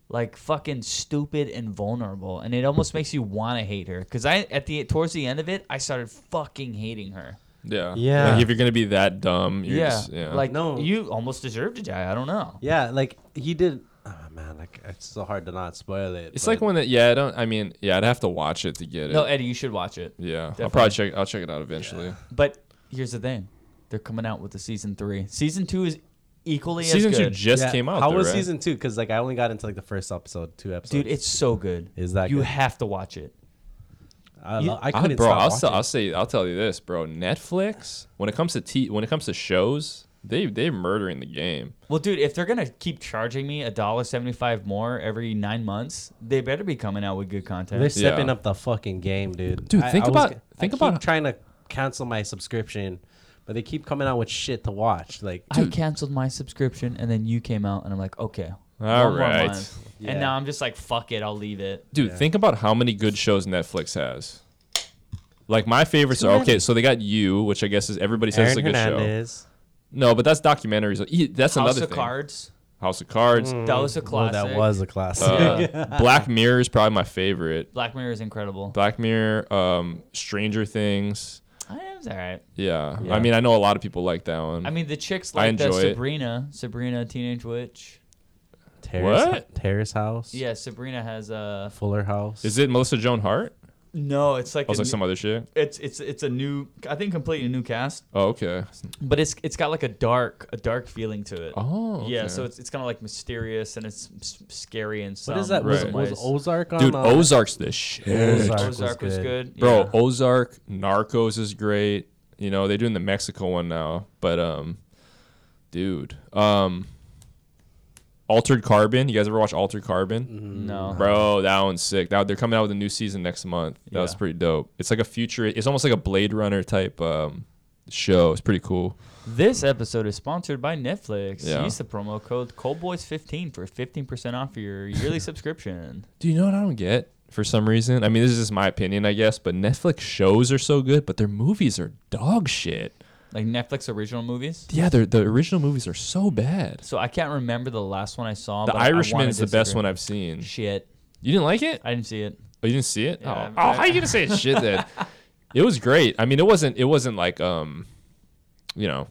S2: like fucking stupid and vulnerable and it almost makes you want to hate her because i at the towards the end of it i started fucking hating her
S1: Yeah.
S4: Yeah.
S1: Like if you're gonna be that dumb, you're
S2: yeah.
S1: Just, yeah.
S2: like no
S4: No.
S2: you almost deserve to die i don't know
S4: yeah, like he did. Oh man, like it's so hard to not spoil it.
S1: it's
S4: but-
S1: like one that. Yeah. I don't. I mean. Yeah. I'd have to watch it to get it.
S2: no eddie you should watch it
S1: yeah. I'll
S2: definitely.
S1: probably check. I'll check it out eventually.
S2: But here's the thing: they're coming out with the season three. Season two is equally
S1: Season
S2: as
S1: two
S2: good.
S1: just
S4: Yeah,
S1: came out.
S4: How
S1: though,
S4: was
S1: right?
S4: season two? Because like I only got into like the first episode, two episodes.
S2: Dude, it's so good.
S4: Is that
S2: you
S4: good?
S2: have to watch it?
S4: I,
S2: you-
S4: lo- I
S1: I,
S4: couldn't
S1: bro,
S4: stop
S1: I'll,
S4: watching.
S1: say, I'll say, I'll tell you this, bro. Netflix, when it comes to t, when it comes to shows, They they're murdering the game.
S2: Well, dude, if they're gonna keep charging me a dollar seventy-five more every nine months, they better be coming out with good content.
S4: They're stepping
S1: Yeah.
S4: up the fucking game, dude.
S1: Dude, think
S4: was
S1: about-
S4: g-
S1: think
S4: I
S1: about-
S4: keep trying to cancel my subscription, but they keep coming out with shit to
S1: (laughs)
S4: watch. Like
S2: I canceled my subscription, and then you came out, and I'm like, okay,
S1: All
S2: one more
S1: right.
S2: month.
S4: Yeah.
S2: And now I'm just like, fuck it, I'll leave it.
S1: Dude, think about how many good shows Netflix has. Like my favorites are okay. So they got you, which I guess is everybody says
S4: Aaron
S1: is a good show.
S4: Hernandez.
S1: No, but that's documentaries. E- That's
S2: House
S1: another
S2: of
S1: thing.
S2: Cards,
S1: House of Cards.
S4: Mm.
S2: that was a
S4: Well,
S2: classic.
S4: that was a classic.
S2: (laughs)
S1: Uh, (laughs) Black Mirror is probably my favorite.
S2: Black Mirror is incredible.
S1: Black Mirror, um, Stranger Things.
S2: I it was all right.
S1: Yeah.
S4: Yeah.
S1: I mean, I know a lot of people like that one.
S2: I mean, the chicks
S1: Mm. I
S2: like the
S1: enjoy it.
S2: Sabrina, Sabrina Teenage Witch.
S4: Terrace,
S1: What?
S4: Terrace House.
S2: Yeah, Sabrina has a
S4: Fuller House.
S1: is it Melissa Joan Hart?
S2: no. It's like,
S1: I was
S2: a
S1: like
S2: new-
S1: some other shit.
S2: it's it's it's a new, I think, completely new cast,
S1: Oh, okay.
S2: but it's it's got like a dark a dark feeling to it.
S1: Oh,
S2: yeah.
S1: okay.
S2: So it's it's kind of like mysterious and it's s- scary and some
S4: what is that? Was-
S1: Right.
S4: Was,
S2: ways.
S4: Ozark on?
S1: Dude,
S4: uh,
S1: Ozark's the shit.
S4: Ozark was
S2: Ozark was
S4: good.
S2: good,
S1: Bro,
S2: yeah.
S1: Ozark, Narcos is great. You know, they're doing the Mexico one now, but um dude, um Altered Carbon, you guys ever watch Altered Carbon?
S2: No.
S1: Bro, that one's sick. Now they're coming out with a new season next month. That was
S2: Yeah.
S1: pretty dope. It's like a future. It's almost like a Blade Runner type um, show. It's pretty cool.
S2: This episode is sponsored by Netflix.
S1: Yeah.
S2: Use the promo code Coldboys15 for 15% off your
S1: (laughs)
S2: yearly subscription.
S1: Do you know what I don't get for some reason? I mean, this is just my opinion, I guess. But Netflix shows are so good, but their movies are dog shit.
S2: Like Netflix original movies.
S1: Yeah, their the original movies are so bad.
S2: So I can't remember the last one I saw.
S1: The
S2: but I- I
S1: Irishman
S2: wanna
S1: is the best
S2: disagree.
S1: one I've seen.
S2: Shit.
S1: You didn't like it?
S2: I didn't see it.
S1: Oh, you didn't see it?
S2: Yeah,
S1: oh,
S2: I-
S1: oh, how you gonna say
S2: (laughs)
S1: it's shit then? It was great. I mean, it wasn't. It wasn't like um, you know,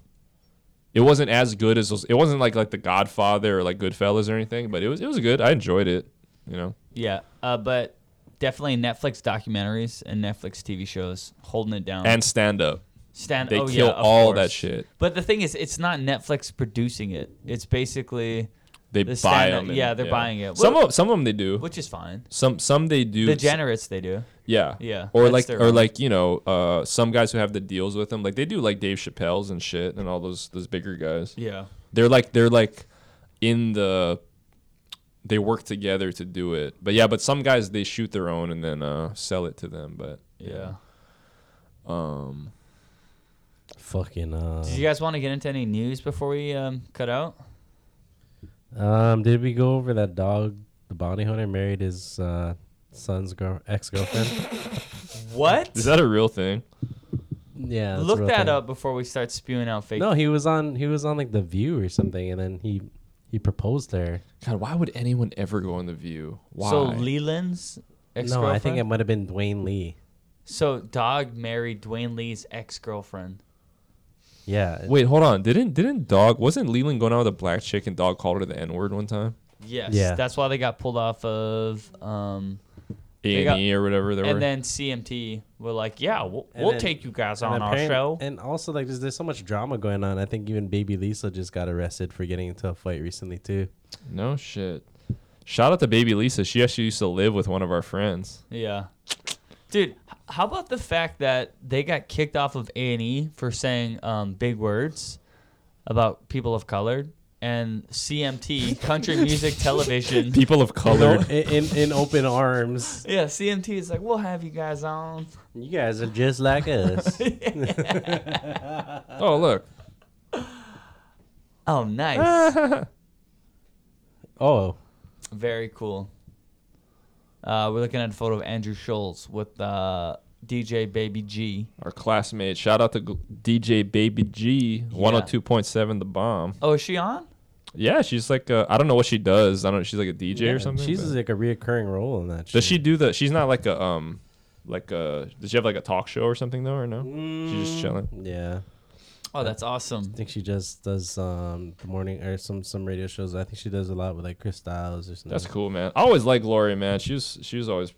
S1: it wasn't as good as those. It wasn't like like The Godfather or like Goodfellas or anything. But it was it was good. I enjoyed it. You know.
S2: Yeah. Uh, but definitely Netflix documentaries and Netflix TV shows holding it down.
S1: And stand up.
S2: Stand,
S1: They
S2: oh,
S1: kill
S2: yeah, of
S1: all that
S2: course.
S1: shit.
S2: But the thing is, it's not Netflix producing it. It's basically,
S1: They
S2: The
S1: buy
S2: stand-up-
S1: them. and-
S2: yeah, they're buying it.
S1: Some
S2: Well-
S1: of some of them they do.
S2: which is fine.
S1: Some some they do.
S2: Degenerates, they do.
S1: Yeah.
S2: Yeah,
S1: Or
S2: that's
S1: like,
S2: their
S1: or
S2: own.
S1: like, you know, uh, some guys who have the deals with them, like they do like Dave Chappelle's and shit, and all those those bigger guys.
S2: Yeah.
S1: They're like, they're like, in the, they work together to do it. But yeah, but some guys they shoot their own and then uh, sell it to them. But
S2: Yeah.
S4: Fucking. Uh,
S2: Did you guys want to get into any news before we um, cut out?
S4: um, did we go over that dog? The bounty hunter married his uh, son's girl, ex
S2: (laughs)
S4: girlfriend.
S2: What?
S1: is that a real thing?
S4: yeah. that's a
S2: Look
S4: real
S2: that
S4: thing.
S2: up before we start spewing out fake.
S4: No, he was on. He was on like The View or something, and then he he proposed to her.
S1: God, why would anyone ever go on the View? Why?
S2: So Leland's ex
S4: No,
S2: girlfriend.
S4: I think it might have been Dwayne Lee.
S2: so Dog married Dwayne Lee's ex girlfriend.
S4: Yeah.
S1: Wait, hold on. Didn't didn't dog wasn't Leland going out with a black chick and dog called her the N word one time?
S2: Yes.
S4: Yeah.
S2: That's why they got pulled off of um,
S1: A
S2: They
S1: and
S2: got-
S1: E or whatever they were.
S2: and then CMT were like, yeah, we'll,
S4: And
S2: we'll
S4: then-
S2: take you guys
S4: and
S2: on our
S4: apparent-
S2: show.
S4: And also, like, there's, there's so much drama going on. I think even Baby Lisa just got arrested for getting into a fight recently too.
S1: No shit. Shout out to baby Lisa. She actually used to live with one of our friends.
S2: yeah. Dude, h- how about the fact that they got kicked off of A and E for saying um, big words about people of color and CMT
S4: (laughs)
S2: country music television.
S1: People of
S4: No,
S1: color.
S4: in, in in open arms.
S2: Yeah, CMT is like, we'll have you guys on.
S4: You guys are just like us.
S1: (laughs) oh, look.
S2: Oh,
S4: Ah.
S2: nice.
S4: (laughs) oh,
S2: Very cool. Uh, we're looking at a photo of Andrew Schultz with uh, DJ Baby G.
S1: Our classmate. Shout out to G- DJ Baby G. 102.7 The Bomb.
S2: Oh, is she on?
S1: Yeah, she's like, uh, I don't know what she does. I don't know. She's like a DJ
S4: Yeah,
S1: or something.
S4: She's
S1: but-
S4: like a reoccurring role in that.
S1: does she
S4: shit.
S1: do the. She's not like a. um, Like a. Does she have like a talk show or something, though, or no? She's
S4: Mm.
S1: just chilling.
S4: Yeah,
S2: Oh, that's awesome.
S4: I think she just does um the morning or some some radio shows. I think she does a lot with like Chris Styles or something.
S1: That's cool, man. I always like Lori, man. She was, she was always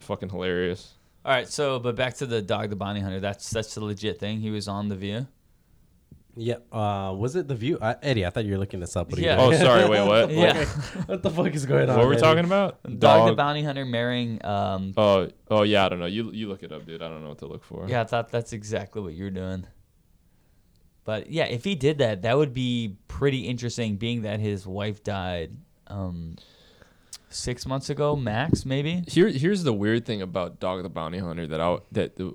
S1: fucking
S4: (laughs)
S1: hilarious.
S2: All right, so but back to the dog, the bounty hunter. That's that's the legit thing. He was on the View.
S4: Yeah. Uh, was it the View? I, Eddie, I thought you were looking this up. What are you
S2: Yeah.
S1: Oh, sorry. Wait, what?
S2: Yeah,
S4: doing? (laughs) what the fuck is going on?
S1: What were we
S4: Eddie?
S1: talking about?
S2: dog, the bounty hunter marrying. Um,
S1: Oh, oh yeah, I don't know. You you look it up, dude. I don't know what to look for.
S2: yeah, I thought that's exactly what you're doing. But yeah, if he did that, that would be pretty interesting. Being that his wife died um, six months ago, max maybe.
S1: Here, here's the weird thing about Dog the Bounty Hunter that I that the,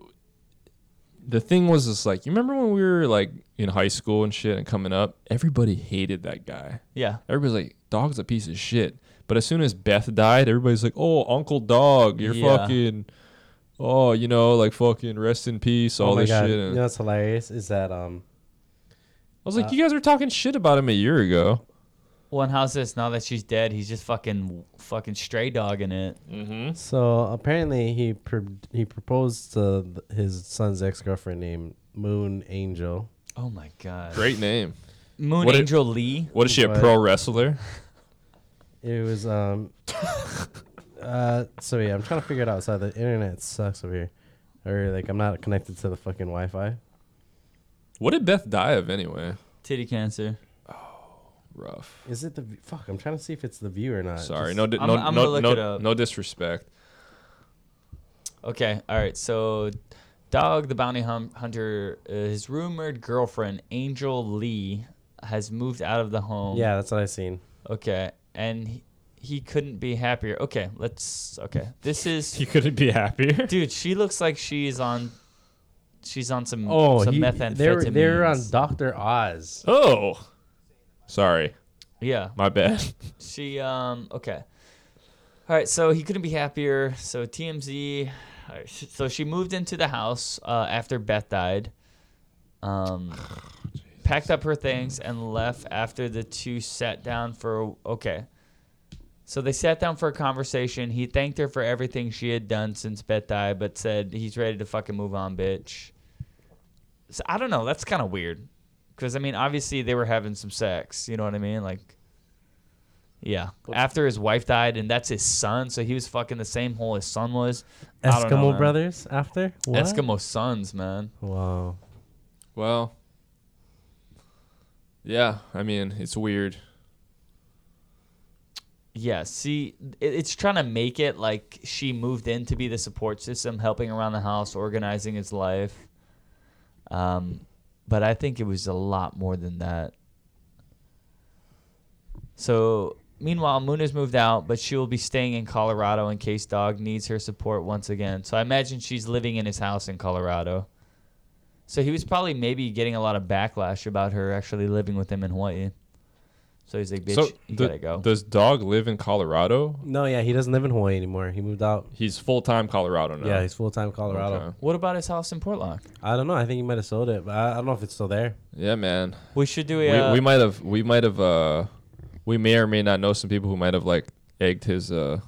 S1: the thing was just like you remember when we were like in high school and shit and coming up, everybody hated that guy.
S2: Yeah,
S1: Everybody's like, Dog's a piece of shit. But as soon as Beth died, everybody's like, oh, Uncle Dog, you're
S2: Yeah.
S1: fucking, oh, you know, like fucking rest in peace, all
S4: oh my
S1: this
S4: god!
S1: shit.
S4: You
S1: And
S4: know what's hilarious is that um
S1: I was like, you guys were talking shit about him a year ago.
S2: One house this now that she's dead, he's just fucking fucking stray dogging it.
S4: So apparently he pr- he proposed to th- his son's ex girlfriend named Moon Angel.
S2: Oh my god.
S1: Great name.
S2: Moon
S1: What it-
S2: Angel Lee.
S1: What is she, a
S4: Right.
S1: pro wrestler?
S4: It was (laughs) um. uh, so yeah, I'm trying to figure it out. So the internet sucks over here, or like I'm not connected to the fucking Wi-Fi.
S1: What did Beth die of anyway?
S2: Titty cancer.
S1: Rough.
S4: Is it the v- fuck? I'm trying to see if it's the view or not.
S1: Sorry.
S4: Just-
S1: No, di-
S2: I'm-
S1: no,
S2: I'm gonna
S1: no,
S2: look it
S1: no,
S2: up.
S1: no disrespect.
S2: Okay, all right. So, Dog the Bounty hum- Hunter, uh, his rumored girlfriend Angel Lee has moved out of the home.
S4: Yeah, that's what I seen.
S2: Okay, and he, he couldn't be happier. Okay, let's. Okay, this
S4: (laughs)
S2: is
S1: couldn't be (laughs)
S2: (laughs)
S1: happier.
S2: dude. She looks like she's on. She's on some
S4: Oh,
S2: some
S4: he,
S2: methamphetamine.
S4: they're they're on Doctor Oz.
S1: Oh. Sorry.
S2: Yeah,
S1: My bad.
S2: She um okay. All right, so he couldn't be happier. So TMZ, all right, sh- so she moved into the house uh, after Beth died. Um, packed up her things and left after the two sat down for okay. So they sat down for a conversation. He thanked her for everything she had done since Beth died, but said he's ready to fucking move on, bitch. So I don't know. That's kind of weird, because I mean, obviously they were having some sex. You know what I mean? Like, yeah. After his wife died, and that's his son, so he was fucking the same hole his son was. I don't know,
S4: Eskimo
S2: man.
S4: Brothers after what?
S2: Eskimo sons, man.
S4: Wow.
S1: Well, yeah, I mean, it's weird.
S2: Yeah, see, it, it's trying to make it like she moved in to be the support system, helping around the house, organizing his life. Um, but I think it was a lot more than that. So, meanwhile, Moon has moved out, but she will be staying in Colorado in case Dog needs her support once again. So, I imagine she's living in his house in Colorado. So, he was probably maybe getting a lot of backlash about her actually living with him in Hawaii. So, he's like, bitch,
S1: so
S2: you
S1: d-
S2: gotta go.
S1: does Dog live in Colorado?
S4: No, yeah, he doesn't live in Hawaii anymore. He moved out.
S1: He's full time Colorado now.
S4: Yeah, he's full time Colorado.
S1: Okay.
S2: What about his house in Portlock?
S4: I don't know. I think he might have sold it, but I, I don't know if it's still there.
S1: Yeah, man.
S2: We should do a. uh,
S1: We, we might have we might have uh we may or may not know some people who might have like egged his uh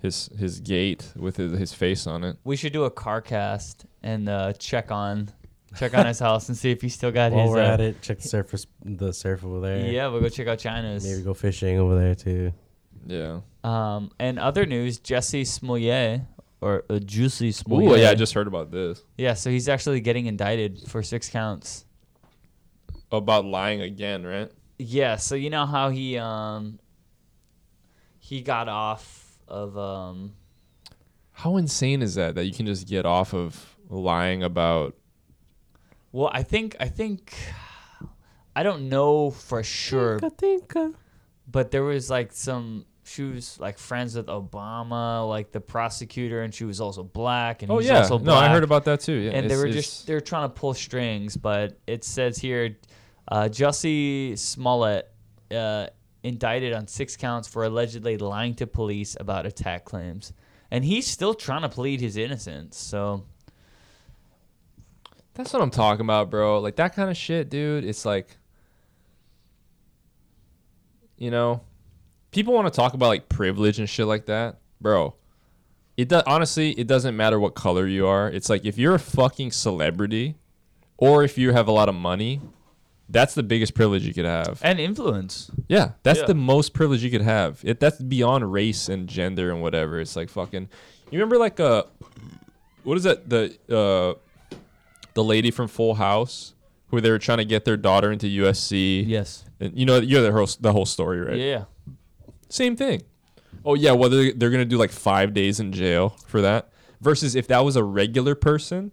S1: his his gate with his, his face on it.
S2: we should do a car cast and uh, check on check (laughs) on his house and see if he still got
S4: While
S2: his.
S4: we're
S2: uh,
S4: at it, check the surface, the surf over there.
S2: Yeah, we'll go check out China's.
S4: Maybe go fishing over there too.
S1: Yeah.
S2: Um, and other news: Jesse Smollett or uh, Juicy
S1: Ooh,
S2: Smollett.
S1: yeah, I just heard about this.
S2: yeah. So he's actually getting indicted for six counts.
S1: About lying again, right?
S2: Yeah. So you know how he um he got off of um
S1: How insane is that that you can just get off of lying about
S2: well I think I think I don't know for sure but there was like some she was like friends with Obama, like the prosecutor, and she was also black, and he
S1: Oh
S2: was
S1: yeah.
S2: also
S1: No,
S2: black.
S1: I heard about that too. Yeah.
S2: and they
S1: it's-
S2: were
S1: it's-
S2: just they were trying to pull strings, but it says here, uh, Jussie Smollett uh, indicted on six counts for allegedly lying to police about attack claims, and he's still trying to plead his innocence. So
S1: That's what I'm talking about, bro. Like that kind of shit, dude. It's like, you know, people want to talk about like privilege and shit like that, bro. It does honestly, it doesn't matter what color you are. It's like if you're a fucking celebrity, or if you have a lot of money, that's the biggest privilege you could have.
S2: and influence.
S1: Yeah, that's
S2: Yeah.
S1: the most privilege you could have. It, that's beyond race and gender and whatever. It's like fucking. You remember like uh, what is that the uh, the lady from Full House who they were trying to get their daughter into USC.
S2: Yes.
S1: and you know you know the whole the whole story, right?
S2: Yeah.
S1: Same thing. Oh yeah, well they're, they're gonna do like five days in jail for that. Versus if that was a regular person,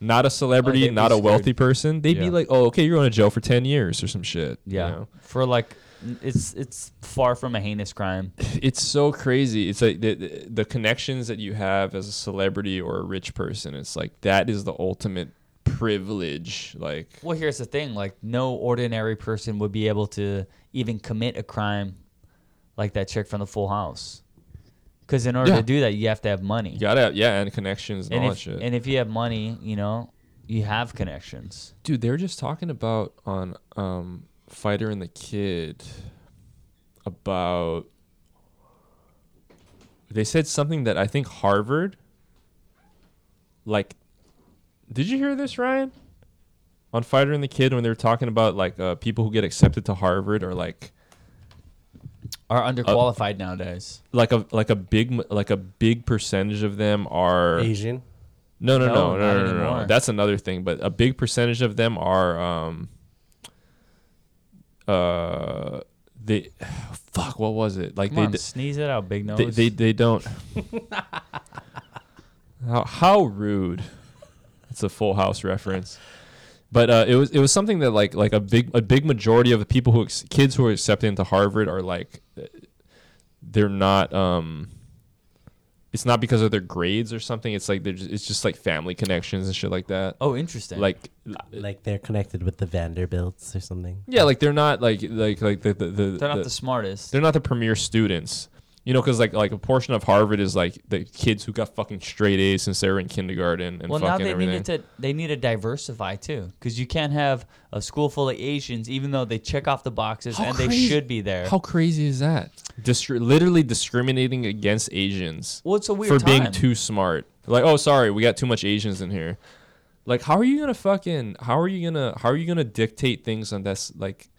S1: not a celebrity,
S2: they'd be
S1: not a wealthy
S2: scared.
S1: person. They'd
S2: Yeah.
S1: be like, "Oh, okay, you're going to jail for ten years or some shit." you
S2: Yeah,
S1: know?
S2: for like n- it's it's far from a
S1: (laughs)
S2: heinous crime.
S1: it's so crazy. It's like the, the the connections that you have as a celebrity or a rich person. It's like that is the ultimate privilege. Like
S2: Well, here's the thing: like no ordinary person would be able to even commit a crime like that chick from the Full House, because in order
S1: Yeah.
S2: to do that, you have to have money.
S1: you gotta yeah, and connections and,
S2: and
S1: all
S2: if,
S1: that shit.
S2: and if you have money, you know, you have connections.
S1: Dude, they were just talking about on um, Fighter and the Kid about. They said something that I think Harvard. Like, did you hear this, Ryan? On Fighter and the Kid, when they were talking about like uh, people who get accepted to Harvard are like
S2: Are underqualified nowadays.
S1: like a like a big like a big percentage of them are
S5: Asian.
S1: No, no, no,
S2: No,
S1: no,
S2: not
S1: no, no, no,
S2: anymore.
S1: That's another thing. But a big percentage of them are, um, uh, they, (sighs) fuck, what was it? Like
S2: Come
S1: they,
S2: on,
S1: d-
S2: sneeze it out, big nose.
S1: they, they, they
S2: (laughs)
S1: don't. how, how rude! It's a Full House reference. But uh, it was it was something that like like a big a big majority of the people who ex- kids who are accepted into Harvard are like they're not um it's not because of their grades or something it's like they're just, it's just like family connections and shit like that
S2: oh, interesting.
S1: like
S5: Like they're connected with the Vanderbilts or something.
S1: yeah like they're not like like like the the, the,
S2: they're not
S1: the-
S2: the, smartest.
S1: they're not the premier students you know because like like a portion of Harvard is like the kids who got fucking straight A's since they were in kindergarten and
S2: Well, now
S1: fucking
S2: they
S1: everything
S2: needed to they need to diversify too, because you can't have a school full of Asians, even though they check off the boxes
S1: How
S2: and they
S1: crazy-
S2: should be there.
S1: how crazy is that Distri- literally discriminating against Asians
S2: well, it's a weird
S1: for
S2: time.
S1: being too smart. Like, oh, sorry, we got too much Asians in here. Like, how are you gonna fucking? How are you gonna? How are you gonna dictate things on this like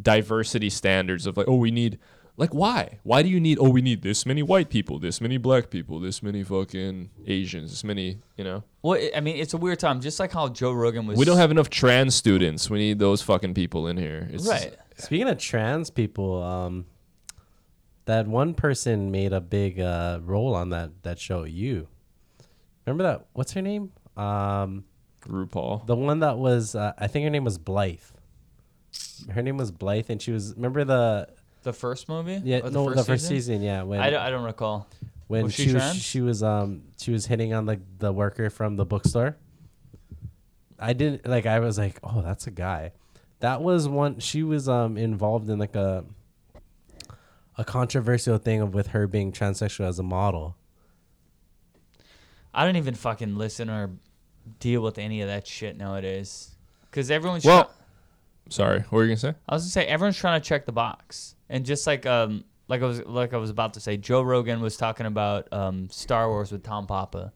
S1: diversity standards of like, oh, we need. Like why? Why do you need? Oh, we need this many white people, this many black people, this many fucking Asians, this many. You know,
S2: Well, I- I mean, it's a weird time, just like how Joe Rogan was.
S1: we don't have enough trans students. We need those fucking people in here. It's
S2: right.
S5: Speaking of trans people, um, that one person made a big uh, role on that that show. You remember that? What's her name? Um,
S1: RuPaul.
S5: the one that was uh, I think her name was Blythe. Her name was Blythe, and she was remember the
S2: The first movie.
S5: yeah
S2: Or
S5: no Oh, the first season, yeah when
S2: I don't, I don't recall.
S5: when
S2: was she
S5: she, was,
S2: trans?
S5: she was um she was hitting on the the worker from the bookstore. I didn't like I was like, "Oh, that's a guy." That was one she was um involved in like a a controversial thing of with her being transsexual as a model.
S2: I don't even fucking listen or deal with any of that shit nowadays, because everyone's.
S1: Well,
S2: try-
S1: sorry. What were you gonna say?
S2: I was gonna say everyone's trying to check the box, and just like um like I was like I was about to say, Joe Rogan was talking about um Star Wars with Tom Papa,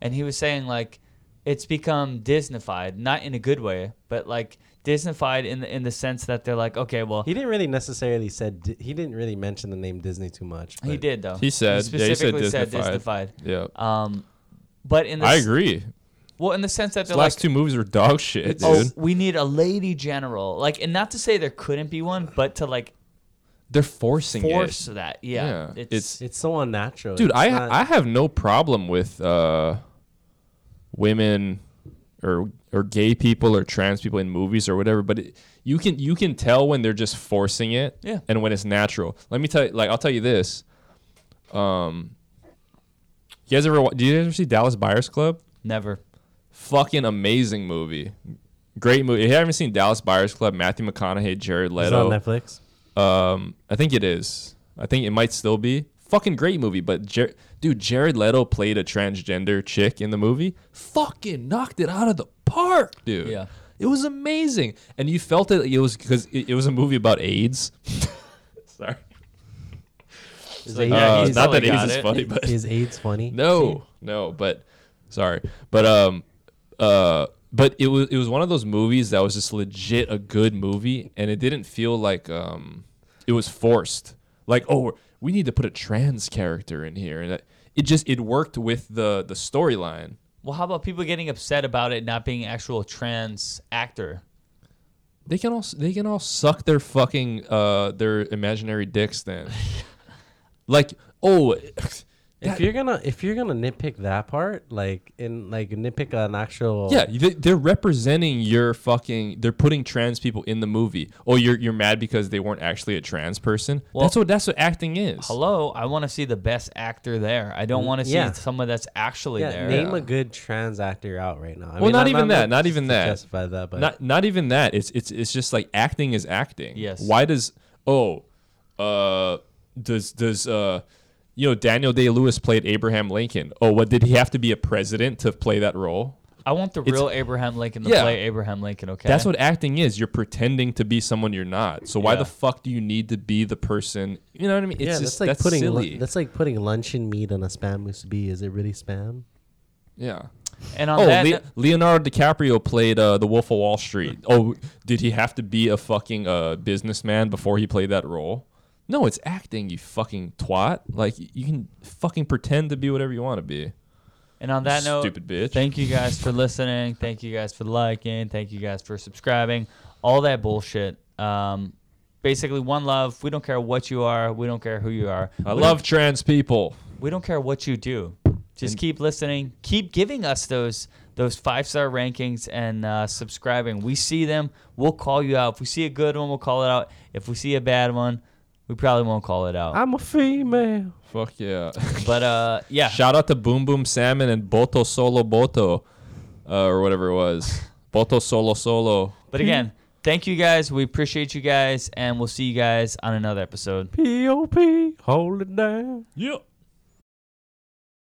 S2: and he was saying like it's become Disneyfied, not in a good way, but like Disneyfied in the in the sense that they're like, okay, well
S5: He didn't really necessarily said di- he didn't really mention the name Disney too much.
S2: he
S5: but
S2: did though.
S1: He said- yeah, he said
S2: specifically said
S1: Disneyfied.
S2: Disneyfied.
S1: Yeah,
S2: Um, but in the
S1: I
S2: s-
S1: agree.
S2: Well, in the sense that
S1: The
S2: they're
S1: last
S2: like,
S1: two movies were dog shit, dude.
S2: oh, we need a lady general, like, and not to say there couldn't be one, but to like
S1: They're forcing it.
S2: force that, yeah,
S1: Yeah, it's-
S5: It's so unnatural.
S1: dude
S5: It's
S1: i
S5: not-
S1: i have no problem with uh women or or gay people or trans people in movies or whatever but it, you can you can tell when they're just forcing it
S2: Yeah.
S1: and when it's natural let me tell you like i'll tell you this um you guys ever wa- do you guys ever see dallas buyers club
S2: never.
S1: fucking amazing movie great movie if you haven't seen dallas buyers club matthew mcconaughey jared
S5: it's on
S1: leto
S5: Netflix.
S1: um, I think it is. I think it might still be fucking great movie. But Jer- dude, Jared Leto played a transgender chick in the movie. Fucking knocked it out of the park, dude.
S2: Yeah.
S1: it was amazing, and you felt it. It was because it, it was a movie about AIDS. (laughs) Sorry,
S2: So,
S1: Uh, not that
S2: he's probably got
S1: AIDS is
S2: it.
S1: funny, but
S5: Is AIDS funny?
S1: no, no, but sorry, but um, uh, but it was it was one of those movies that was just legit a good movie, and it didn't feel like um, it was forced. Like oh, we need to put a trans character in here, and it, it just it worked with the the storyline.
S2: Well, how about people getting upset about it not being actual trans actor?
S1: They can all they can all suck their fucking uh their imaginary dicks then. like oh,
S5: If you're gonna if you're gonna nitpick that part, like in like nitpick an actual
S1: Yeah, they, they're representing your fucking. They're putting trans people in the movie. Oh, you're you're mad because they weren't actually a trans person.
S2: Well-
S1: that's what that's what acting is.
S2: Hello, I want to see the best actor there. I don't want to see
S5: Mm, yeah.
S2: someone that's actually
S5: yeah,
S2: there.
S5: name
S1: Yeah.
S5: a good trans actor out right now. I
S1: Well, not even that, not
S5: to-
S1: even
S5: to
S1: that.
S5: Justify that, but
S1: not not even that. It's it's it's just like acting is acting.
S2: Yes.
S1: Why does oh uh does does uh you know Daniel Day Lewis played Abraham Lincoln? Oh, what did he have to be a president to play that role?
S2: I want the real Abraham Lincoln to
S1: Yeah.
S2: play Abraham Lincoln. Okay,
S5: Eh.
S1: That's what acting is. You're pretending to be someone you're not. So why
S2: Yeah.
S1: the fuck do you need to be the person? You know what I mean?
S5: yeah,
S1: It's just
S5: that's like
S1: that's
S5: putting lu-
S1: silly.
S5: that's like putting luncheon meat on a spam musubi. Is it really spam?
S1: yeah.
S2: And on
S1: Oh,
S2: that,
S1: Le-
S2: note-
S1: Leonardo DiCaprio played uh, the Wolf of Wall Street.
S5: Mm.
S1: Oh, did he have to be a fucking uh, businessman before he played that role? No, it's acting, you fucking twat. Like y- you can fucking pretend to be whatever you want to be.
S2: and on that note,
S1: Stupid bitch.
S2: Thank you guys for listening. Thank you guys for liking. Thank you guys for subscribing. All that bullshit. Um, basically, one love. We don't care what you are. We don't care who you are.
S1: I
S2: we
S1: love trans people.
S2: Don't, we don't care what you do. Just keep listening. Keep giving us those those five star rankings and uh, subscribing. We see them. We'll call you out. If we see a good one, we'll call it out. If we see a bad one, we probably won't call it out.
S5: I'm a female.
S1: Fuck yeah. (laughs)
S2: But uh, yeah.
S1: Shout out to Boom Boom Salmon and Boto Solo Boto, uh, or whatever it was. Boto Solo Solo.
S2: But again, thank you guys. We appreciate you guys, and we'll see you guys on another episode.
S5: P O P. Hold it down.
S1: Yep.